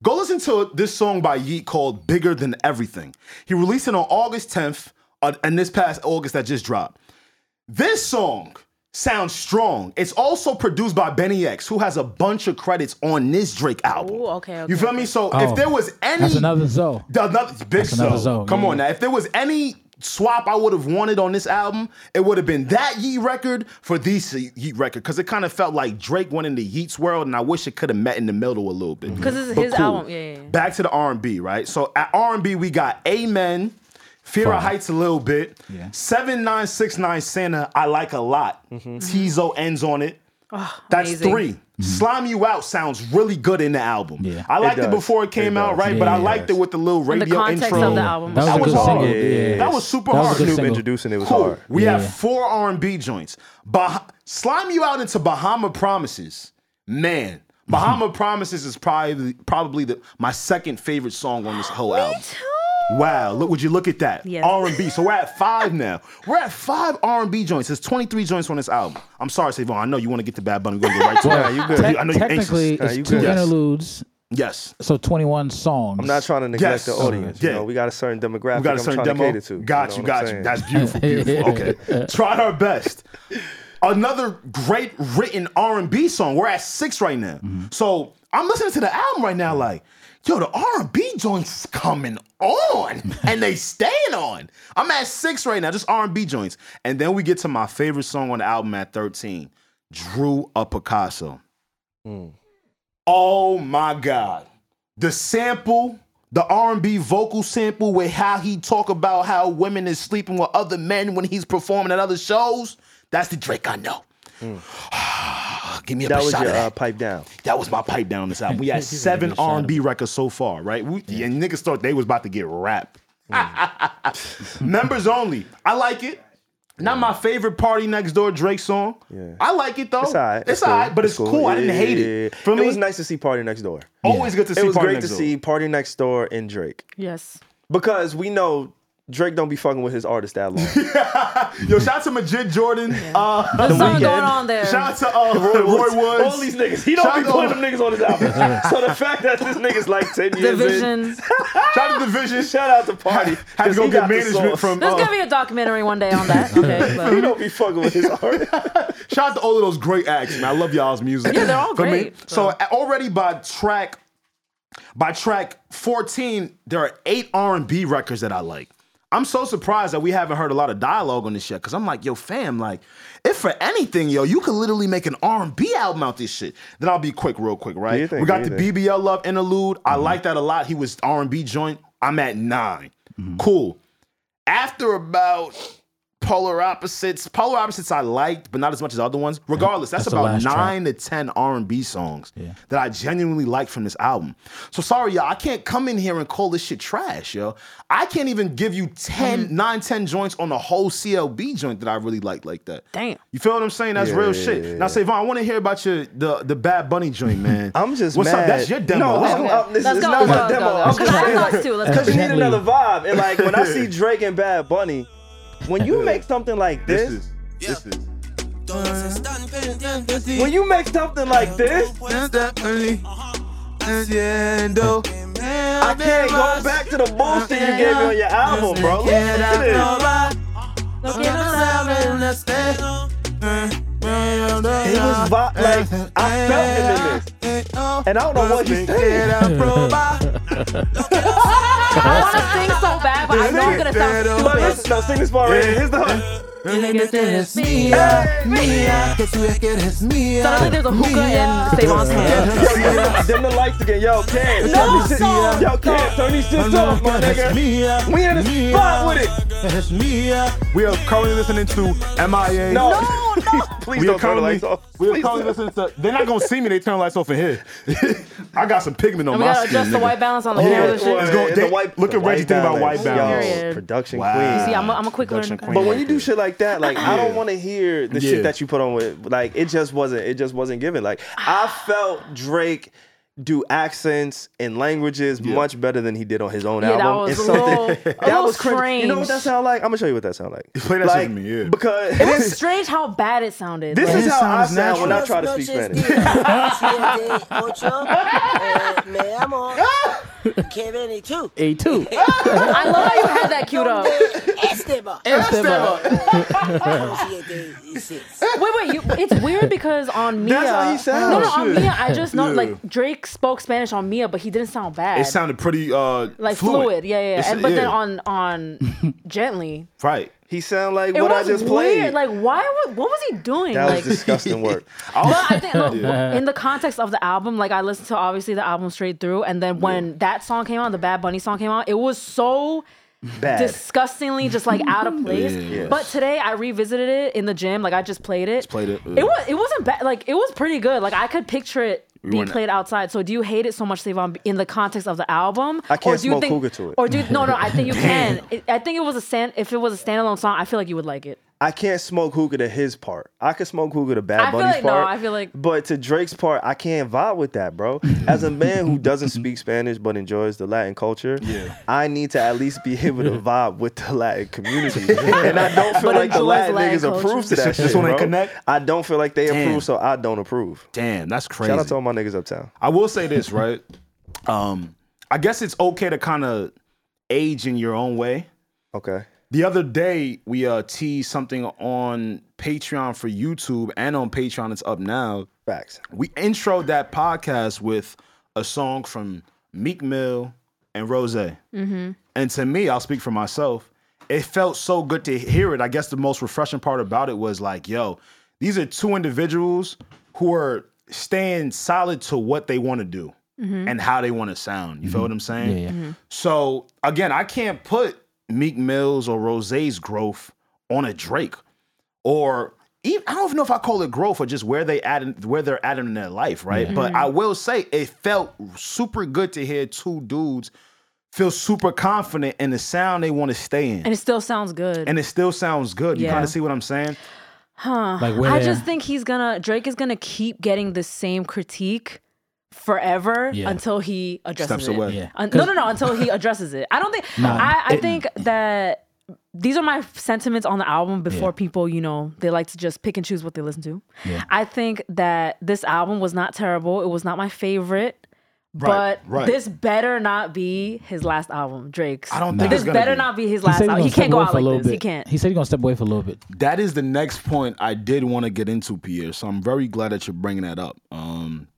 S3: Go listen to this song by Yeet called Bigger Than Everything. He released it on August 10th, uh, and this past August that just dropped. This song sounds strong. It's also produced by Benny X, who has a bunch of credits on this Drake album.
S2: Ooh, okay, okay,
S3: You feel me? So
S4: Oh.
S3: if there was any
S4: That's another Zoe.
S3: the- another big Zoe.
S4: another Zoe,
S3: Come
S4: yeah.
S3: on now. If there was any swap I would have wanted on this album, it would have been that Yeet record for these Yeet record because it kind of felt like Drake went into Yeet's world, and I wish it could have met in the middle a little bit.
S2: 'Cause it's
S3: But
S2: his album, yeah, yeah, yeah.
S3: Back to the R and B, right? So at R and B we got Amen. Fear of Heights a little bit.
S4: Yeah.
S3: 7969 Santa, I like a lot. Tizo ends on it. That's
S2: Mm-hmm. Oh, amazing.
S3: three. Slime You Out sounds really good in the album.
S4: Mm-hmm. Yeah.
S3: I liked it,
S1: does.
S3: before it came
S1: It
S3: out,
S1: does.
S3: right? but I
S4: Yeah, it
S3: liked
S1: does.
S3: it with the little
S2: In
S3: radio
S2: the context
S3: intro.
S2: of the album.
S4: That was
S3: That
S4: a
S3: was
S4: good
S3: hard.
S4: single.
S1: Yeah.
S4: Yeah.
S3: That was super
S4: That was a
S3: hard.
S4: good
S1: Snoop
S4: single.
S1: introducing it was
S3: Cool.
S1: hard.
S3: We
S4: Yeah.
S3: have four R and B joints. Bah- Slime you out into Bahama Promises, man. Bahama Promises is probably probably the, my second favorite song on this whole album. Wow! Look, would you look at that
S2: Yes.
S3: R and B? So we're at five now. We're at five R and B joints. There's 23 joints on this album. I'm sorry, Savon. I know you want to get to Bad Bunny. We're gonna get right to
S1: Nah,
S3: that.
S1: you good.
S3: I know you're anxious.
S4: Technically,
S1: you
S4: it's two
S1: good. Yes.
S4: interludes,
S3: Yes.
S4: so 21 songs.
S1: I'm not trying to neglect
S3: Yes.
S1: the audience. You
S3: Yeah.
S1: know, we got a certain demographic.
S3: We got a
S1: I'm
S3: certain
S1: trying
S3: demo.
S1: to cater to. know
S3: Got you,
S1: what I'm
S3: got you.
S1: saying?
S3: That's beautiful, beautiful. Okay, tried our best. Another great written R and B song. We're at six right now. So I'm listening to the album right now. Like, yo, the R and B joints coming on, and they staying on. I'm at six right now, just R and B joints. And then we get to my favorite song on the album at 13, Drew a Picasso.
S1: Hmm.
S3: Oh my God. The sample, the R&B vocal sample with how he talk about how women is sleeping with other men when he's performing at other shows. That's the Drake I know. Give me a
S1: That was
S3: shot
S1: your
S3: of that.
S1: uh, pipe down.
S3: that was my pipe down on this album. We had seven R&B records so far, right? We, And niggas thought they was about to get rap. Members only. I like it. Not my favorite party next door Drake song.
S1: Yeah.
S3: I like it though.
S1: It's all right.
S3: Oh, It's all right, but it's cool. I didn't hate
S1: Yeah, yeah, yeah.
S3: it. For me,
S1: it was nice to see Party Next Door.
S3: Always good to see.
S1: It was
S3: Party
S1: great
S3: Next
S1: to
S3: Door.
S1: see Party Next Door and Drake
S2: Yes.
S1: because we know Drake don't be fucking with his artist that long.
S3: Yo, shout out to Majid Jordan. Uh,
S2: There's something
S1: Weeknd.
S2: going on there.
S3: shout out to uh, Roy, Roy Woods.
S1: All these niggas. He don't
S3: Shout
S1: be
S3: out to-
S1: putting them niggas on his album. so the fact that this nigga's like 10 years in,
S2: Divisions.
S3: Shout out to Division.
S1: shout out to Party.
S3: Had to
S1: 'cause
S3: go
S1: he
S3: get
S1: got the
S3: management
S1: sauce.
S3: from.
S2: There's
S3: uh,
S2: gonna be a documentary one day on that. Okay.
S1: He
S2: But.
S1: don't be fucking with his artist.
S3: Shout out to all of those great acts, man. I love y'all's music.
S2: Yeah, they're all
S3: For me.
S2: great,
S3: So a- already by track, by track 14, there are eight R&B records that I like. I'm so surprised that we haven't heard a lot of dialogue on this shit. Cause I'm like, yo, fam, like, if for anything, yo, you could literally make an R&B album out this shit. Then I'll be quick, real quick,
S1: Do
S3: right?
S1: your thing,
S3: we got
S1: do
S3: the
S1: your thing.
S3: BBL Love interlude. I like that a lot. He was R&B joint. I'm at 9 Cool. After about polar opposites. Polar opposites I liked, but not as much as other ones. Regardless, that's,
S4: That's the
S3: about
S4: last track.
S3: nine to ten R and B songs that I genuinely like from this album. So sorry, y'all, I can't come in here and call this shit trash, yo. I can't even give you 10, 9, 10 joints on the whole CLB joint that I really liked like that.
S2: Damn.
S3: You feel what I'm saying? That's real shit. Now, Savon, I want to hear about your the the Bad Bunny joint, man.
S1: I'm just
S3: What's up?
S1: mad.
S3: That's your demo.
S1: No,
S3: Let's
S1: I'm,
S3: go.
S1: I'm, this
S2: Let's
S1: is
S2: go,
S1: not
S2: go,
S1: my
S2: go,
S1: demo.
S2: go.
S1: I'm just
S2: Cause I have
S1: saying,
S2: thoughts too. Let's
S1: Because
S4: go.
S1: you need another
S4: Definitely.
S1: vibe. And like when I see Drake and Bad Bunny, when you make something like
S3: This
S1: this,
S3: is this is.
S1: when you make something like this, I can't go back to the bullshit you gave me on your album, bro. Listen to this. It was vi- like I felt him in this. And I don't know what he's saying.
S2: I want to sing so bad, but I know I'm gonna
S1: But
S2: sound
S1: listen, no, sing this part right here. Here's the hook.
S2: stupid. Suddenly there's a hookah in Savon's hand.
S1: Dim the lights again. Yo, Cam. turn
S2: No
S1: these shit-
S2: song.
S1: Yo, Cam, turn these shits off, my nigga. We in the spot with it.
S3: We are currently listening to MIA.
S1: No.
S2: No, no.
S1: Please
S3: We are
S1: don't turn the
S3: currently,
S1: lights off.
S3: we are
S1: Please
S3: currently
S1: don't.
S3: listening to. They're not gonna see me. They turn the lights off in here. I got some pigment on
S2: And we
S3: my
S2: gotta
S3: skin.
S2: adjust the
S3: nigga.
S2: white balance on the
S3: Yeah,
S2: camera and
S3: it's
S2: shit.
S3: going-
S1: The
S3: they-
S1: white-
S3: look at
S1: the
S3: Reggie
S1: white
S3: think about
S1: balance.
S3: white balance.
S1: Yo,
S2: Period.
S1: Production
S3: Wow.
S1: queen.
S2: See, I'm a, I'm a quick learner.
S1: But when you do shit like that, like I don't
S3: Yeah.
S1: want to hear the
S3: Yeah.
S1: shit that you put on with like it just wasn't it just wasn't given. Like I felt Drake do accents and languages much better than he did on his own
S2: Yeah, that
S1: album.
S2: was
S1: It's
S2: a little- a
S1: that
S2: little
S1: was cringe. You know what that
S2: strange.
S1: sound like? I'm gonna show you what that sound like.
S3: Play that shit
S1: like,
S3: to me, yeah.
S1: Because
S2: It was strange how bad it sounded.
S1: this
S2: Like,
S1: is
S3: It
S1: how I
S3: sounds
S1: sound when I try
S3: natural.
S1: to speak Spanish.
S4: A2.
S2: I love how you had that queued up. Wait,
S8: Esteban.
S2: wait, you, it's weird because on Mia,
S1: That's how he sounds.
S2: no, no, on
S3: Shit.
S2: Mia, I just know
S3: Yeah.
S2: like Drake spoke Spanish on Mia, but he didn't sound bad.
S3: It sounded pretty uh,
S2: like fluid, yeah, yeah.
S3: It's-
S2: And, but then
S3: yeah.
S2: on on gently,
S3: right.
S1: He sound like
S2: it
S1: what I
S2: was
S1: just played.
S2: weird. Like, why? What, what was he doing?
S1: that
S2: like,
S1: was disgusting work.
S2: But I think look, in the context of the album, like I listened to obviously the album straight through, and then when that song came out, the Bad Bunny song came out, it was so
S1: Bad.
S2: disgustingly just like out of place. But today I revisited it in the gym. Like I just played it.
S3: played it, yeah.
S2: It was it wasn't bad. Like it was pretty good. Like I could picture it being
S3: weren't-
S2: played outside. So do you hate it so much, Savon, in the context of the album?
S1: I can't
S2: or do you
S1: smoke
S2: think,
S1: Cougar to it.
S2: Or do you, no no? I think you can. It- I think it was a stand. If it was a standalone song, I feel like you would like it.
S1: I can't smoke hookah to his part. I can smoke hookah to
S2: I
S1: Bad
S2: feel
S1: Bunny's
S2: like- no,
S1: part.
S2: I feel like-
S1: But to Drake's part, I can't vibe with that, bro. As a man who doesn't speak Spanish but enjoys the Latin culture, I need to at least be able to vibe with the Latin community. and I don't feel
S2: But
S1: like the
S2: enjoys
S1: Latin,
S2: Latin
S1: niggas
S2: culture.
S1: approve to that
S3: This-
S1: shit.
S3: this one ain't
S1: bro.
S3: connect?
S1: I don't feel like they
S3: Damn.
S1: approve, so I don't approve.
S3: Damn, that's crazy.
S1: Shout out to all my niggas uptown.
S3: I will say this, right? um, I guess it's okay to kind of age in your own way.
S1: Okay.
S3: The other day, we uh teased something on Patreon for YouTube and on Patreon. It's up now.
S1: Facts.
S3: We introed that podcast with a song from Meek Mill and Rose. And to me, I'll speak for myself. It felt so good to hear it. I guess the most refreshing part about it was like, yo, these are two individuals who are staying solid to what they want to do and how they want to sound. You feel what I'm saying?
S4: Mm-hmm. Yeah, yeah.
S2: Mm-hmm.
S3: So again, I can't put Meek Mill's or Rose's growth on a Drake or even, I don't even know if I call it growth or just where they at in, where they're at in their life, right? But I
S2: Mm-hmm.
S3: will say it felt super good to hear two dudes feel super confident in the sound they want to stay in.
S2: And it still sounds good.
S3: And it still sounds good. You
S2: Yeah.
S3: kind of see what I'm saying?
S4: Like where
S2: I just think he's gonna Drake is gonna keep getting the same critique forever
S4: Yeah.
S2: until he addresses
S3: Steps
S2: it.
S3: away.
S4: Yeah.
S2: Un- no, no, no. Until he addresses it, I don't think. I, I think that these are my sentiments on the album. Before people, you know, they like to just pick and choose what they listen to. I think that this album was not terrible. It was not my favorite.
S3: Right,
S2: but
S3: right.
S2: this better not be his last album, Drake's.
S3: I don't think
S2: this
S3: it's gonna
S2: better
S3: be.
S2: not be his
S4: He
S2: last
S4: said
S2: album.
S4: gonna
S2: He
S4: step
S2: can't go
S4: away
S2: out
S4: for a
S2: like
S4: little
S2: this.
S4: Bit.
S2: He can't.
S4: He said he's gonna step away for a little bit.
S3: That is the next point I did want to get into, Pierre. So I'm very glad that you're bringing that up. Um,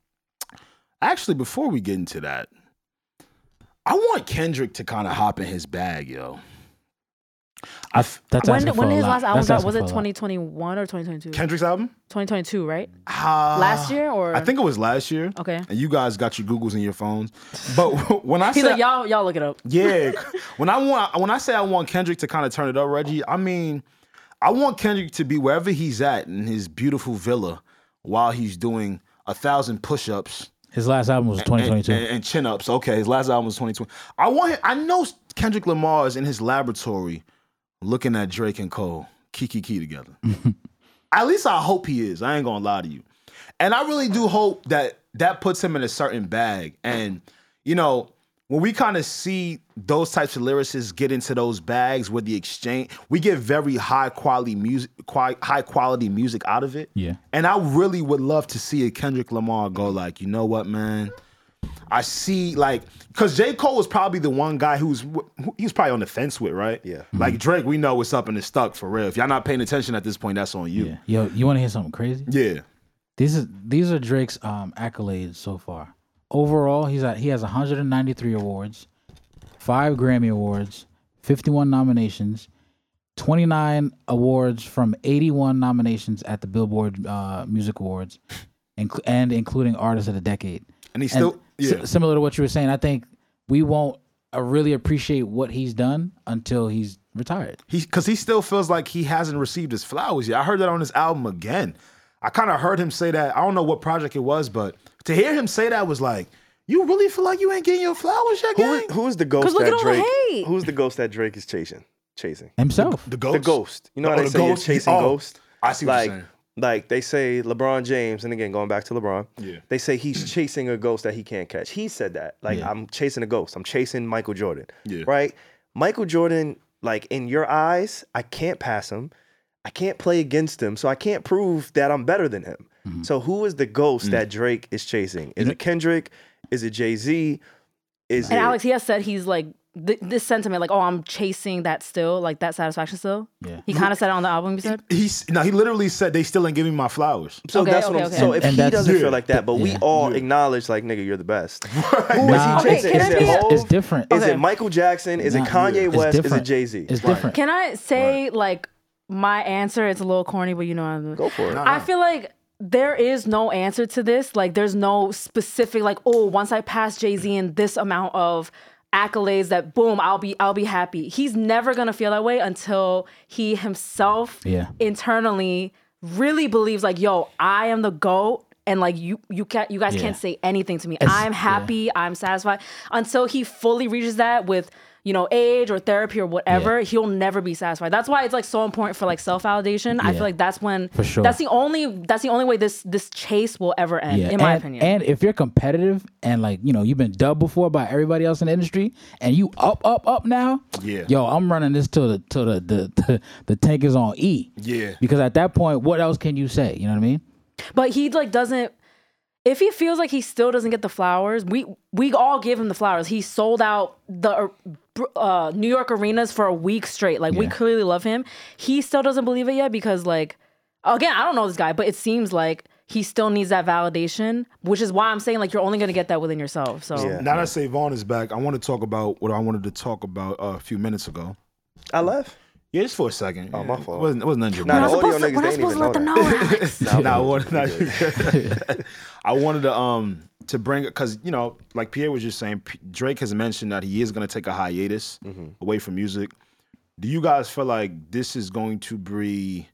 S3: actually, before we get into that, I want Kendrick to kind of hop in his bag, yo. I f-
S4: That's
S2: When,
S4: asking for
S2: when
S4: a
S2: did his
S4: lot.
S2: last album
S4: That's
S2: drop?
S4: asking
S2: Was
S4: for
S2: it
S4: a lot.
S2: 2021 or 2022?
S3: Kendrick's album
S2: 2022, right?
S3: Uh,
S2: Last year or
S3: I think it was last year.
S2: Okay.
S3: And you guys got your Googles and your phones, but when I
S2: He's
S3: say
S2: like, y'all, y'all look it up.
S3: Yeah. when I want when I say I want Kendrick to kind of turn it up, Reggie, I mean I want Kendrick to be wherever he's at in his beautiful villa while he's doing a thousand push-ups
S4: His last album
S2: Eh,
S4: was 2022.
S3: and, and chin-ups. Okay, his last album was 2020. I want him, I know Kendrick Lamar is in his laboratory looking at Drake and Cole, Kiki Key together. at least I hope he is. I ain't gonna lie to you. And I really do hope that that puts him in a certain bag. And you know, when we kind of see those types of lyricists get into those bags with the exchange, we get very high quality music, qui- high quality music out of it.
S4: Yeah.
S3: And I really would love to see a Kendrick Lamar go like, you know what, man. I see, like, because J. Cole was probably the one guy who's who he was probably on the fence with, right?
S1: Yeah.
S3: Like Drake, we know what's up and it's stuck for real. If y'all not paying attention at this point, that's on you.
S4: Yo, you want to hear something crazy?
S3: Yeah.
S4: These is these are Drake's um, accolades so far. Overall, he's at he has 193 awards, five Grammy awards, 51 nominations, 29 awards from 81 nominations at the Billboard uh, Music Awards, inc- and including Artist of the Decade.
S3: And he's
S4: And
S3: still
S4: si-
S3: yeah.
S4: similar to what you were saying, I think we won't uh, really appreciate what he's done until he's retired.
S3: He because he still feels like he hasn't received his flowers yet. I heard that on his album again. I kind of heard him say that. I don't know what project it was, but to hear him say that was like, you really feel like you ain't getting your flowers yet,
S1: Who,
S3: gang?
S1: who's the ghost
S2: look
S1: that
S2: at all the
S1: Drake?
S2: hate.
S1: Who's the ghost that Drake is chasing? Chasing
S4: Himself.
S3: The ghost.
S1: the ghost. You know
S3: Oh,
S1: how they
S3: the
S1: say you're
S3: ghost?
S1: chasing
S3: Oh,
S1: ghost.
S3: I see what
S1: like,
S3: you're saying.
S1: Like they say LeBron James, and again going back to LeBron,
S3: Yeah.
S1: they say he's chasing a ghost that he can't catch. He said that. Like I'm chasing a ghost. I'm chasing Michael Jordan.
S3: Yeah.
S1: Right? Michael Jordan, like in your eyes, I can't pass him. I can't play against him, so I can't prove that I'm better than him.
S3: Mm-hmm.
S1: So who is the ghost
S3: Mm.
S1: that Drake is chasing? Is it Kendrick? Is it Jay Z? Is
S2: And
S1: it
S2: Alex, he has said he's like th- this sentiment, like, oh, I'm chasing that still, like that satisfaction still.
S4: Yeah.
S2: He kind of said it on the album. You said
S3: He's no, he literally said they still ain't giving me my flowers.
S1: So
S2: Okay,
S1: that's what
S2: okay,
S1: I'm
S2: okay.
S1: So
S4: And-
S1: if
S4: and
S1: he
S4: that's-
S1: doesn't
S3: Yeah.
S1: feel like that, but we
S4: Yeah.
S1: all acknowledge, like, nigga, you're the best. Who is
S4: Nah.
S1: he chasing?
S2: Okay,
S1: is
S2: can I
S1: it
S2: be-
S1: Hov?
S4: It's different.
S1: Is
S2: Okay.
S1: it Michael Jackson? Is
S4: Nah,
S1: it Kanye
S4: it's
S1: West? Is it
S4: different.
S1: Jay Z?
S4: It's different.
S2: Can I say like my answer? It's a little corny, but you know I'm.
S1: Go for it.
S2: I feel like there is no answer to this. Like there's no specific like oh once I pass Jay Z in this amount of accolades that boom I'll be I'll be happy. He's never gonna feel that way until he himself
S4: Yeah.
S2: internally really believes like yo I am the goat. And like you, you can't, you guys
S4: Yeah.
S2: can't say anything to me. I'm happy. I'm satisfied. Until he fully reaches that with, you know, age or therapy or whatever, he'll never be satisfied. That's why it's like so important for like self validation. I
S4: Yeah.
S2: feel like that's when
S4: For sure.
S2: that's the only that's the only way this this chase will ever end, in
S4: and,
S2: my opinion.
S4: And if you're competitive and like you know you've been dubbed before by everybody else in the industry, and you up, up, up now,
S3: Yeah.
S4: yo, I'm running this till the till the the, the, the tank is on E.
S3: Yeah.
S4: Because at that point, what else can you say? You know what I mean?
S2: but he like doesn't if he feels like he still doesn't get the flowers, we we all give him the flowers. He sold out the uh, New York arenas for a week straight. Like we
S4: Yeah.
S2: clearly love him. He still doesn't believe it yet because like again, I don't know this guy, but it seems like he still needs that validation, which is why I'm saying like you're only going to get that within yourself. So
S1: Yeah.
S3: Now that Savon is back, I want to talk about what I wanted to talk about uh, a few minutes ago.
S1: I left.
S3: Yeah, just for a second. Oh,
S1: my fault.
S3: It wasn't, it wasn't nothing
S1: Nah,
S2: we're
S1: the
S2: not
S1: audio
S2: supposed to,
S1: niggas,
S2: we're
S1: they
S2: not
S1: ain't
S2: supposed to let them
S1: even know
S2: know. Alex.
S3: Nah, I wanted, nah, I wanted to um to bring because you know, like Pierre was just saying, P- Drake has mentioned that he is going to take a hiatus
S2: Mm-hmm.
S3: away from music. Do you guys feel like this is going to be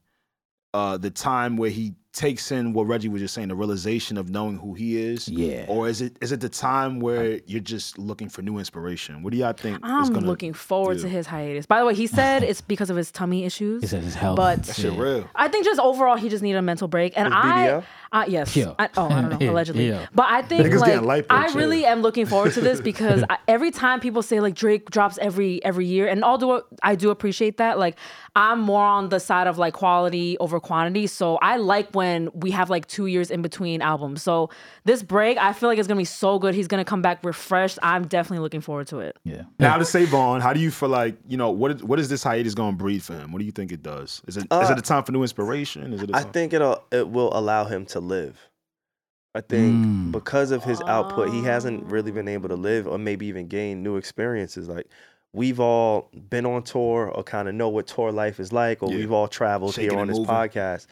S3: uh the time where he takes in what Reggie was just saying, the realization of knowing who he is?
S4: Yeah.
S3: Or is it is it the time where you're just looking for new inspiration? What do y'all think? is
S2: I'm
S3: gonna,
S2: looking forward to his hiatus. By the way, he said it's because of his tummy issues.
S4: He said his health.
S2: But-
S3: Shit,
S4: Yeah.
S3: real.
S2: I think just overall he just needed a mental break, and
S1: Was
S2: I,
S1: BBL?
S2: I yes,
S4: Yeah.
S2: I, oh I don't know
S4: Yeah,
S2: allegedly,
S4: yeah.
S2: but I think
S3: Niggas
S2: like
S3: getting lipo,
S2: I
S3: too.
S2: really am looking forward to this because I, every time people say like Drake drops every every year, and although I do appreciate that, like I'm more on the side of like quality over quantity, so I like when we have like two years in between albums. So this break, I feel like it's gonna be so good. He's gonna come back refreshed. I'm definitely looking forward to it.
S4: Yeah.
S3: Now to save on, how do you feel like you know what? Is, what is this hiatus going to breed for him? What do you think it does? Is it is it a time for new inspiration? Is it? A
S1: Uh, I
S3: time?
S1: think it'll it will allow him to live. I think
S4: Mm.
S1: because of his output, he hasn't really been able to live or maybe even gain new experiences. Like we've all been on tour or kind of know what tour life is like, or
S3: Yeah.
S1: we've all traveled
S3: Shaking
S1: here on
S3: and
S1: this
S3: moving.
S1: podcast.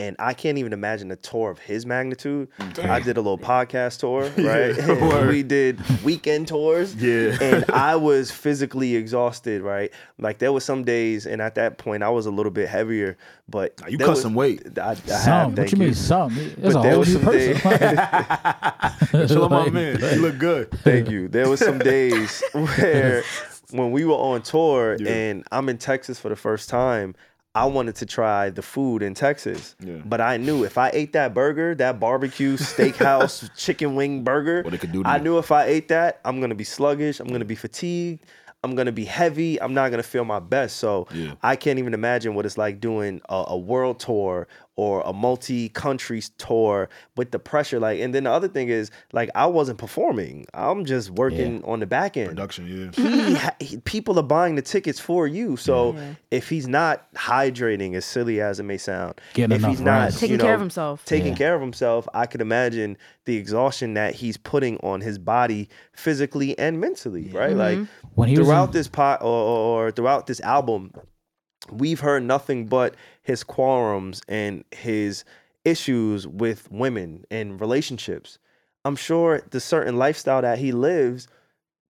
S1: And I can't even imagine a tour of his magnitude.
S3: Damn.
S1: I did a little podcast tour, right?
S3: Mm. Yeah, word.
S1: we did weekend tours.
S3: Yeah.
S1: and I was physically exhausted, right? Like there were some days, and at that point, I was a little bit heavier. But
S3: you
S1: there
S3: cut
S1: was-
S3: some weight.
S1: I, I
S4: Some.
S1: have.
S4: What
S1: Thank
S4: you
S1: you.
S4: mean some? There's a
S1: there
S4: whole
S1: was
S4: new
S1: some
S4: person.
S3: Chill out, my
S4: Like-
S3: man. You look good.
S1: Thank you. There was some days where when we were on tour and I'm in Texas for the first time, I wanted to try the food in Texas. But I knew if I ate that burger, that barbecue steakhouse chicken wing burger,
S3: What it could do to
S1: I
S3: you.
S1: knew if I ate that, I'm gonna be sluggish, I'm gonna be fatigued. I'm gonna be heavy. I'm not gonna feel my best. So I can't even imagine what it's like doing a, a world tour or a multi country tour with the pressure. Like, and then the other thing is like I wasn't performing. I'm just working on the back end.
S3: Production, yeah.
S1: he, ha- he- people are buying the tickets for you. So if he's not hydrating, as silly as it may sound,
S4: Getting
S1: if
S4: enough
S1: he's not
S4: rest.
S1: you
S2: Taking care of
S1: know,
S2: himself.
S1: taking care of himself, I could imagine the exhaustion that he's putting on his body physically and mentally. Right, like
S4: When Mm-hmm. he was
S1: throughout
S4: in-
S1: this pot or, or, or throughout this album, we've heard nothing but his quarrums and his issues with women and relationships. I'm sure the certain lifestyle that he lives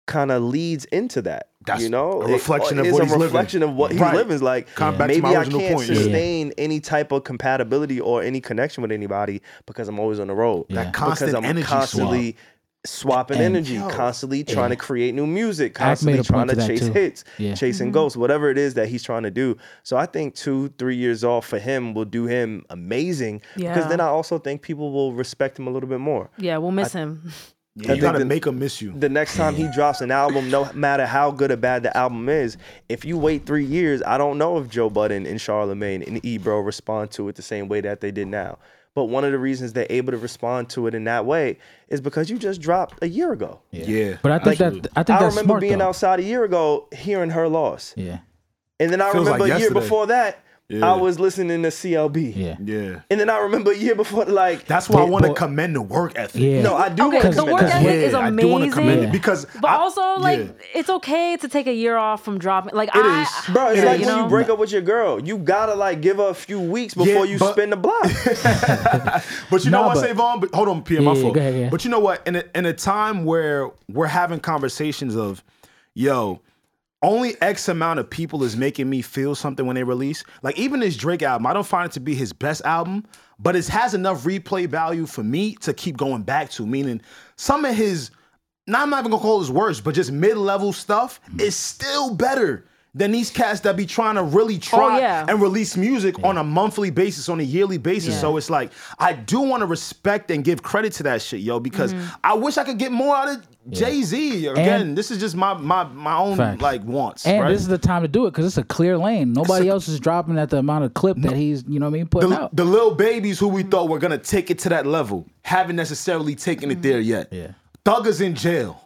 S1: kind of leads into that.
S3: That's
S1: you know,
S3: a reflection of
S1: it's
S3: what
S1: a
S3: he's living.
S1: reflection of what he's
S3: Right.
S1: living. It's like
S3: Come back to
S1: maybe
S3: my
S1: I
S3: original
S1: can't
S3: point, yeah.
S1: sustain any type of compatibility or any connection with anybody because I'm always on the road.
S4: That
S1: because
S3: constant
S1: I'm
S3: energy swap.
S1: constantly swapping
S4: And-
S1: energy, constantly trying to create new music,
S4: Act made
S1: constantly
S4: a point
S1: trying to
S4: to that
S1: chase
S4: too.
S1: hits,
S4: Yeah.
S3: Mm-hmm.
S1: chasing ghosts, whatever it is that he's trying to do. So I think two, three years off for him will do him amazing. Because
S2: Yeah.
S1: then I also think people will respect him a little bit more.
S2: Yeah, we'll miss him.
S3: yeah you
S1: think
S3: gotta
S1: the-
S3: make him miss you.
S1: The next time he drops an album, no matter how good or bad the album is, if you wait three years, I don't know if Joe Budden and Charlamagne and Ebro respond to it the same way that they did now. But one of the reasons they're able to respond to it in that way is because you just dropped a year ago.
S3: Yeah.
S4: But I think that I think
S1: I
S4: that's
S1: remember
S4: smart.
S1: being
S4: though.
S1: outside a year ago hearing her loss.
S4: Yeah,
S1: And then I
S3: Feels like
S1: remember a year
S3: yesterday.
S1: before that,
S3: Yeah.
S1: I was listening to CLB.
S4: yeah,
S3: Yeah.
S1: And then I remember a year before, like,
S3: That's why I
S4: But-
S3: want to
S4: but-
S3: commend the work ethic.
S4: yeah.
S1: no, I do
S2: Okay,
S1: want
S2: the
S1: to
S2: work
S1: commend
S2: ethic
S1: that.
S2: is
S3: I do want to commend
S2: amazing.
S3: it because
S2: But
S3: I-
S2: also, like,
S3: yeah.
S2: it's okay to take a year off from dropping. Like,
S1: It
S2: I,
S1: is. Bro, it's
S2: yeah,
S1: like
S2: you
S1: when
S2: know?
S1: you break up with your girl, you gotta, like, give her a few weeks before you
S3: but-
S1: spin the block.
S3: But you know
S4: Nah,
S3: what,
S4: but-
S3: Savon? But hold on, PM, my
S4: Yeah, yeah,
S3: fault.
S4: go ahead, yeah.
S3: But you know what? In a, in a time where we're having conversations of, yo, only X amount of people is making me feel something when they release. Like even this Drake album, I don't find it to be his best album, but it has enough replay value for me to keep going back to. Meaning, some of his, now I'm not even gonna call his worst, but just mid level stuff is still better. Than these cats that be trying to
S4: Oh,
S3: really try
S2: yeah.
S3: and release music on a monthly basis, on a yearly basis.
S2: Yeah.
S3: So it's like I do want to respect and give credit to that shit, yo, because I wish I could get more out of Jay Z. Again,
S4: Mm-hmm. And-
S3: this is just my my my own
S4: Facts.
S3: like wants.
S4: and
S3: right?
S4: this is the time to do it because it's a clear lane. Nobody else is dropping at the amount of clip that he's you know what I mean putting
S3: the,
S4: out.
S3: the little babies who we thought were gonna take it to that level haven't necessarily taken it there yet.
S4: Mm-hmm. Yeah.
S3: Thug is in jail.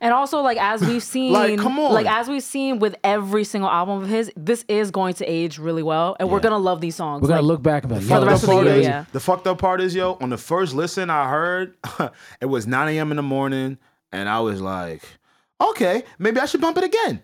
S2: And also, like as we've seen,
S3: Like, come on.
S2: like, as we've seen with every single album of his, this is going to age really well, and we're gonna love these songs.
S4: We're gonna
S2: Like,
S4: look back and be like, yo,
S2: the rest
S4: that's
S2: of the
S4: what
S3: part
S2: year,
S4: it
S3: is-
S4: is.
S2: yeah.
S3: the fucked up part is, yo, on the first listen I heard, it was 9 a.m. in the morning, and I was like, okay, maybe I should bump it again.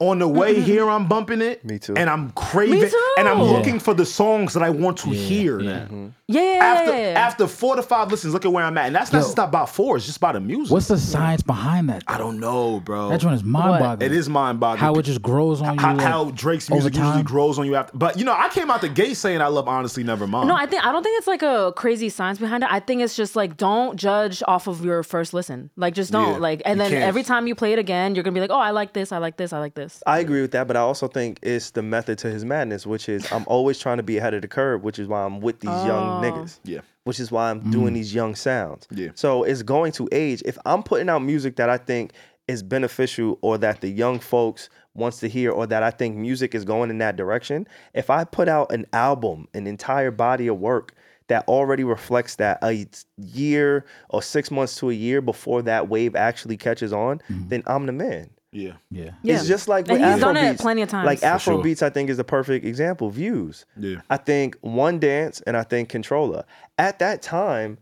S3: on the way here, I'm bumping it.
S1: Me too.
S3: And I'm craving
S2: too.
S3: and I'm
S2: Yeah.
S3: looking for the songs that I want to hear.
S4: yeah.
S3: now.
S2: yeah, yeah, yeah,
S3: After
S2: yeah, yeah.
S3: after four to five listens, look at where I'm at. And that's not
S4: Yo.
S3: just about four, it's just about the music.
S4: What's the science behind that?
S3: I don't know, bro.
S4: That joint is mind boggling.
S3: It is mind boggling.
S4: how it just grows on you.
S3: how,
S4: like,
S3: how Drake's
S4: over
S3: music usually
S4: time.
S3: grows on you after. But you know, I came out the gate saying I love honestly never mind.
S2: no, I think I don't think it's like a crazy science behind it. I think it's just like don't judge off of your first listen. Like just don't
S3: Yeah,
S2: like, and
S3: you
S2: then
S3: can't.
S2: every time you play it again, you're gonna be like, oh, I like this, I like this, I like this.
S1: I agree with that, but I also think it's the method to his madness, which is I'm always trying to be ahead of the curve, which is why I'm with these young niggas.
S3: Yeah. Mm.
S1: Which is why I'm doing these young sounds.
S3: Yeah.
S1: So it's going to age. If I'm putting out music that I think is beneficial or that the young folks wants to hear or that I think music is going in that direction, if I put out an album, an entire body of work that already reflects that a year or six months to a year before that wave actually catches on,
S3: Mm-hmm.
S1: then I'm the man.
S3: yeah,
S4: yeah.
S2: Yeah.
S1: It's just like
S2: And
S1: with
S2: he's done it
S1: Afrobeats.
S2: plenty of times.
S1: Like
S2: For
S1: Afro
S3: sure.
S1: beats, I think is the perfect example. Views.
S3: Yeah.
S1: I think One Dance and I think Controller. At that time,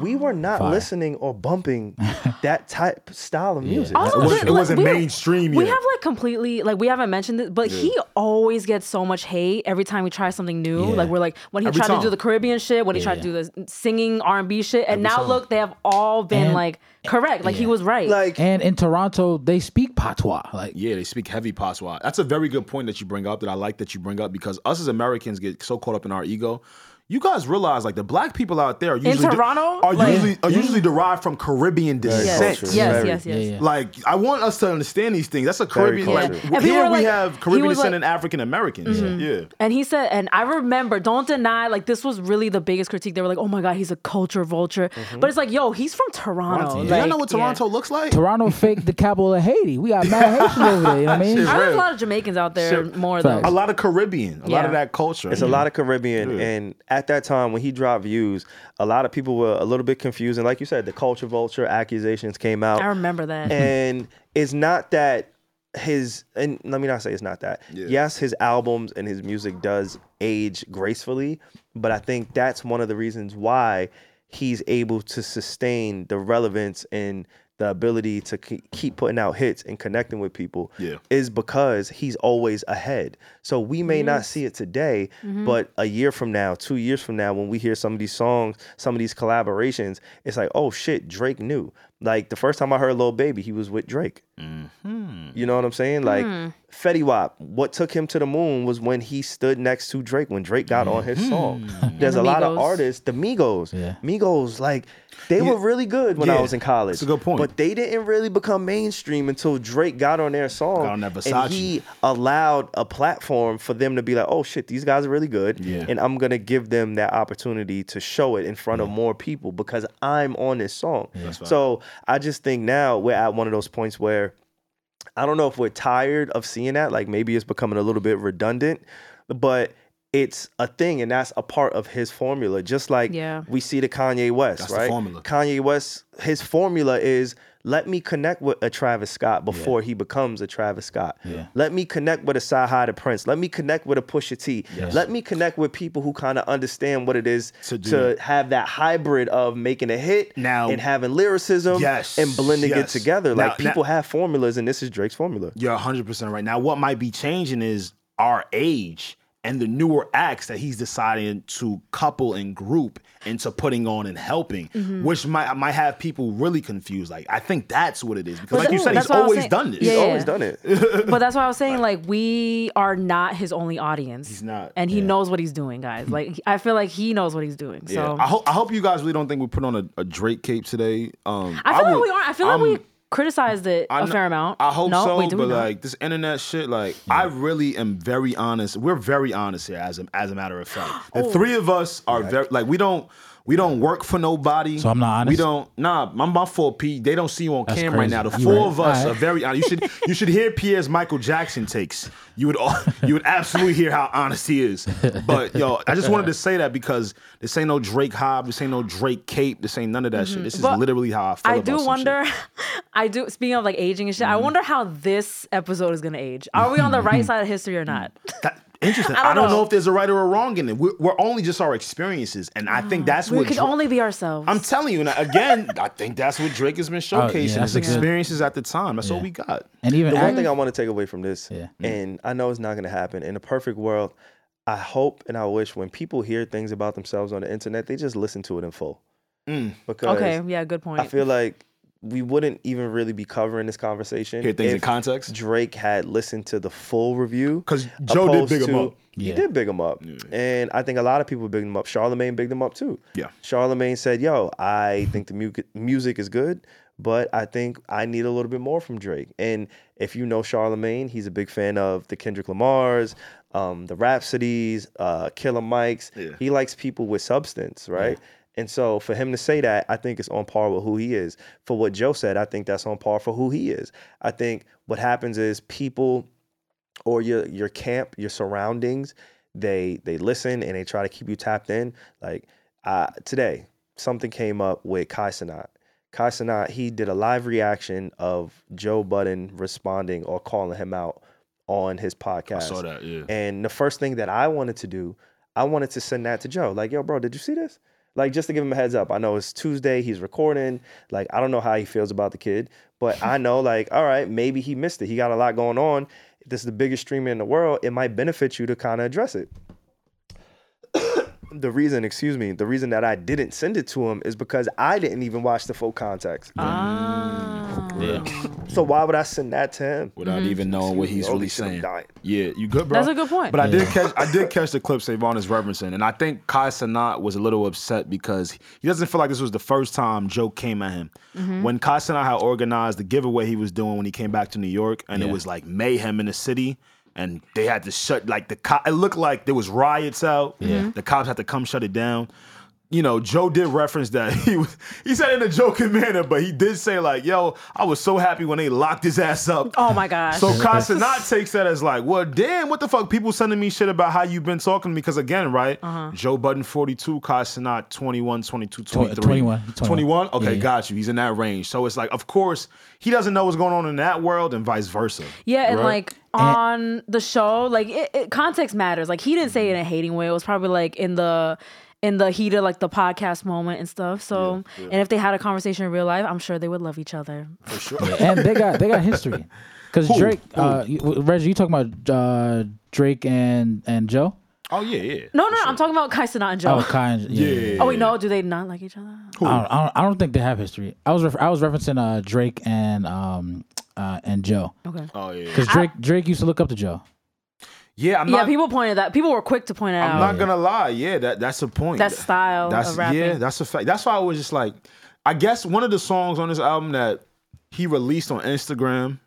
S1: we were not listening or bumping that type style of music.
S2: Also,
S3: It wasn't-
S2: there-
S3: it wasn't
S2: we-
S3: mainstream
S2: We
S3: yet.
S2: have like completely like we haven't mentioned this, but he always gets so much hate every time we try something new.
S4: Yeah.
S2: Like we're like when he
S3: Every
S2: tried
S3: time.
S2: to do the Caribbean shit, when he tried to do the singing R and B shit, and now look, they have all been
S4: And-
S2: like correct. Like he
S4: yeah.
S2: was right.
S1: Like
S4: And in Toronto, they speak patois. Like
S3: yeah. They speak heavy patois. That's a very good point that you bring up. That I like that you bring up because us as Americans get so caught up in our ego. you guys realize like the black people out there are usually
S2: Toronto?
S3: are
S2: Like-
S3: usually are usually derived from Caribbean descent.
S2: Yes, yes,
S1: culture.
S2: yes,
S1: Very-
S2: yes.
S4: Yeah, yeah.
S3: Like I want us to understand these things. That's a Caribbean.
S1: cultural.
S3: Like
S1: Yeah.
S2: And people
S3: here
S2: were
S3: we
S2: like-
S3: have
S2: he
S3: Caribbean
S2: was
S3: descent
S2: like- Mm-hmm.
S3: and African Americans. Yeah.
S2: And he said, and I remember, don't deny, like this was really the biggest critique. They were like, "Oh my god, he's a culture vulture," but it's like, "Yo, he's from Toronto."
S3: Do
S2: Like,
S3: y'all know what
S2: yeah.
S3: Toronto looks like?
S4: Toronto faked the capital of Haiti. We got mad Haitians over there. You know what I mean?
S2: I know there's a lot of Jamaicans out there more
S4: Facts.
S2: though.
S3: A lot of Caribbean. A lot of
S2: Yeah.
S3: that culture.
S1: It's a lot of Caribbean, and at that time when he dropped views, a lot of people were a little bit confused. And like you said, the culture vulture accusations came out.
S2: I remember that.
S1: and it's not that his and let me not say it's not that. Yes, his albums and his music does age gracefully, but I think that's one of the reasons why he's able to sustain the relevance and the ability to ke- keep putting out hits and connecting with people
S3: Yeah.
S1: is because he's always ahead. So we may not see it today, but a year from now, 2 years from now when we hear some of these songs, some of these collaborations, it's like, "Oh shit, Drake knew." Like the first time I heard Lil Baby, he was with Drake. You know what I'm saying? Like
S2: Hmm.
S1: Fetty Wap, what took him to the moon was when he stood next to Drake when Drake got on
S3: Hmm.
S1: his song. There's a
S2: the
S1: lot of
S2: Migos.
S1: artists, the Migos.
S4: Yeah.
S1: Migos, like they were really good when I
S3: Yeah.
S1: was in college.
S3: That's a good point.
S1: But they didn't really become mainstream until Drake got on their song.
S3: Got on that Versace.
S1: and he allowed a platform for them to be like, oh shit, these guys are really good.
S3: Yeah.
S1: And I'm gonna give them that opportunity to show it in front of more people because I'm on this song. So I just think now we're at one of those points where I don't know if we're tired of seeing that. Like maybe it's becoming a little bit redundant, but it's a thing, and that's a part of his formula. Just like
S2: Yeah.
S1: we see the Kanye West,
S3: That's the
S1: right?
S3: formula.
S1: Kanye West, his formula is let me connect with a Travis Scott before he becomes a Travis Scott. Let me connect with a Sahai the Prince. Let me connect with a Pusha T. Let me connect with people who kind of understand what it is to,
S3: To do that.
S1: have that hybrid of making a hit
S3: Now-
S1: and having lyricism
S3: Yes,
S1: and blending
S3: yes.
S1: it together. Like
S3: Now- now-
S1: people have formulas, and this is Drake's formula.
S3: You're 100% right. Now, what might be changing is our age and the newer acts that he's deciding to couple and group into putting on and helping,
S2: Mm-hmm.
S3: which might might have people really confused. Like, I think that's what it is. Because,
S2: But
S3: like you
S2: that-
S3: said,
S2: that's
S3: he's
S2: what I was
S3: always
S2: saying.
S3: done this.
S2: Yeah,
S1: He's
S2: yeah.
S1: always done it.
S2: but that's why I was saying, like, we are not his only audience. He's
S3: not, Hmm.
S2: and he knows what he's doing, guys. Like, I feel like he knows what he's doing. So
S3: Yeah. I hope I hope you guys really don't think we put on a, a Drake cape today. Um,
S2: I feel like
S3: would-
S2: we are. I feel
S3: I'm-
S2: like we criticized it
S3: I
S2: a
S3: kn-
S2: fair amount.
S3: I hope
S2: no,
S3: so,
S2: wait, do we
S3: but
S2: not?
S3: like this internet shit, like I really am very honest. We're very honest here, as a, as a matter of fact.
S2: Oh.
S3: The three of us are very like we don't we don't work for nobody.
S4: So I'm not
S3: We
S4: honest?
S3: don't. Nah, my my fault, Pete. They don't see you on
S4: That's
S3: camera right
S4: crazy.
S3: now. The
S4: You
S3: four
S4: right.
S3: of us
S4: Alright.
S3: are very honest. You should you should hear Pierre's Michael Jackson takes. You would all, you would absolutely hear how honest he is. But yo, I just wanted to say that because this ain't no Drake Hobb. This ain't no Drake Cape. This ain't none of that shit. This is
S2: Mm-hmm. But
S3: literally how I feel.
S2: I
S3: about
S2: do
S3: some shit. Hmm.
S2: wonder. I do. Speaking of like aging and shit, I wonder how this episode is gonna age. Are we on the right side of history or not?
S3: That, interesting. I
S2: I
S3: don't,
S2: don't
S3: know.
S2: know.
S3: if there's a right or a wrong in it. We're, we're only just our experiences, and I think that's
S2: we
S3: what
S2: can
S3: Dra-
S2: only be ourselves.
S3: I'm telling you. And I- again, I think that's what Drake has been showcasing
S4: Oh, that's
S3: his
S4: a good-
S3: experiences at the time. That's all we got.
S4: And even
S1: The one
S4: act-
S1: thing I want to take away from this,
S3: Mm-hmm.
S1: and I know it's not going to happen in a perfect world. I hope and I wish when people hear things about themselves on the internet, they just listen to it in full.
S3: Mm.
S1: Because
S2: okay. Yeah. Good point.
S1: I feel like we wouldn't even really be covering this conversation.
S3: Hear things in
S1: if
S3: context?
S1: Drake had listened to the full review
S3: 'Cause Joe did
S1: opposed
S3: big him
S1: to-
S3: up.
S4: Yeah.
S1: He did big him up, and I think a lot of people bigged him up. Charlemagne bigged him up too.
S3: Yeah.
S1: Charlemagne said, "Yo, I think the mu- music is good." But I think I need a little bit more from Drake. And if you know Charlemagne, he's a big fan of the Kendrick Lamar's, um, the Rhapsodies, uh, Killer Mike's. He likes people with substance, right? And so for him to say that, I think it's on par with who he is. For what Joe said, I think that's on par for who he is. I think what happens is people or your your camp, your surroundings, they they listen and they try to keep you tapped in. Like uh, today, something came up with Kai Sanat. Kai Sanat, he did a live reaction of Joe Budden responding or calling him out on his podcast. I saw that, yeah. And the first thing that I wanted to do, I wanted to send that to Joe. Like, yo, bro, did you see this? Like, just to give him a heads up. I know it's Tuesday, he's recording. Like, I don't know how he feels about the kid, but I know, like, all right, maybe he missed it. He got a lot going on. This is the biggest streamer in the world. It might benefit you to kind of address it. the reason, excuse me, the reason that I didn't send it to him is because I didn't even watch the full context. So why would I send that to him?
S3: without even knowing what he's
S1: Holy
S3: really
S1: shit, I'm
S3: saying.
S1: dying.
S3: Yeah, you good, bro?
S2: Mm-hmm. That's a good point.
S3: But I did catch I did catch the clip Savon is referencing, and I think Kai Sanat was a little upset because he doesn't feel like this was the first time Joe came at him.
S2: Mm-hmm.
S3: When Kai Sanat had organized the giveaway he was doing when he came back to New York, and it was like mayhem in the city. And they had to shut like the cop. It looked like there was riots out. Yeah. Mm-hmm. The cops had to come shut it down you know, Joe did reference that he was, he said in a joking manner, but he did say like, "Yo, I was so happy when they locked his ass up."
S2: Oh my gosh.
S3: So Casanat takes that as like, "Well, damn, what the fuck? People sending me shit about how you've been talking to me because again, right?
S2: Uh-huh.
S3: Joe Budden 42, Casanat 21, 22, 23.
S4: 21, 21.
S3: 21? Okay,
S4: uh, Yeah, yeah.
S3: got you. He's in that range. So it's like, of course, he doesn't know what's going on in that world and vice versa.
S2: Yeah, and
S3: Right.
S2: like on the show, like it, it, context matters. Like he didn't say it in a hating way. It was probably like in the in the heat of like the podcast moment and stuff. So, and if they had a conversation in real life, I'm sure they would love each other.
S4: and they got they got history. Because Drake, uh, you, Reggie, you talking about uh, Drake and and Joe?
S3: Oh yeah, yeah.
S2: No, no, no I'm talking about Kai Sinat and
S3: Ah.
S2: Joe.
S4: Oh,
S2: Oh,
S4: Kai. And, yeah.
S2: wait, no, do they not like each other?
S4: I, don't, I, don't, I don't think they have history. I was ref- I was referencing uh, Drake and um uh, and Joe.
S2: Okay.
S3: Oh yeah.
S4: Because Drake Drake used to look up to Joe.
S3: Yeah, I'm
S2: yeah,
S3: not
S2: people pointed that. People were quick to point it
S3: I'm
S2: out.
S3: not gonna lie. Yeah, that that's a point.
S2: That style of
S3: That's
S2: rapping.
S3: yeah, that's a fact. That's why I was just like, I guess one of the songs on this album that he released on Instagram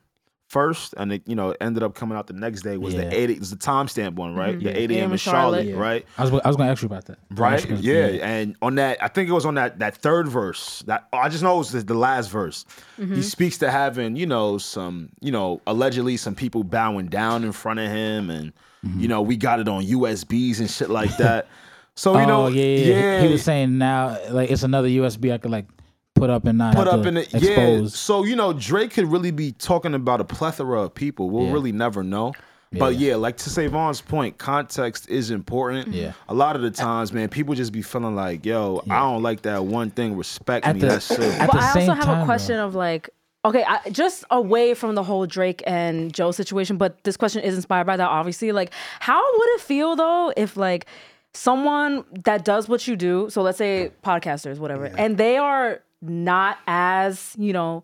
S3: first, and it you know ended up coming out the next day was
S4: Yeah. Mm-hmm.
S3: the eight. It was the timestamp one, right? The eight a.m. in
S2: in
S3: Charlotte,
S2: Charlotte.
S3: right?
S4: I was I was gonna ask you about that.
S3: Right? Yeah. And on that, I think it was on that that third verse. That I just know it was the- the last verse. He speaks to having, you know, some, you know, allegedly some people bowing down in front of him and
S4: Mm-hmm.
S3: you know, we got it on USBs and shit like that. So, you
S4: oh
S3: know,
S4: yeah, yeah, yeah. He was saying now like it's another USB I could like put up and not
S3: put
S4: have
S3: up
S4: to
S3: in the yeah.
S4: expose.
S3: So you know, Drake could really be talking about a plethora of people. We'll really never know. But yeah, like to Savon's point, context is important.
S4: Yeah.
S3: a lot of the times, man, people just be feeling like, "Yo, I don't like that one thing. Respect
S4: At
S3: me."
S4: the-
S3: That's it.
S4: at-
S2: But
S4: the
S2: I also
S4: same
S2: have
S4: time,
S2: a question of like, okay, I, just away from the whole Drake and Joe situation, but this question is inspired by that, obviously. Like, how would it feel though if like someone that does what you do, so let's say podcasters, whatever, and they are not as, you know,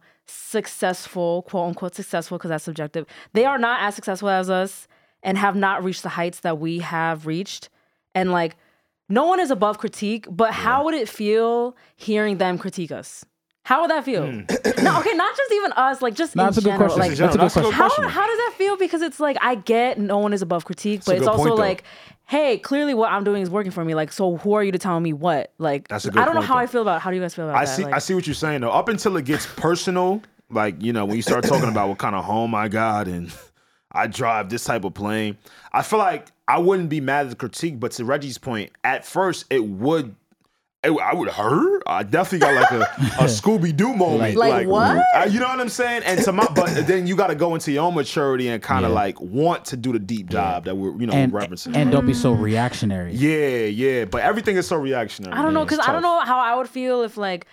S2: successful, quote unquote successful, because that's subjective. They are not as successful as us and have not reached the heights that we have reached. And like, no one is above critique, but how would it feel hearing them critique us? How would that feel?
S3: Hmm.
S2: no, okay, not just even us, like just
S4: No,
S2: in
S4: that's a good
S2: general.
S4: question.
S2: Like,
S4: That's a good question.
S2: how, how does that feel? Because it's like I get no one is above critique, but
S3: a
S2: it's
S3: good
S2: also
S3: point, though.
S2: like, hey, clearly what I'm doing is working for me. Like, so who are you to tell me what? Like,
S3: That's a good
S2: I don't know
S3: point,
S2: how
S3: though.
S2: I feel about. it. How do you guys feel about
S3: I
S2: that?
S3: see.
S2: Like,
S3: I see what you're saying though. Up until it gets personal, like you know, when you start talking about what kind of home I got and I drive this type of plane, I feel like I wouldn't be mad at the critique. But to Reggie's point, at first it would it, I would hurt. I definitely got like a, a Scooby Doo moment.
S2: Like, what?
S3: uh, you know what I'm saying? And to my, but then you got to go into your own maturity and kind of like want to do the deep dive that we're you know
S4: and
S3: referencing.
S4: and don't be so
S2: Mm.
S4: reactionary.
S3: yeah, yeah. But everything is so reactionary.
S2: I don't know
S3: It's
S2: because I don't
S3: tough.
S2: know
S3: Mm.
S2: how I would feel if like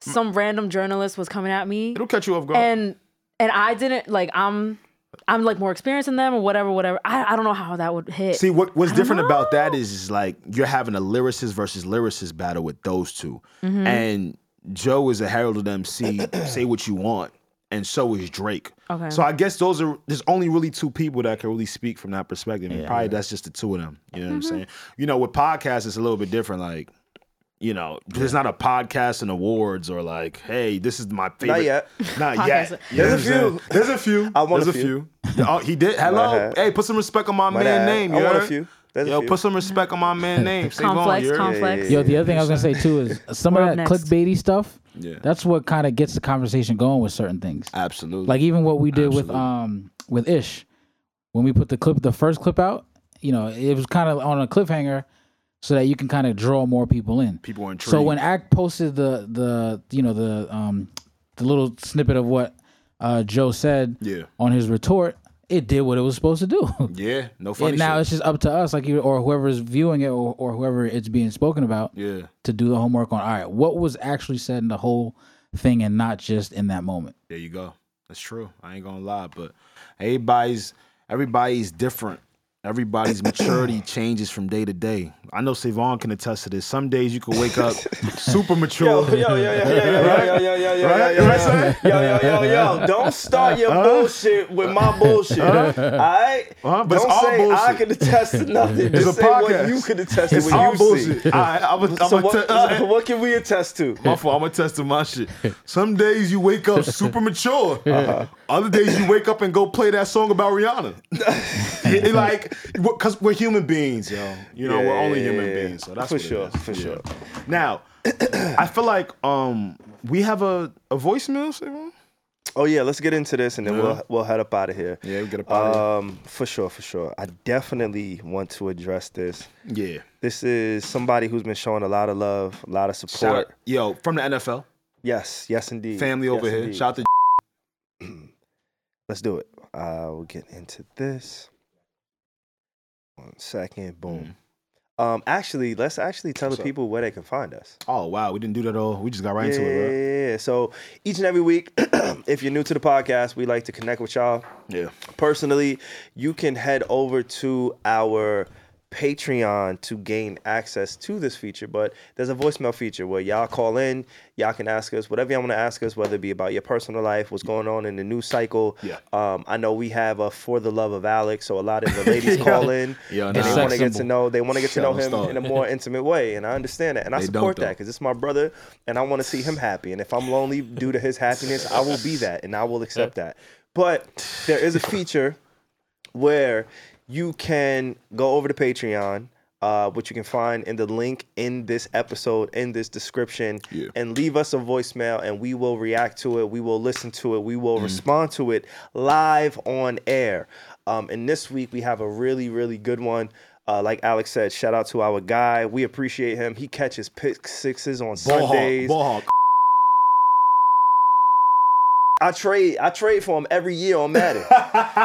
S2: some random journalist was coming at me
S3: It'll catch you off guard.
S2: and and I didn't like I'm I'm like more experienced than them or whatever whatever. I, I don't know how that would hit.
S3: See what what's
S2: I don't
S3: different about
S2: know.
S3: that is, is like you're having a lyricist versus lyricist battle with those 2
S2: Mm-hmm.
S3: and Joe is a heralded MC. say what you want, and so is Drake.
S2: Okay.
S3: So I guess those are there's only really two people that can really speak from that perspective. And probably that's just the two of them. You know what
S2: Mm-hmm.
S3: I'm saying? You know, with podcasts, it's a little bit different. Like. You know, there's not a podcast and awards or like, hey, this is my favorite.
S1: yet.
S3: Not
S2: Podcasts.
S3: yet. You
S1: There's
S3: know
S1: a
S3: what I'm
S1: few.
S3: saying? There's a few.
S1: I want
S3: There's
S1: a
S3: a
S1: few.
S3: few. Oh, he did. Hello.
S1: have.
S3: Hey, put some respect on my
S1: Might
S3: man
S1: have.
S3: name.
S1: I
S3: you
S1: want a
S3: heard?
S1: few. There's a
S3: Yo,
S1: few.
S3: put some respect on my man name. Save on,
S2: Complex,
S3: you heard?
S2: complex.
S4: Yo, the other thing I was gonna say too is some of
S2: We're
S4: that
S2: up next.
S4: clickbaity stuff.
S3: Yeah.
S4: That's what kind of gets the conversation going with certain things.
S3: Absolutely.
S4: Like even what we did with um with Ish, when we put the clip, the first clip out, you know, it was kind of on a cliffhanger, so that you can kind of draw more people in.
S3: People were intrigued.
S4: So when Act posted the the you know the um the little snippet of what uh Joe said
S3: Yeah.
S4: on his retort, it did what it was supposed to do.
S3: yeah, no
S4: And
S3: funny
S4: now
S3: shit.
S4: it's just up to us, like you or whoever's viewing it or, or whoever it's being spoken about,
S3: Yeah.
S4: to do the homework on. All right, what was actually said in the whole thing, and not just in that moment.
S3: There you go. That's true. I ain't gonna lie, but everybody's everybody's different Everybody's maturity changes from day to day. I know Savon can attest to this. Some days you can wake up super mature.
S1: Yo, yo, yo, yo, yo, yo, yo, yo, yo, yo,
S3: Right?
S1: yo, yo,
S3: Right, son?
S1: yo, yo, yo, yo. Don't start your bullshit with my bullshit. All right?
S3: Uh-huh, but it's
S1: Don't
S3: all
S1: say I
S3: bullshit.
S1: could attest to nothing.
S3: It's
S1: Just
S3: a
S1: say what
S3: podcast.
S1: you could attest to
S3: It's all
S1: what you see.
S3: bullshit. uh, I, I was, I'm
S1: So
S3: gonna
S1: what,
S3: te-
S1: so what can we attest to?
S3: my fault. I'm gonna test to my shit. Some days you wake up super mature.
S1: Uh-huh.
S3: Other days you wake up and go play that song about Rihanna. It- it like, because we're human beings, yo. You know, we're
S1: Yeah,
S3: only
S1: yeah,
S3: human
S1: yeah.
S3: beings. So that's
S1: For
S3: what it
S1: sure,
S3: is.
S1: for sure.
S3: Now, I feel like um we have a a voicemail. Savon?
S1: Oh yeah, let's get into this and then we'll we'll head up out of here.
S3: Yeah, we get up outta here.
S1: Um, for sure, for sure. I definitely want to address this.
S3: Yeah.
S1: This is somebody who's been showing a lot of love, a lot of
S3: Shout
S1: support.
S3: out, yo, from the NFL
S1: Yes, yes indeed.
S3: family
S1: Yes,
S3: over here.
S1: indeed.
S3: Shout out to
S1: Let's do it. Uh, we'll get into this. One second. Boom. Um, actually, let's actually tell the people where they can find us.
S3: Oh wow, we didn't do that at all. We just got right
S1: yeah,
S3: into it, right?
S1: yeah, yeah. So each and every week, if you're new to the podcast, we like to connect with y'all.
S3: Yeah.
S1: personally, you can head over to our Patreon to gain access to this feature. But there's a voicemail feature where y'all call in, y'all can ask us whatever y'all want to ask us, whether it be about your personal life, what's going on in the news cycle.
S3: Yeah.
S1: Um, I know we have a for the love of Alex, so a lot of the ladies call in
S3: Yeah,
S1: and
S3: nah.
S1: they
S4: Sex
S1: want to get to
S4: symbol.
S1: know they want to get to
S3: Yeah,
S1: know
S3: don't
S1: him
S3: start.
S1: in a more intimate way, and I understand that, and I
S3: They don't,
S1: support that
S3: though.
S1: because it's my brother, and I want to see him happy. And if I'm lonely due to his happiness, I will be that, and I will accept that. But there is a feature where you can go over to Patreon, uh, which you can find in the link in this episode, in this description,
S3: Yeah.
S1: and leave us a voicemail, and we will react to it. We will listen to it. We will
S3: Mm.
S1: respond to it live on air. Um, and this week we have a really, really good one. Uh, like Alex said, shout out to our guy. We appreciate him. He catches pick sixes on
S3: Ball
S1: Sundays.
S3: hawk, ball hawk.
S1: I trade I trade for him every year on Madden.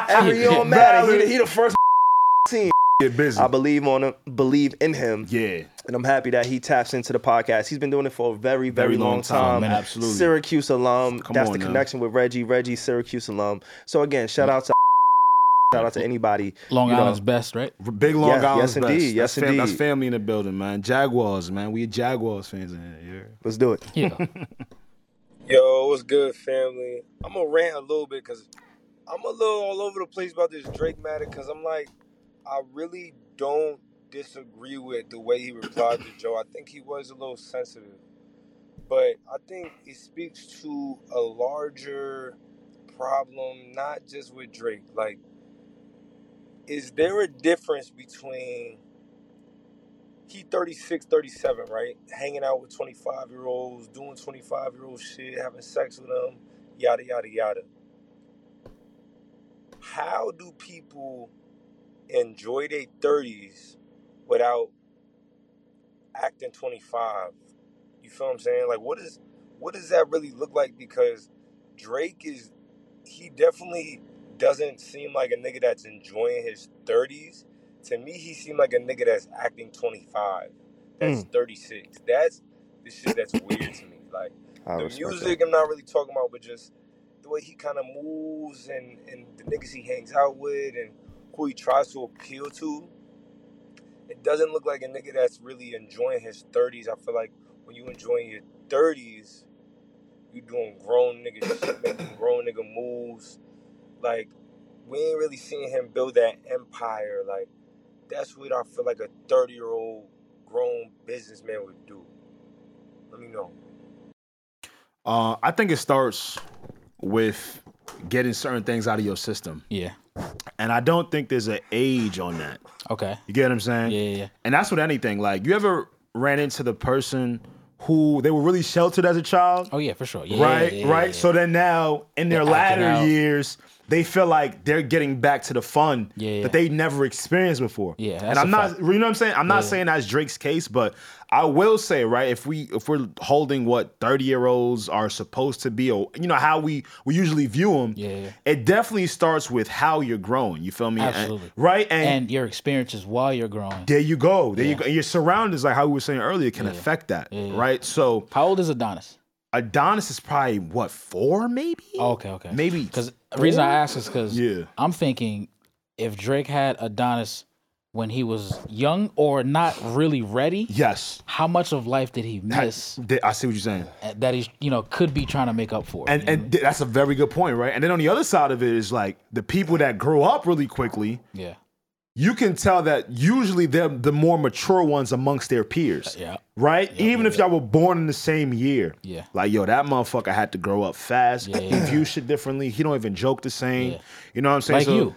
S1: every year on Madden. He, he the first team.
S3: Get busy.
S1: I believe on him, believe in him,
S3: yeah.
S1: and I'm happy that he taps into the podcast. He's been doing it for a very, very, long, time.
S3: man, absolutely.
S1: Syracuse alum.
S3: Come
S1: That's
S3: on
S1: the
S3: now.
S1: connection with Reggie. Reggie, Syracuse alum. So again, shout out to shout out to anybody.
S4: Long
S1: you know.
S4: Island's best, right?
S3: Big Long
S1: Yeah,
S3: Island's
S1: yes, indeed,
S3: best.
S1: yes,
S3: that's fam- That's
S1: indeed.
S3: family in the building, man. Jaguars, man. We Jaguars fans in here.
S1: Let's do it.
S4: Yeah.
S8: Yo, what's good, family? I'm gonna rant a little bit because I'm a little all over the place about this Drake matter. Because I'm like, I really don't disagree with the way he replied to Joe. I think he was a little sensitive, but I think it speaks to a larger problem, not just with Drake. Like, is there a difference between he 36 37 right hanging out with 25 year olds doing 25 year old shit having sex with them yada yada yada how do people enjoy their 30s without acting 25 you feel what i'm saying like what is what does that really look like because drake is he definitely doesn't seem like a nigga that's enjoying his 30s to me, he seemed like a nigga that's acting 25, that's 36. That's the shit that's weird to me. Like,
S1: I Ah,
S8: the
S1: respect that.
S8: music, I'm not really talking about, but just the way he kind of moves and, and the niggas he hangs out with and who he tries to appeal to. It doesn't look like a nigga that's really enjoying his 30s. I feel like when you enjoying your 30s, you doing grown nigga shit, making grown nigga moves. Like, we ain't really seeing him build that empire. Like, that's what I feel like a 30 year old grown businessman would do. Let me know.
S3: Uh, I think it starts with getting certain things out of your system,
S4: Yeah.
S3: and I don't think there's an age on that.
S4: Okay.
S3: You get what I'm saying?
S4: Yeah, yeah, yeah.
S3: And that's with anything. Like, you ever ran into the person who they were really sheltered as a child?
S4: Oh yeah, for sure. Yeah,
S3: right,
S4: yeah, yeah,
S3: right.
S4: yeah.
S3: So then now in their
S4: They're acting
S3: latter
S4: out.
S3: years, they feel like they're getting back to the fun
S4: Yeah, yeah.
S3: that they never experienced before.
S4: Yeah,
S3: and
S4: that's
S3: I'm
S4: a
S3: not,
S4: fact.
S3: you know what I'm saying? I'm not saying that's Drake's case, but I will say, right, if we if we're holding what 30 year olds are supposed to be, or you know how we we usually view them,
S4: Yeah, yeah.
S3: it definitely starts with how you're growing. You feel me? And-
S4: Absolutely.
S3: right,
S4: and your experiences while you're growing.
S3: there you go. There you go. And your surroundings, like how we were saying earlier, can affect that, right? So
S4: How old is Adonis?
S3: Adonis is probably what four, maybe?
S4: Oh, okay, okay.
S3: Maybe
S4: Because the reason I
S3: four?
S4: ask is because
S3: Yeah.
S4: I'm thinking if Drake had Adonis when he was young or not really ready,
S3: Yes.
S4: how much of life did he miss
S3: Th- I see what you're saying.
S4: that he's you know could be trying to make up for?
S3: And and th- that's a very good point, right? And then on the other side of it is like the people that grow up really quickly,
S4: yeah,
S3: you can tell that usually they're the more mature ones amongst their peers.
S4: yeah,
S3: Right? Even if y'all were born in the same year.
S4: Yeah.
S3: Like, yo, that motherfucker had to grow up fast. he views shit differently. He don't even joke the same.
S4: Yeah.
S3: You know what I'm saying?
S4: like you.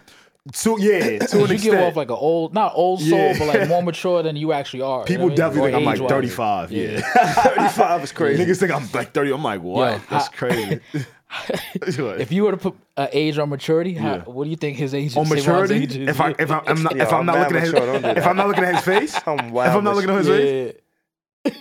S3: So, to, yeah, to
S4: You
S3: an
S4: give
S3: extent.
S4: off like an old, not old soul,
S3: Yeah.
S4: but like more mature than you actually are. you
S3: people
S4: know what I mean?
S3: definitely
S4: Or
S3: think I'm like
S4: age-wise.
S3: 35. Yeah.
S1: Five is crazy.
S3: Niggas think I'm like 30. I'm like, what?
S4: Yo,
S3: that's
S4: I-
S3: crazy. What?
S4: If you were to put an age on maturity, how, what do you think his age?
S3: on
S4: Savon's
S3: maturity,
S4: age is?
S3: if I if I, I'm not
S1: Yo,
S3: if I'm
S1: I'm
S3: not
S1: mad
S3: looking at his
S1: mature, don't do
S3: if
S1: that.
S3: I'm not looking at his face, if
S1: I'm wild.
S3: I'm not looking at his face,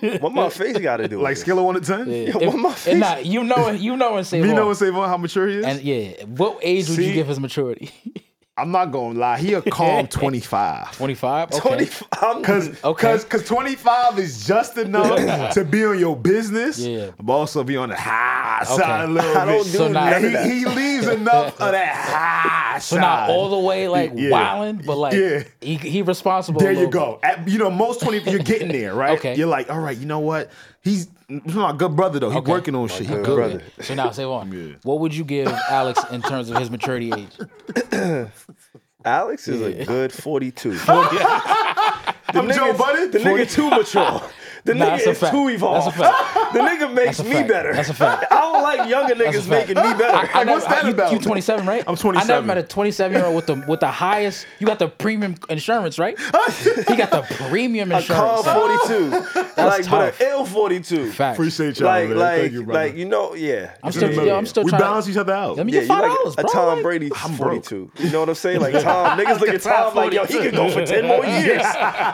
S4: Yeah.
S1: what my face got to do? with
S3: like
S1: this?
S3: scale of one to ten,
S4: Yeah.
S3: you
S1: what my
S4: and
S1: face-
S4: nah, you know, you know, and say,
S3: know and Savon how mature he is.
S4: and yeah, what age would
S3: See?
S4: you give his maturity?
S3: I'm not gonna lie, he a calm 25.
S4: Twenty five. Okay.
S1: Twenty. I'm
S3: Cause,
S4: Okay.
S3: cause, cause 25 is just enough to be on your business,
S4: Yeah.
S3: but also be on the high side a
S4: Okay.
S3: little
S1: I don't
S3: bit.
S1: do
S4: So now-
S1: none of that.
S3: And he, he leaves enough of that high
S4: So
S3: side.
S4: not all the way like
S3: Yeah.
S4: wilding, but like
S3: Yeah.
S4: he, he responsible. a
S3: There you
S4: little
S3: go. At- you know, most 20, you're getting there, right?
S4: Okay.
S3: You're like, all right, you know what? He's, he's my good brother, though. He's
S4: Okay.
S3: working on shit. He
S1: good
S3: good.
S1: brother.
S4: bit. uh, So now say on. What would you give Alex in terms of his maturity age?
S1: Alex is a good 42.
S3: I'm Joe Budden.
S1: The nigga too mature. The
S4: Nah, that's
S1: nigga
S4: a
S1: is
S4: fact.
S1: too evolved.
S4: That's a fact.
S1: The nigga makes
S4: That's a
S1: me
S4: fact.
S1: better.
S4: That's a fact.
S1: I don't like younger
S4: a
S1: niggas
S4: fact.
S1: making me better.
S4: I never-
S3: What's that
S4: you,
S3: about?
S4: You 27, right?
S3: I'm
S4: I never
S3: 27.
S4: met a 27 year old with the with the highest. You got the premium insurance, right? he got the premium
S1: a calm
S4: insurance.
S1: 42. like,
S4: tough.
S1: but an ill 42.
S4: Fact.
S3: Appreciate y'all,
S1: Like,
S3: man.
S1: like,
S3: Thank you, brother.
S1: like, you know, yeah.
S4: I'm
S1: You
S4: still,
S1: know what I
S4: yo,
S1: mean?
S4: I'm still
S3: we
S4: trying.
S3: balance each other out.
S4: Let me
S1: Yeah,
S4: get
S1: you
S4: five
S1: like
S4: dollars,
S1: a
S4: bro.
S1: Tom
S4: Like,
S1: Brady's
S3: I'm broke.
S1: 42. You know what I'm saying? Like Tom, niggas look at Tom like, yo, he could go for 10 more years.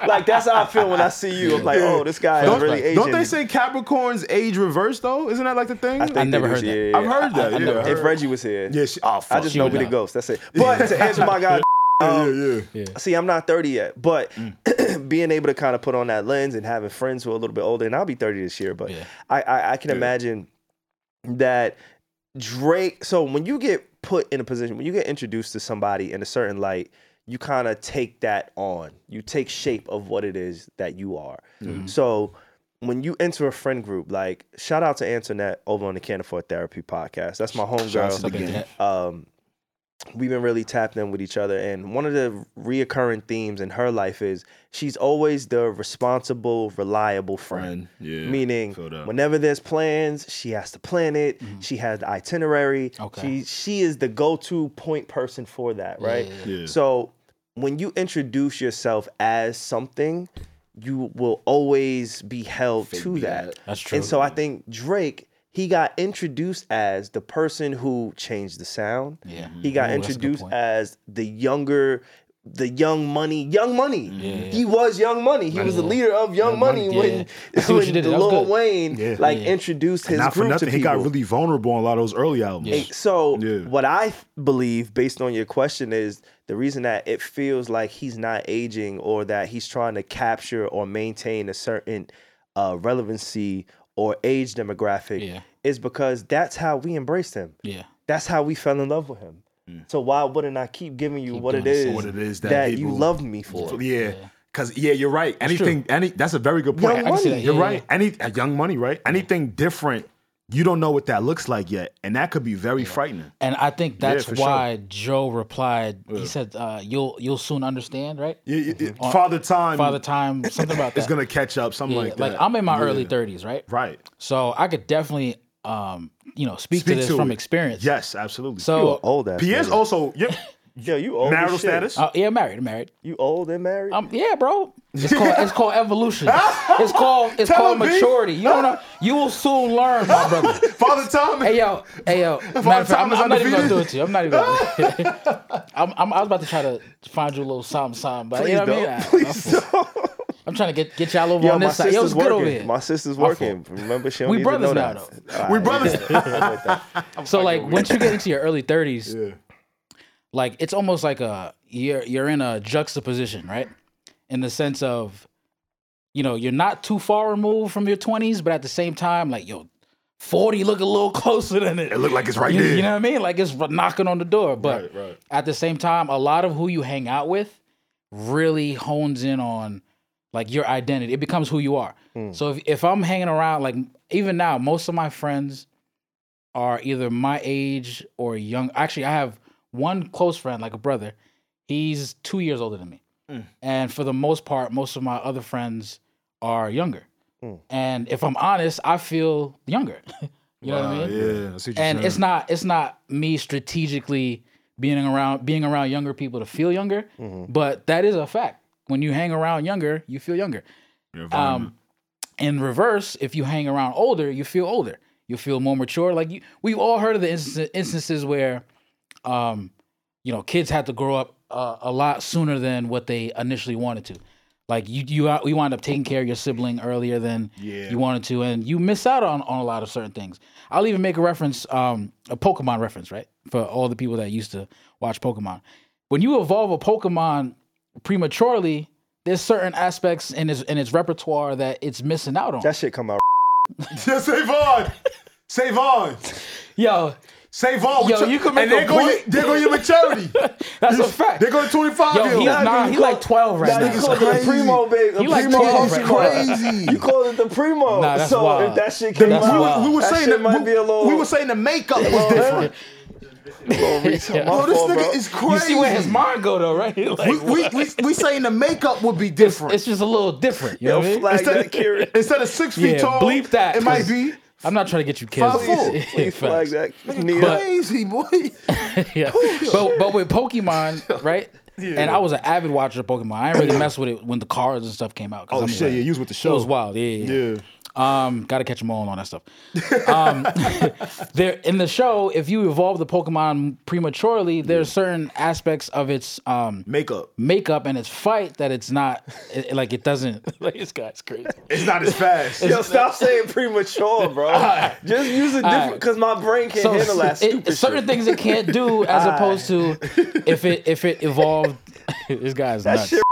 S1: Like that's how I feel when I see you. I'm like, oh, this guy is
S3: don't,
S1: really aging.
S3: don't they say Capricorn's age reverse though? Isn't that like the thing?
S1: I think
S4: I never
S1: they
S4: heard
S1: do,
S4: that.
S1: yeah,
S3: I've
S1: yeah.
S3: heard that.
S4: I
S3: yeah.
S4: never
S3: I
S1: If Reggie was here,
S3: Yeah, she, oh, fuck.
S1: I just
S4: she
S1: know
S4: would
S1: we the
S4: know.
S1: ghost. That's it. But to answer my guy,
S3: yeah,
S1: um,
S3: yeah. Mm.
S1: see, I'm not 30 yet, but being able to kind of put on that lens and having friends who are a little bit older, and I'll be 30 this year, but
S4: Yeah.
S1: I, I I can imagine that Drake. So when you get put in a position, when you get introduced to somebody in a certain light, you kind of take that on. You take shape of what it is that you are.
S3: Mm-hmm.
S1: So when you enter a friend group, like shout out to Antoinette over on the Canafort Therapy podcast. That's my
S3: Shout out
S1: homegirl
S3: to the gang.
S1: um, we've been really tapped in with each other. And one of the reoccurring themes in her life is she's always the responsible, reliable friend.
S3: Friend, yeah,
S1: Meaning,
S3: feel that.
S1: whenever there's plans, she has to plan it. She has the itinerary.
S4: Okay.
S1: She she is the go-to point person for that, right?
S3: yeah. Yeah.
S1: So when you introduce yourself as something, you will always be held to that.
S4: That's true.
S1: And so I think Drake, he got introduced as the person who changed the sound.
S4: Yeah.
S1: He got
S4: Ooh, that's a good
S1: introduced
S4: point.
S1: as the younger, the young money, young money.
S4: Yeah.
S1: He was young money. He was the leader of young,
S4: Young Money,
S1: money,
S4: yeah.
S1: when,
S4: I see what you
S1: when
S4: did there. That was
S1: Lil
S4: good.
S1: Wayne
S3: Yeah.
S1: like introduced his
S3: Not for
S1: group
S3: nothing.
S1: to
S3: He
S1: people.
S3: got really vulnerable on a lot of those early albums.
S4: Yeah.
S1: So
S3: Yeah.
S1: what I f- believe, based on your question, is the reason that it feels like he's not aging or that he's trying to capture or maintain a certain uh, relevancy or age demographic
S4: Yeah.
S1: is because that's how we embraced him.
S4: yeah.
S1: That's how we fell in love with him. So why wouldn't I keep giving you what it,
S4: doing the
S1: is
S4: same.
S3: Mm. What it is that
S1: that, you
S3: people-
S1: love me for?
S3: Yeah. Cause yeah, you're right. Anything, any that's a very good point.
S1: Young I can see Money. that.
S4: Yeah,
S3: You're
S4: yeah,
S3: right. Any uh, young money, right? Anything different, you don't know what that looks like yet, and that could be very frightening.
S4: And I think that's
S3: for sure.
S4: why Joe replied. He said, uh, "You'll you'll soon understand, right?
S3: Yeah, yeah, yeah. Uh, Father time,
S4: Father time, something about that.
S3: is gonna catch up. Something
S4: Yeah,
S3: like
S4: like,
S3: that.
S4: I'm in my
S3: Yeah.
S4: early 30s, right?
S3: Right.
S4: So I could definitely, um, you know, speak, to
S3: Speak
S4: this
S3: to
S4: from
S3: it.
S4: experience.
S3: Yes, absolutely.
S4: So
S1: Old ass.
S3: Pierre's
S1: nigga.
S3: also your
S1: Yo, you old. as
S3: marital
S1: shit.
S3: status.
S4: uh, yeah, married, married.
S1: You old and married.
S4: Um, yeah, bro. It's called it's called evolution. It's called it's called
S3: him, B.
S4: maturity. You don't know. You will soon learn, my brother.
S3: Father time.
S4: Hey yo, hey yo. Matter of fact, I'm,
S3: Thomas
S4: I'm not even gonna
S3: undefeated.
S4: do it to you. I'm not even. Gonna, I'm, I'm, I was about to try to find you a little something, something, but you know what I mean. I-
S1: Please don't.
S4: I'm trying to get get y'all over
S1: Yo,
S4: on
S1: my
S4: this side. Yo,
S1: sister's
S4: it's good over
S1: working.
S4: here.
S1: My sister's
S4: My
S1: working. Remember, she don't
S4: We
S1: need to know
S4: brothers now,
S1: that.
S3: we brothers.
S4: so like once you get into your early 30s like it's almost like a you're you're in a juxtaposition right in the sense of you know you're not too far removed from your 20s but at the same time like yo 40 look a little closer than it.
S3: It look like it's right
S4: you,
S3: there.
S4: You know what I mean? Like it's knocking on the door. But
S3: Right, right.
S4: at the same time, a lot of who you hang out with really hones in on like your identity. It becomes who you are.
S3: Hmm.
S4: So if, if I'm hanging around, like even now, most of my friends are either my age or young. Actually, I have one close friend, like a brother. He's two years older than me.
S3: Hmm.
S4: And for the most part, most of my other friends are younger.
S3: Hmm.
S4: And if I'm honest, I feel younger. you know what I mean?
S3: Yeah, I see what you're
S4: and
S3: saying.
S4: it's not it's not me strategically being around being around younger people to feel younger,
S3: Mm-hmm.
S4: but that is a fact. When you hang around younger, you feel younger. Um, in reverse, if you hang around older, you feel older. You feel more mature. Like you, we've all heard of the instances, instances where, um, you know, kids had to grow up uh, a lot sooner than what they initially wanted to. Like you, you, out- you wind up taking care of your sibling earlier than you wanted to, and you miss out on, on a lot of certain things. I'll even make a reference, um, a Pokemon reference, right? For all the people that used to watch Pokemon, when you evolve a Pokemon prematurely, there's certain aspects in its in its repertoire that it's missing out on.
S1: That shit come out.
S3: Yeah, save on. Save on.
S4: yo,
S3: Save on.
S4: Yo, you can make
S3: and there
S4: a
S3: go
S4: point.
S3: Your, there go your maturity.
S4: that's a fact.
S3: There go 25
S4: Yo, he,
S3: years.
S4: nah, he like 12 right
S1: Nah,
S4: now.
S1: you call it the
S3: crazy.
S1: primo, babe. The
S4: You like
S1: primo
S4: twelve,
S1: is
S4: right?
S1: crazy. You call it the primo.
S4: Nah, that's
S1: so
S4: wild.
S1: if that shit
S4: That's
S1: came out,
S4: wild.
S3: we, we were
S1: that
S3: saying
S1: shit
S3: that
S1: might
S3: we,
S1: be a little.
S3: we were saying the makeup was different.
S1: My
S3: Yo, this
S1: fault, bro.
S3: nigga is crazy.
S4: You see where his mind go though, right? Like,
S3: we, we, we, we saying the makeup would be different.
S4: it's just a little different. You know
S1: Yo,
S4: what I mean?
S1: flag
S3: instead,
S1: that, Kieran.
S3: of, instead of six feet
S4: Yeah,
S3: tall,
S4: bleep that,
S3: It might
S4: 'cause-
S3: be
S4: I'm not trying to get you killed.
S3: Five four.
S4: Facts.
S1: Please flag that. Nia.
S4: But-
S3: crazy boy.
S4: yeah. But but with Pokemon, right? And I was an avid watcher of Pokemon. I didn't really mess with it when the cards and stuff came out. 'cause
S3: Oh
S4: I'm
S3: shit, yeah,
S4: like-
S3: you was with the
S4: It
S3: show.
S4: was wild. Yeah, yeah. yeah.
S3: Yeah,
S4: Um, gotta catch them all and all that stuff. Um, there in the show, if you evolve the Pokemon prematurely, there's certain aspects of its um
S3: makeup.
S4: makeup and its fight that it's not it- like it doesn't. Like this guy's crazy.
S3: It's not as fast.
S1: Yo, stop saying premature, bro. Just use a different, because my brain can't handle that
S4: it-
S1: stupid
S4: certain
S1: shit.
S4: things it can't do as opposed to if it if it evolved. this guy's nuts.
S1: shit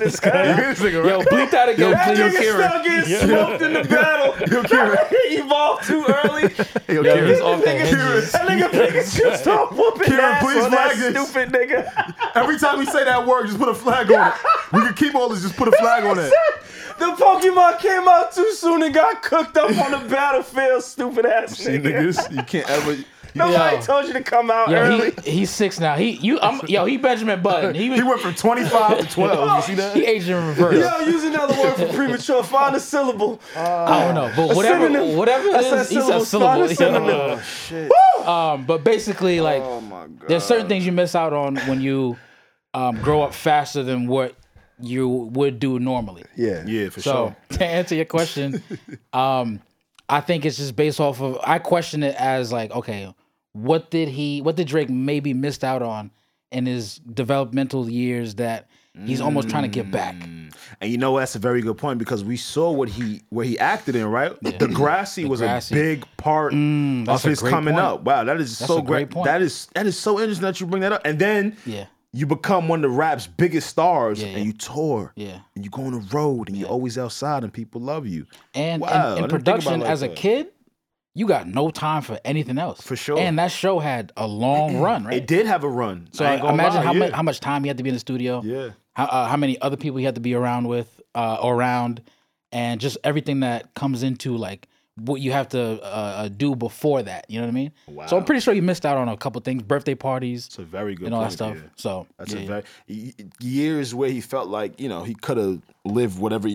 S3: This nigga,
S4: Yo,
S3: right?
S4: bleep that again,
S1: That nigga
S4: please.
S1: still getting smoked in the battle. he evolved too early.
S3: Yo,
S4: Yo,
S3: Kieran.
S4: he's off the
S1: Nigga,
S4: hinges.
S1: That nigga Pikachu stop whooping
S3: Kieran,
S1: ass
S3: please
S1: on that
S3: flag this.
S1: stupid nigga.
S3: Every time we say that word, just put a flag on it. We can keep all this. Just put a flag on it.
S1: The Pokemon came out too soon and got cooked up on the battlefield, stupid ass
S3: See,
S1: nigga.
S3: niggas, you can't ever. you-
S1: Nobody
S4: Yo.
S1: told you to come out
S4: Yo,
S1: early.
S4: he, he's six now. He you I'm yo, he Benjamin Button. He was
S3: He went from 25 to 12. You see that?
S4: he aged in reverse.
S1: Yo, use another word for premature. Find a syllable.
S4: I don't know, but whatever,
S1: synonym.
S4: whatever
S1: I
S4: it
S1: said
S4: is, he's a
S1: syllables, not a
S4: syllable.
S1: synonym. Oh,
S4: yeah. Um, but basically, like, there's certain things you miss out on when you um, grow up faster than what you would do normally.
S1: Yeah.
S3: Yeah, for
S4: So to answer your question, um, I think it's just based off of I question it as like, okay, what did he what did Drake maybe missed out on in his developmental years that he's almost trying to get back?
S3: And you know what? that's a very good point because we saw what he where he acted in, right? The Grassy was
S4: Degrassi.
S3: a big part of
S4: Mm, a
S3: his
S4: great
S3: coming
S4: point.
S3: up. Wow, that is
S4: That's
S3: so
S4: a great
S3: great.
S4: point.
S3: That is that is so interesting that you bring that up. And then
S4: Yeah.
S3: you become one of rap's biggest stars
S4: Yeah, yeah.
S3: and you tour.
S4: Yeah.
S3: And you go on the road and you're always outside and people love you.
S4: And
S3: Wow,
S4: and-
S3: I didn't
S4: and in
S3: think about it
S4: production
S3: like
S4: as a
S3: that.
S4: kid, you got no time for anything else.
S3: For sure.
S4: And that show had a long run, right?
S3: It did have a run.
S4: So
S3: I ain't gonna
S4: imagine
S3: lie,
S4: how,
S3: yeah.
S4: much, how much time you had to be in the studio.
S3: Yeah.
S4: How, uh, how many other people you had to be around with, uh, around, and just everything that comes into like what you have to uh, uh, do before that. You know what I mean? Wow. So I'm pretty sure you missed out on a couple things, birthday parties,
S3: It's a very good
S4: and all
S3: point.
S4: that stuff.
S3: yeah.
S4: So
S3: That's
S4: yeah,
S3: a
S4: yeah.
S3: very y- y- years where he felt like, you know, he could have lived whatever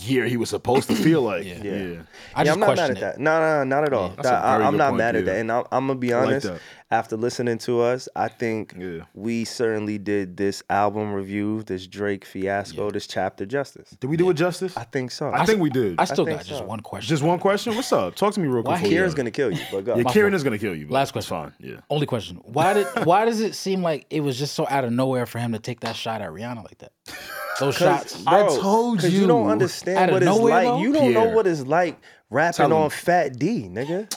S3: year he was supposed to feel like. yeah.
S4: I
S1: Yeah,
S4: just
S1: I'm not mad
S4: question
S1: at
S4: it.
S1: that. No, no, no, not at all.
S3: that's a
S1: That- I,
S3: very
S1: am
S3: good
S1: not
S3: point,
S1: mad at
S3: dude.
S1: that. And I'm, I'm gonna be
S3: like
S1: honest.
S3: that.
S1: after listening to us, I think
S3: Yeah.
S1: we certainly did this album review, this Drake fiasco, this chapter justice.
S3: Did we do it justice?
S1: I think so.
S3: I think we did.
S4: I still
S1: think
S4: got just
S1: so.
S4: one question.
S3: Just one question. What's up? Talk to me real quick.
S4: Why
S3: before we
S1: Kieran's
S3: go.
S1: gonna kill you, but go.
S3: Yeah, Kieran is gonna kill you. bro.
S4: Last
S3: It's
S4: question.
S3: fine. Yeah.
S4: Only question. Why did why does it seem like it was just so out of nowhere for him to take that shot at Rihanna like that? Those shots.
S1: Bro,
S3: I told
S1: 'cause you.
S3: you.
S1: don't
S3: Out
S1: understand
S4: of
S1: what it's
S4: nowhere,
S1: like.
S4: though?
S1: You don't know
S3: Pierre.
S1: what it's like rapping
S3: him.
S1: on Fat D, nigga.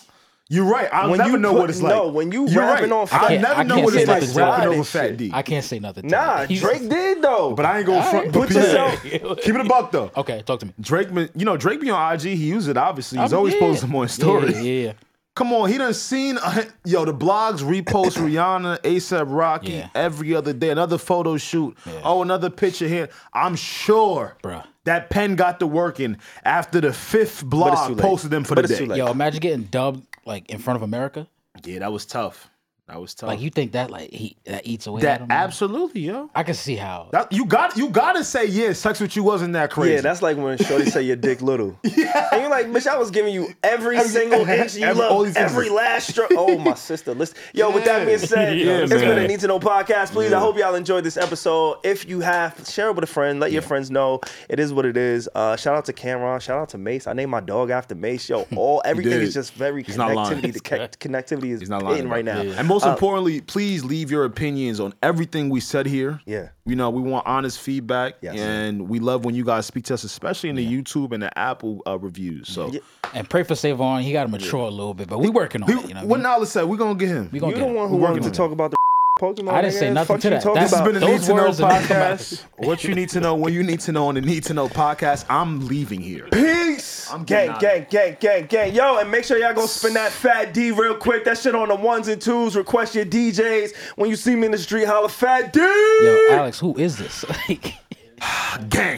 S3: You're right. I'll
S1: When
S3: never
S1: you
S3: know
S1: put-
S3: what it's like.
S1: no, when you
S3: You're
S1: rapping
S3: right.
S1: on Fat- I
S3: I
S1: can't-
S3: never
S4: I
S3: know
S4: can't
S3: what
S4: say
S3: it's like
S4: nothing to
S3: rapping
S1: that
S3: over
S1: shit.
S3: Fat D.
S4: I can't say nothing. to
S1: Nah,
S4: that. He's-
S1: Drake did though.
S3: But I ain't going front.
S1: Put
S3: Put
S1: yourself-
S3: yourself. Keep it a buck though.
S4: Okay, talk to me.
S3: Drake, been- you know Drake be on IG. He uses it obviously. He's
S4: I'm-
S3: always
S4: yeah.
S3: posting more stories.
S4: Yeah, yeah, yeah.
S3: Come on, he done seen uh, yo the blogs repost Rihanna, ASAP Rocky
S4: Yeah.
S3: every other day. Another photo shoot. Oh, another picture here. I'm sure,
S4: Bruh.
S3: that pen got to working after the fifth
S1: too
S3: blog
S1: late.
S3: posted them for
S1: But
S3: the
S1: it's
S3: day.
S1: too late.
S4: Yo, imagine getting dubbed like in front of America.
S3: Yeah, that was tough. That was tough.
S4: Like you think that like he that eats away at
S3: Oh. that
S4: him? man?
S3: absolutely, yo.
S4: I can see how.
S3: That, you got you got to say yeah. Sex with you wasn't that crazy.
S1: Yeah, that's like when Shorty say your dick little. And you're like, bitch, I was giving you every single inch you
S3: Every- all
S1: love,
S3: these
S1: every
S3: inches.
S1: last stroke. Oh, my sister. Listen, yo, with that being said,
S3: Yeah,
S1: it's been a
S3: man.
S1: Need to Know podcast. Please, I hope y'all enjoyed this episode. If you have, share it with a friend. Let your friends know. It is what it is. Uh, shout out to Cameron. Shout out to Mace. I named my dog after Mace. Yo, all everything
S3: did.
S1: is just very
S3: He's not lying.
S1: connectivity. The co- connectivity is
S3: He's not lying
S1: in
S3: about
S1: right now. Uh, Um,
S3: that. And most importantly, please leave your opinions on everything we said here.
S1: Yeah.
S3: You know, we want honest feedback.
S1: Yes.
S3: And we love when you guys speak to us, especially in the YouTube and the Apple uh, reviews. So
S4: And pray for Savon. He got to mature a little bit, but we working on
S3: we,
S4: it. You know
S3: what
S4: what, I mean?
S3: Nala said, we're going to get him.
S4: We gonna
S1: You're
S4: get
S1: the
S4: it.
S1: one who wanted to talk about the Pokemon.
S4: I didn't say
S1: nigga.
S4: nothing
S1: Fuck
S4: to
S1: you
S4: that.
S1: talking
S4: That's
S3: This has
S1: about?
S3: been a
S4: Those
S3: Need to Know
S4: words are not coming back.
S3: podcast. what you need to know, when you need to know, on the Need to Know podcast. I'm leaving here.
S1: Peace.
S3: I'm getting
S1: gang,
S3: outta
S1: gang, gang, gang, gang. Yo, and make sure y'all go spin that fat D real quick. That shit on the ones and twos. Request your DJs. When you see me in the street, holla fat D.
S4: Yo, Alex, who is this? Like.
S3: Gang.